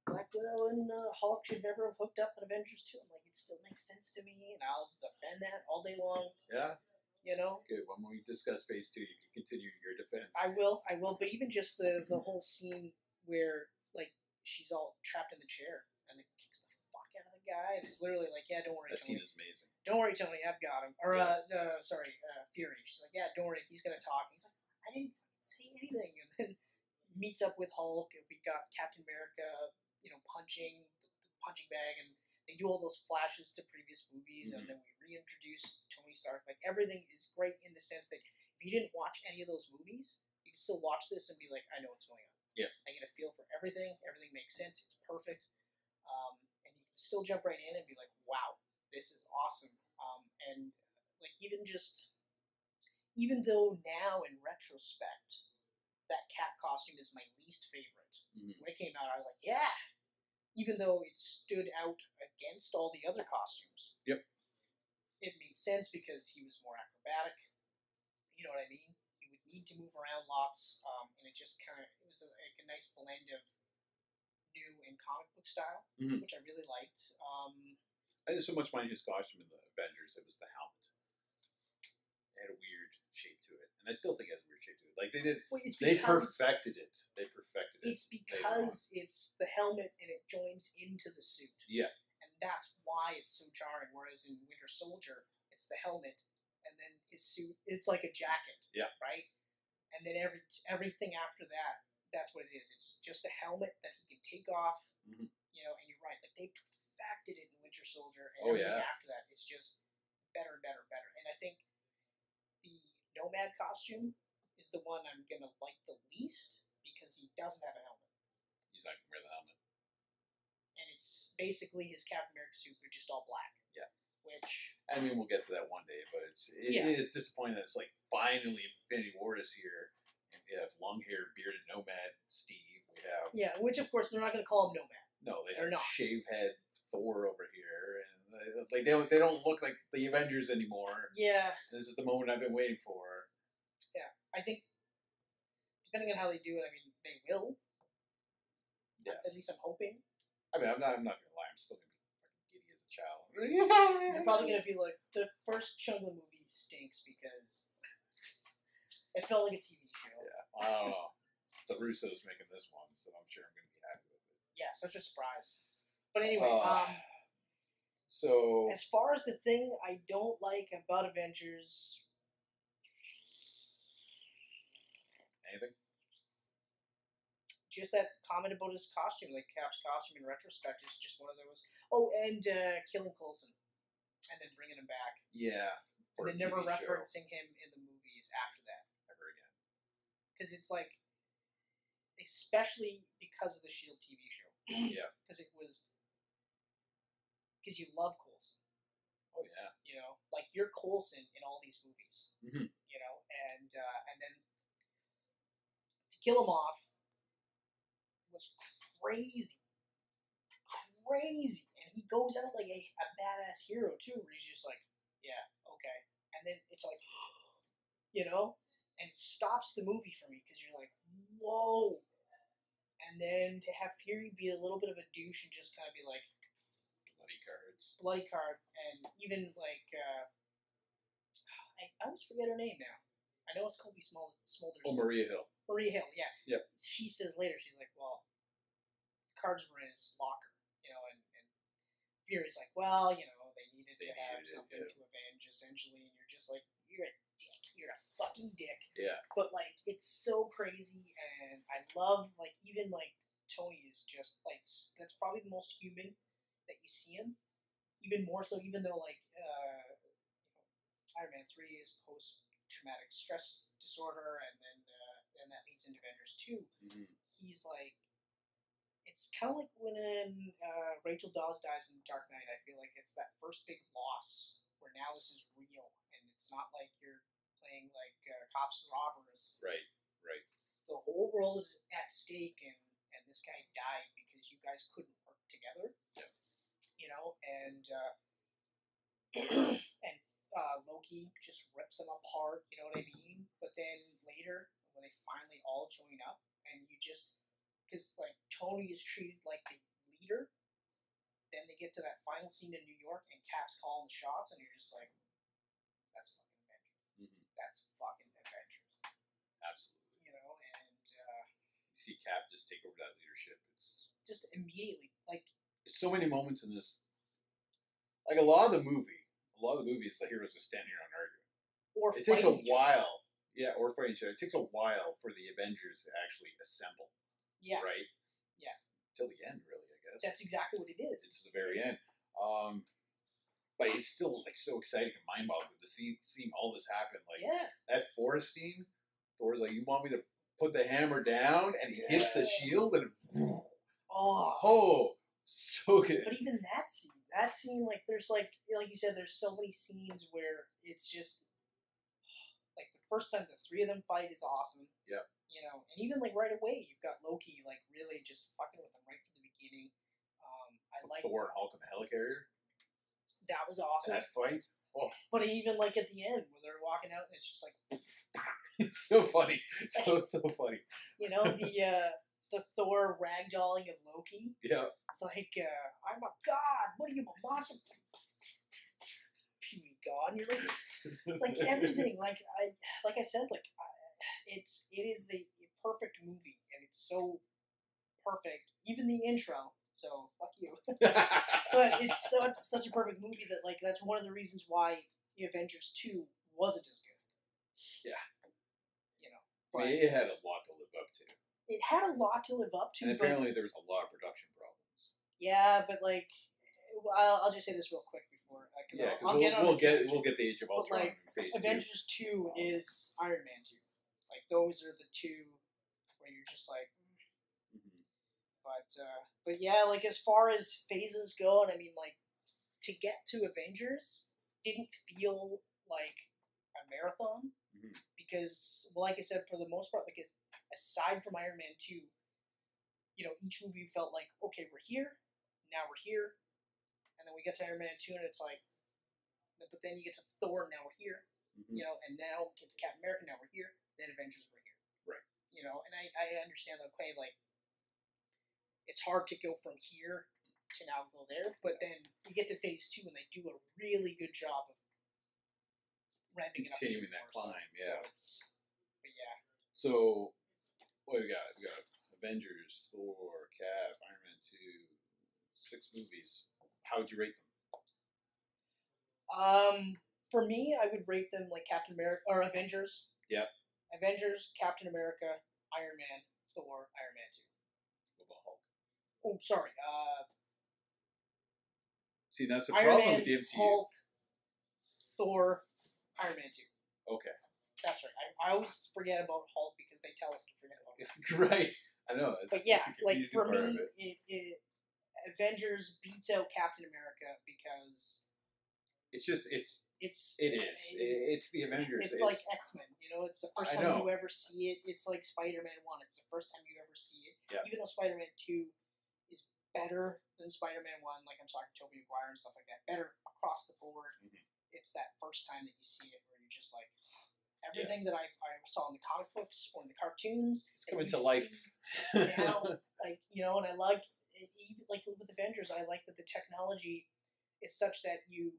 Speaker 3: Black Widow and uh, Hulk should never have hooked up in Avengers 2, I'm like, it still makes sense to me, and I'll defend that all day long,
Speaker 2: Yeah,
Speaker 3: you know.
Speaker 2: good. When we discuss Phase Two, you can continue your defense.
Speaker 3: I will, I will, but even just the the whole scene where like she's all trapped in the chair and it kicks the fuck out of the guy, and it's literally like, yeah, don't worry,
Speaker 2: that scene
Speaker 3: Tony,
Speaker 2: is amazing.
Speaker 3: don't worry, Tony, I've got him. Or uh, uh sorry, uh, Fury. She's like, yeah, don't worry, he's gonna talk. He's like, I didn't fucking say anything, and then meets up with Hulk, and we got Captain America, you know, punching the, the punching bag, and they do all those flashes to previous movies, and then we reintroduce Tony Stark. Like everything is great in the sense that if you didn't watch any of those movies, you can still watch this and be like, I know what's going on.
Speaker 2: Yeah.
Speaker 3: I get a feel for everything. Everything makes sense. It's perfect. Um, and you can still jump right in and be like, wow, this is awesome. Um, and like even just even though now in retrospect that cat costume is my least favorite
Speaker 2: Mhm.
Speaker 3: when it came out i was like yeah even though it stood out against all the other costumes
Speaker 2: Yep.
Speaker 3: it made sense because he was more acrobatic you know what i mean he would need to move around lots um, and it just kind of it was a, like a nice blend of new and comic book style
Speaker 2: Mhm.
Speaker 3: which i really liked um,
Speaker 2: I didn't so much mind his costume in the Avengers. It was the helmet. It had a weird shape to it, and I still think it has a weird shape to it. Like they did,
Speaker 3: well, it's
Speaker 2: they
Speaker 3: because-
Speaker 2: perfected it. They perfected it.
Speaker 3: It's because it's the helmet and it joins into the suit.
Speaker 2: Yeah.
Speaker 3: And that's why it's so jarring. Whereas in Winter Soldier, it's the helmet and then his suit. It's like a jacket.
Speaker 2: Yeah.
Speaker 3: Right. And then every everything after that, that's what it is. It's just a helmet that he can take off.
Speaker 2: Mhm.
Speaker 3: You know, and you're right. Like they perfected it in Winter Soldier, and
Speaker 2: Oh,
Speaker 3: everything
Speaker 2: yeah.
Speaker 3: after that is just better and better and better. And I think the Nomad costume is the one I'm gonna like the least because he doesn't have a helmet,
Speaker 2: he's not gonna wear the helmet.
Speaker 3: and it's basically his Captain America suit, but just all black.
Speaker 2: Yeah.
Speaker 3: Which
Speaker 2: I mean, we'll get to that one day, but it's it
Speaker 3: Yeah.
Speaker 2: is disappointing that it's like finally Infinity War is here, and we have long hair, bearded nomad Steve. We have
Speaker 3: yeah, which of course they're not gonna call him Nomad.
Speaker 2: no, they
Speaker 3: They're
Speaker 2: have
Speaker 3: not.
Speaker 2: shave head Thor over here, and uh, like they don't they don't look like the Avengers anymore.
Speaker 3: Yeah,
Speaker 2: This is the moment I've been waiting for.
Speaker 3: I think depending on how they do it, I mean they will.
Speaker 2: Yeah.
Speaker 3: At least I'm hoping.
Speaker 2: I mean, I'm not I'm not gonna lie, I'm still gonna be fucking giddy as a child.
Speaker 3: They're probably gonna be like the first chunk of the movie stinks because it felt like a TV show.
Speaker 2: yeah, I don't know. It's the Russos making this one, so I'm sure I'm gonna be happy with it.
Speaker 3: Yeah, such a surprise. But anyway,
Speaker 2: Uh,
Speaker 3: um,
Speaker 2: So
Speaker 3: as far as the thing I don't like about Avengers,
Speaker 2: anything?
Speaker 3: just that comment about his costume, like Cap's costume in retrospect, is just one of those. Oh, and uh, killing Coulson, and then bringing him back,
Speaker 2: Yeah. for a
Speaker 3: and then never
Speaker 2: TV show,
Speaker 3: referencing him in the movies after that,
Speaker 2: ever again.
Speaker 3: because it's like, especially because of the Shield TV show,
Speaker 2: Yeah.
Speaker 3: because it was, because you love Coulson.
Speaker 2: Oh yeah.
Speaker 3: you know, like you're Coulson in all these movies,
Speaker 2: Mhm.
Speaker 3: you know, and uh, and then to kill him off was crazy, crazy, and he goes out like a, a badass hero too, where he's just like, yeah, okay, and then it's like, you know, and it stops the movie for me because you're like, whoa, and then to have Fury be a little bit of a douche and just kind of be like
Speaker 2: Bloody cards.
Speaker 3: bloody card, and even like uh, I, I always forget her name now. I know it's Colby Smol- Smulders.
Speaker 2: Oh, Maria Hill.
Speaker 3: Maria Hill, yeah.
Speaker 2: Yep.
Speaker 3: She says later, she's like, well, cards were in his locker, you know, and, and Fury's like, well, you know, they needed
Speaker 2: They
Speaker 3: to have
Speaker 2: needed it,
Speaker 3: something
Speaker 2: yeah.
Speaker 3: to avenge, essentially, and you're just like, you're a dick. You're a fucking dick.
Speaker 2: Yeah.
Speaker 3: But, like, it's so crazy, and I love, like, even, like, Tony is just, like, s- that's probably the most human that you see him. Even more so, even though, like, uh, Iron Man 3 is post traumatic stress disorder, and then uh, and that leads into Avengers 2.
Speaker 2: Mhm.
Speaker 3: He's like, it's kind of like when uh, Rachel Dawes dies in Dark Knight. I feel like it's that first big loss where where now this is real and it's not like you're playing like uh, cops and robbers.
Speaker 2: Right, right.
Speaker 3: The whole world is at stake, and and this guy died because you guys couldn't work together.
Speaker 2: Yep.
Speaker 3: You know, and uh, and uh, Loki just rips them apart. You know what I mean? But then later, when they finally all join up, and you just because like Tony is treated like the leader. Then they get to that final scene in New York, and Cap's calling the shots, and you're just like, "That's fucking Avengers.
Speaker 2: Mhm.
Speaker 3: That's fucking Avengers."
Speaker 2: Absolutely.
Speaker 3: You know, and uh,
Speaker 2: You see Cap just take over that leadership. It's
Speaker 3: just immediately, like,
Speaker 2: there's so many moments in this. Like a lot of the movie, a lot of the movies, the heroes are standing around arguing.
Speaker 3: or
Speaker 2: It takes a
Speaker 3: fighting each other.
Speaker 2: while. Yeah, or fighting each other. It takes a while for the Avengers to actually assemble,
Speaker 3: Yeah,
Speaker 2: right?
Speaker 3: Yeah.
Speaker 2: Till the end, really, I guess.
Speaker 3: that's exactly what it is.
Speaker 2: it's the very end. Um, but it's still like so exciting and mind boggling to see seeing all this happen. Like
Speaker 3: yeah,
Speaker 2: that forest scene, Thor's like, "You want me to put the hammer down?" And he hits the
Speaker 3: Yeah.
Speaker 2: shield, and
Speaker 3: oh,
Speaker 2: oh, so good.
Speaker 3: but even that scene, that scene, like, there's like, like you said, there's so many scenes where it's just like the first time the three of them fight is awesome.
Speaker 2: Yep.
Speaker 3: You know, and even like right away, you've got Loki like really just fucking with them right from the beginning. Um, I like
Speaker 2: Thor and Hulk in the helicarrier.
Speaker 3: that was awesome.
Speaker 2: That fight,
Speaker 3: But even like at the end where they're walking out, and it's just like
Speaker 2: it's so funny, so so funny.
Speaker 3: you know the uh, the Thor ragdolling of Loki.
Speaker 2: Yeah,
Speaker 3: It's like, uh, I'm a god. What are you, a monster? Pew god. And you're like, it's like everything. Like I, like I said, like I, it's it is the perfect movie, and it's so perfect. Even the intro. So fuck you. But it's so, such a perfect movie that like that's one of the reasons why Avengers Two wasn't as good.
Speaker 2: Yeah.
Speaker 3: You know,
Speaker 2: I mean,
Speaker 3: but
Speaker 2: it had a lot to live up to,
Speaker 3: it had a lot to live up to.
Speaker 2: and
Speaker 3: but
Speaker 2: apparently there was a lot of production problems.
Speaker 3: Yeah, but like, well, I'll, I'll just say this real quick before uh,
Speaker 2: Yeah,
Speaker 3: I'll, I'll
Speaker 2: because
Speaker 3: get
Speaker 2: we'll,
Speaker 3: on
Speaker 2: we'll
Speaker 3: the-
Speaker 2: get we'll get the Age of
Speaker 3: But,
Speaker 2: Ultron
Speaker 3: like,
Speaker 2: in phase two.
Speaker 3: Avengers two is Iron Man two. Like those are the two where you're just like, "Mm."
Speaker 2: Mhm.
Speaker 3: but uh, but yeah, like as far as phases go, and I mean like to get to Avengers didn't feel like a marathon
Speaker 2: Mhm.
Speaker 3: because, well, like I said, for the most part, like as, aside from Iron Man two, you know, each movie felt like okay, we're here, now we're here, and then we get to Iron Man two, and it's like, but then you get to Thor, now we're here,
Speaker 2: Mhm.
Speaker 3: you know, and now get to Captain America, now we're here, then Avengers were here.
Speaker 2: Right.
Speaker 3: You know, and I, I understand that okay, like it's hard to go from here to now go there, but then you get to phase two and they do a really good job of ramping
Speaker 2: Continuing
Speaker 3: it up.
Speaker 2: that
Speaker 3: even more, so-
Speaker 2: climb,
Speaker 3: So
Speaker 2: yeah.
Speaker 3: it's but yeah.
Speaker 2: So, what we got? We got Avengers, Thor, Cap, Iron Man two, six movies. How would you rate them?
Speaker 3: Um for me I would rate them like Captain America or Avengers.
Speaker 2: Yep.
Speaker 3: Avengers, Captain America, Iron Man, Thor, Iron Man two.
Speaker 2: What about Hulk?
Speaker 3: Oh sorry, uh
Speaker 2: See, that's the
Speaker 3: Iron
Speaker 2: problem
Speaker 3: Man,
Speaker 2: with the MCU.
Speaker 3: Hulk, Thor, Iron Man 2.
Speaker 2: Okay,
Speaker 3: That's right. I, I always forget about Hulk because they tell us to forget about Hulk.
Speaker 2: right. I know. It's,
Speaker 3: But yeah,
Speaker 2: it's a
Speaker 3: like
Speaker 2: confusing
Speaker 3: for
Speaker 2: part of it.
Speaker 3: me, it, it, Avengers beats out Captain America because
Speaker 2: it's just it's
Speaker 3: it's
Speaker 2: it is It- it's the Avengers.
Speaker 3: it's like X Men. You know, it's the
Speaker 2: I
Speaker 3: first time
Speaker 2: know.
Speaker 3: you ever see it. It's like Spider Man One. It's the first time you ever see it.
Speaker 2: Yeah.
Speaker 3: Even though Spider Man Two is better than Spider Man One, like I'm talking Tobey Maguire and stuff like that, better across the board.
Speaker 2: Mhm.
Speaker 3: It's that first time that you see it where you're just like everything that I, I saw in the comic books or in the cartoons.
Speaker 2: It's
Speaker 3: that
Speaker 2: coming
Speaker 3: you
Speaker 2: to life.
Speaker 3: see now, like you know, and I like it, even like with Avengers, I like that the technology is such that you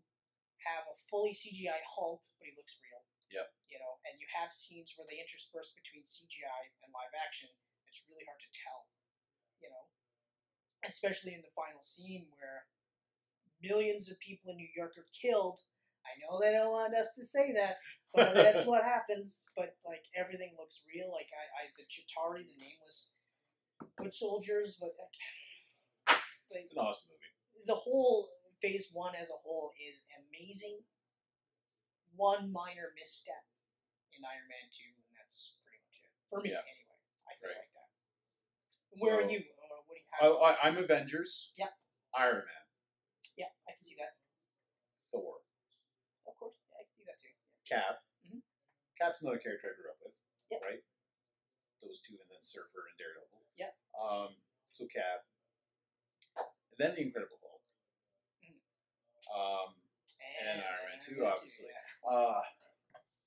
Speaker 3: have a fully CGI Hulk, but he looks real.
Speaker 2: Yep.
Speaker 3: You know, and you have scenes where they intersperse between CGI and live action. It's really hard to tell, you know, especially in the final scene where millions of people in New York are killed. I know they don't want us to say that, but that's what happens. But like everything looks real. Like I, I the Chitari, the nameless good soldiers, but like, like
Speaker 2: it's an awesome movie.
Speaker 3: the whole phase one as a whole is amazing. One minor misstep in Iron Man two, and that's pretty much it for me.
Speaker 2: Yeah.
Speaker 3: Anyway, I feel
Speaker 2: Right.
Speaker 3: like that. Where
Speaker 2: So-
Speaker 3: are you? Uh, what do you
Speaker 2: I,
Speaker 3: have?
Speaker 2: I, I'm Avengers.
Speaker 3: Yep.
Speaker 2: Iron Man,
Speaker 3: yeah, I can see that.
Speaker 2: Thor, Cap.
Speaker 3: Mhm.
Speaker 2: Cap's another character I grew up with.
Speaker 3: Yep.
Speaker 2: Right? Those two and then Surfer and Daredevil.
Speaker 3: Yep.
Speaker 2: Um, so Cap. And then the Incredible Hulk.
Speaker 3: Mhm.
Speaker 2: Um, And Iron Man 2, obviously.
Speaker 3: yeah.
Speaker 2: uh,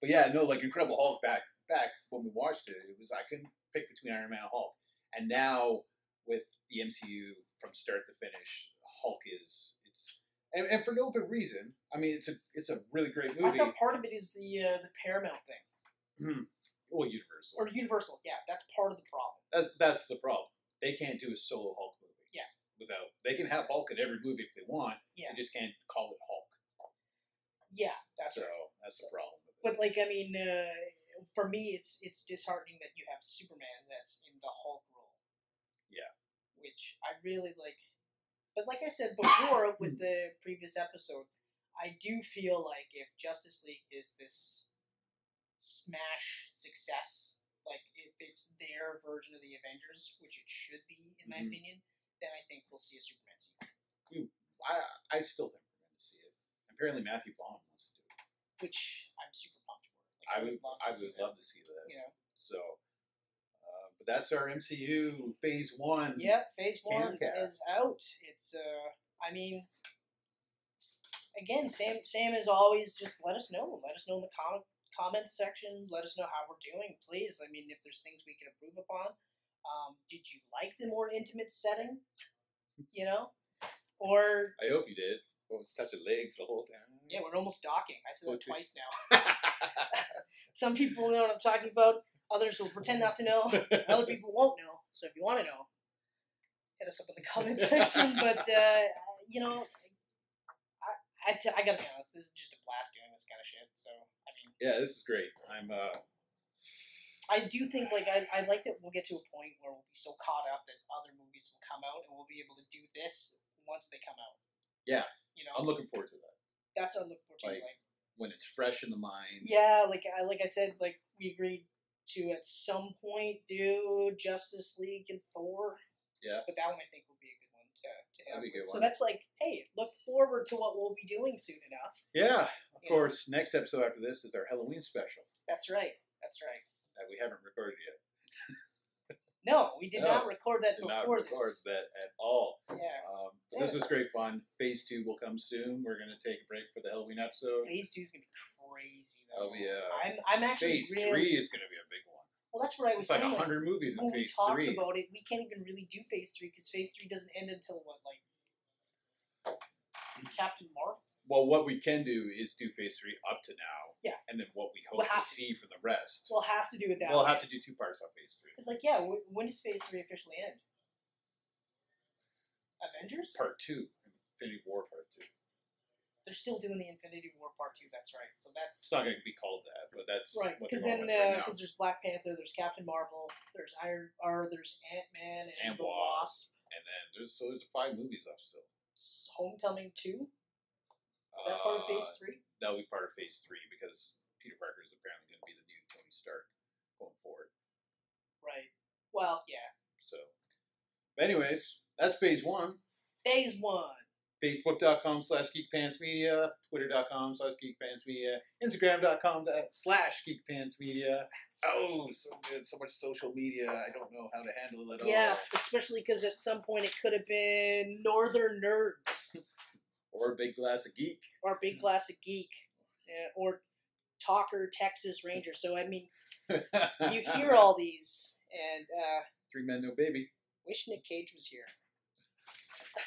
Speaker 2: but yeah, no, like Incredible Hulk back back when we watched it, it was I couldn't pick between Iron Man and Hulk. And now with the MCU from start to finish, Hulk is it's and, and for no good reason. I mean, it's a it's a really great
Speaker 3: I
Speaker 2: movie.
Speaker 3: thought part of it is the uh, the Paramount thing
Speaker 2: well, Universal.
Speaker 3: or Universal. Yeah, that's part of the problem.
Speaker 2: That's, that's the problem. They can't do a solo Hulk movie.
Speaker 3: Yeah.
Speaker 2: Without they can have Hulk in every movie if they want.
Speaker 3: Yeah.
Speaker 2: They just can't call it Hulk.
Speaker 3: Yeah, that's
Speaker 2: so
Speaker 3: right.
Speaker 2: that's the problem. with it.
Speaker 3: But like, I mean, uh, for me, it's it's disheartening that you have Superman that's in the Hulk role.
Speaker 2: Yeah.
Speaker 3: Which I really like, but like I said before with the previous episode, I do feel like if Justice League is this smash success, like if it's their version of the Avengers, which it should be in my
Speaker 2: Mhm.
Speaker 3: opinion, then I think we'll see a Superman sequel,
Speaker 2: I I still think we're going to see it. Apparently, Matthew Vaughn wants to do it.
Speaker 3: which I'm super pumped for. Like,
Speaker 2: I would
Speaker 3: love to
Speaker 2: I
Speaker 3: see
Speaker 2: would
Speaker 3: that,
Speaker 2: love to see that.
Speaker 3: You know,
Speaker 2: So, uh, but that's our MCU Phase One.
Speaker 3: Yeah, phase
Speaker 2: Can
Speaker 3: one
Speaker 2: cast.
Speaker 3: is out. It's uh I mean again, same same as always, just let us know. Let us know in the com- comments section. Let us know how we're doing, please. I mean if there's things we can improve upon. Um, did you like the more intimate setting? You know? Or
Speaker 4: I hope you did. What was touching legs the whole time?
Speaker 3: yeah, we're almost docking. I said that
Speaker 4: Okay.
Speaker 3: twice now. Some people know what I'm talking about, others will pretend not to know. other people won't know. So if you want to know, hit us up in the comment section. But uh, you know, I, I, t- I gotta be honest, this is just a blast doing this kind of shit. So I mean,
Speaker 2: yeah, this is great. I'm uh,
Speaker 3: I do think like I, I like that we'll get to a point where we'll be so caught up that other movies will come out and we'll be able to do this once they come out.
Speaker 2: Yeah.
Speaker 3: you know,
Speaker 2: I'm looking forward to that
Speaker 3: that's what I'm looking forward to.
Speaker 2: like,
Speaker 3: like,
Speaker 2: when it's fresh in the mind.
Speaker 3: Yeah, like I like I said, like we agreed to at some point do Justice League and Thor.
Speaker 2: Yeah.
Speaker 3: But that one I think will be a good one to, to end
Speaker 2: That'd be a good
Speaker 3: with. So
Speaker 2: one.
Speaker 3: that's like, hey, look forward to what we'll be doing soon enough.
Speaker 2: Yeah, Of
Speaker 3: you know?
Speaker 2: course, next episode after this is our Halloween special
Speaker 3: That's right. That's right.
Speaker 2: that we haven't recorded yet.
Speaker 3: No, we did
Speaker 2: No,
Speaker 3: not record that
Speaker 2: Did not
Speaker 3: before
Speaker 2: record
Speaker 3: this.
Speaker 2: that at all.
Speaker 3: Yeah.
Speaker 2: Um, but This was great fun. Phase two will come soon. We're gonna take a break for the Halloween episode.
Speaker 3: Phase two is gonna be crazy though.
Speaker 2: Oh, yeah.
Speaker 3: I'm I'm actually
Speaker 2: Phase
Speaker 3: really
Speaker 2: three is gonna be a big one.
Speaker 3: well. That's what I was
Speaker 2: It's like
Speaker 3: saying.
Speaker 2: hundred movies in
Speaker 3: when we
Speaker 2: phase
Speaker 3: talked
Speaker 2: three.
Speaker 3: about it, we can't even really do phase three because phase three doesn't end until what like Captain Marvel.
Speaker 2: well, what we can do is do phase three up to now.
Speaker 3: Yeah.
Speaker 2: And then what we hope
Speaker 3: We'll
Speaker 2: to
Speaker 3: have to.
Speaker 2: see for the rest.
Speaker 3: We'll have to do it that.
Speaker 2: we'll
Speaker 3: way.
Speaker 2: have to do two parts on phase three.
Speaker 3: It's like, yeah, w- when does Phase Three officially end? Avengers?
Speaker 2: Part two, Infinity War part two.
Speaker 3: They're still doing the Infinity War Part Two. That's right. So
Speaker 2: It's
Speaker 3: that's
Speaker 2: not going to be called that, but that's
Speaker 3: right
Speaker 2: what
Speaker 3: because
Speaker 2: they're
Speaker 3: then
Speaker 2: going
Speaker 3: because
Speaker 2: with right now.
Speaker 3: there's Black Panther, there's Captain Marvel, there's Iron, or there's Ant Man and,
Speaker 2: And
Speaker 3: the
Speaker 2: Wasp.
Speaker 3: Wasp.
Speaker 2: And then there's so there's five movies left still.
Speaker 3: S- Homecoming Two. Is that part
Speaker 2: Uh,
Speaker 3: of Phase Three?
Speaker 2: That'll be part of phase three because Peter Parker is apparently going to be the new Tony Stark going forward.
Speaker 3: Right. Well, yeah.
Speaker 2: So, but anyways, that's phase one.
Speaker 3: Phase One.
Speaker 2: facebook.com slash geekpantsmedia, twitter.com slash geekpantsmedia, instagram.com slash geekpantsmedia. Oh, so good. So much social media. I don't know how to handle it all.
Speaker 3: Yeah, especially because at some point it could have been Northern Nerds
Speaker 2: Or a big glass of geek.
Speaker 3: or Big Classic Geek yeah, or Talker Texas Ranger. So I mean, you hear all these, and uh,
Speaker 2: Three men, no baby.
Speaker 3: wish Nick Cage was here.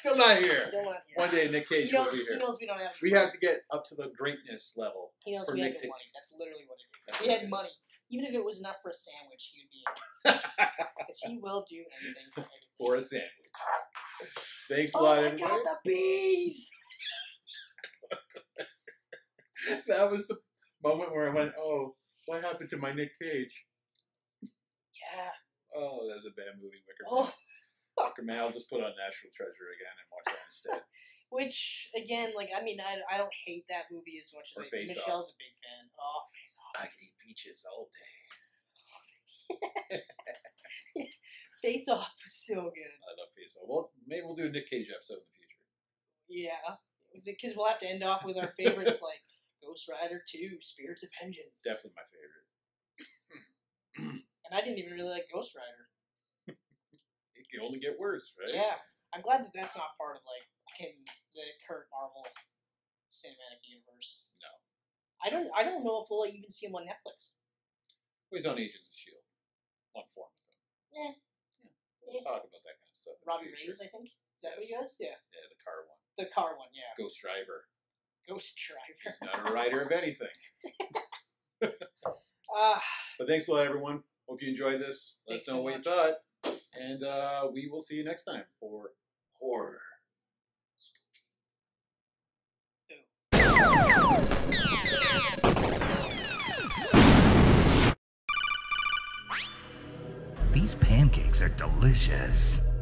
Speaker 2: Still not here.
Speaker 3: Still not here.
Speaker 2: One day Nick Cage
Speaker 3: he
Speaker 2: will
Speaker 3: knows,
Speaker 2: be
Speaker 3: he
Speaker 2: here.
Speaker 3: knows we don't have.
Speaker 2: We have to get up to the greatness level.
Speaker 3: He knows
Speaker 2: for
Speaker 3: we have
Speaker 2: Nick
Speaker 3: no
Speaker 2: to-
Speaker 3: money. That's literally what it is.
Speaker 2: That's
Speaker 3: If we
Speaker 2: what
Speaker 3: had
Speaker 2: it is.
Speaker 3: money, even if it was enough for a sandwich, he'd be in. Because he will do anything for anything.
Speaker 2: Or a sandwich. Thanks a lot,
Speaker 3: Oh my god,
Speaker 2: everybody.
Speaker 3: the bees!
Speaker 2: That was the moment where I went, oh, what happened to my Nick Cage?
Speaker 3: Yeah.
Speaker 2: Oh, that was a bad movie, Wicker. Man.
Speaker 3: Oh,
Speaker 2: Fuck, man, I'll just put on National Treasure again and watch that instead.
Speaker 3: which again, like I mean, I, I don't hate that movie as much as
Speaker 2: Or
Speaker 3: I,
Speaker 2: Face Off.
Speaker 3: Michelle's a big fan. Oh, Face Off.
Speaker 2: I could eat peaches all day.
Speaker 3: Face Off is so good.
Speaker 2: I love peaches. Well, maybe we'll do a Nick Cage episode in the future.
Speaker 3: Yeah, because we'll have to end off with our favorites like Ghost Rider 2, Spirits of Vengeance.
Speaker 2: Definitely my favorite.
Speaker 3: And I didn't even really like Ghost Rider.
Speaker 2: It can only get worse, right?
Speaker 3: Yeah. I'm glad that that's not part of, like, fucking the current Marvel cinematic universe.
Speaker 2: No.
Speaker 3: I don't I don't know if we'll even see him on Netflix.
Speaker 2: Well, he's on Agents of Shield, E one form of it.
Speaker 3: Yeah.
Speaker 2: We'll
Speaker 3: Yeah.
Speaker 2: talk about that kind of stuff. in the
Speaker 3: Robbie
Speaker 2: future.
Speaker 3: Reyes, I think. Is that what
Speaker 2: Yes.
Speaker 3: he does? Yeah.
Speaker 2: Yeah, the car one.
Speaker 3: The car one, yeah.
Speaker 2: Ghost Driver.
Speaker 3: Ghost Driver.
Speaker 2: He's not a writer of anything.
Speaker 3: Ah,
Speaker 2: But thanks a lot, everyone. Hope you enjoyed this. Let
Speaker 3: Thanks
Speaker 2: us know
Speaker 3: so
Speaker 2: what
Speaker 3: much.
Speaker 2: you thought, and uh, we will see you next time for horror.
Speaker 1: These pancakes are delicious.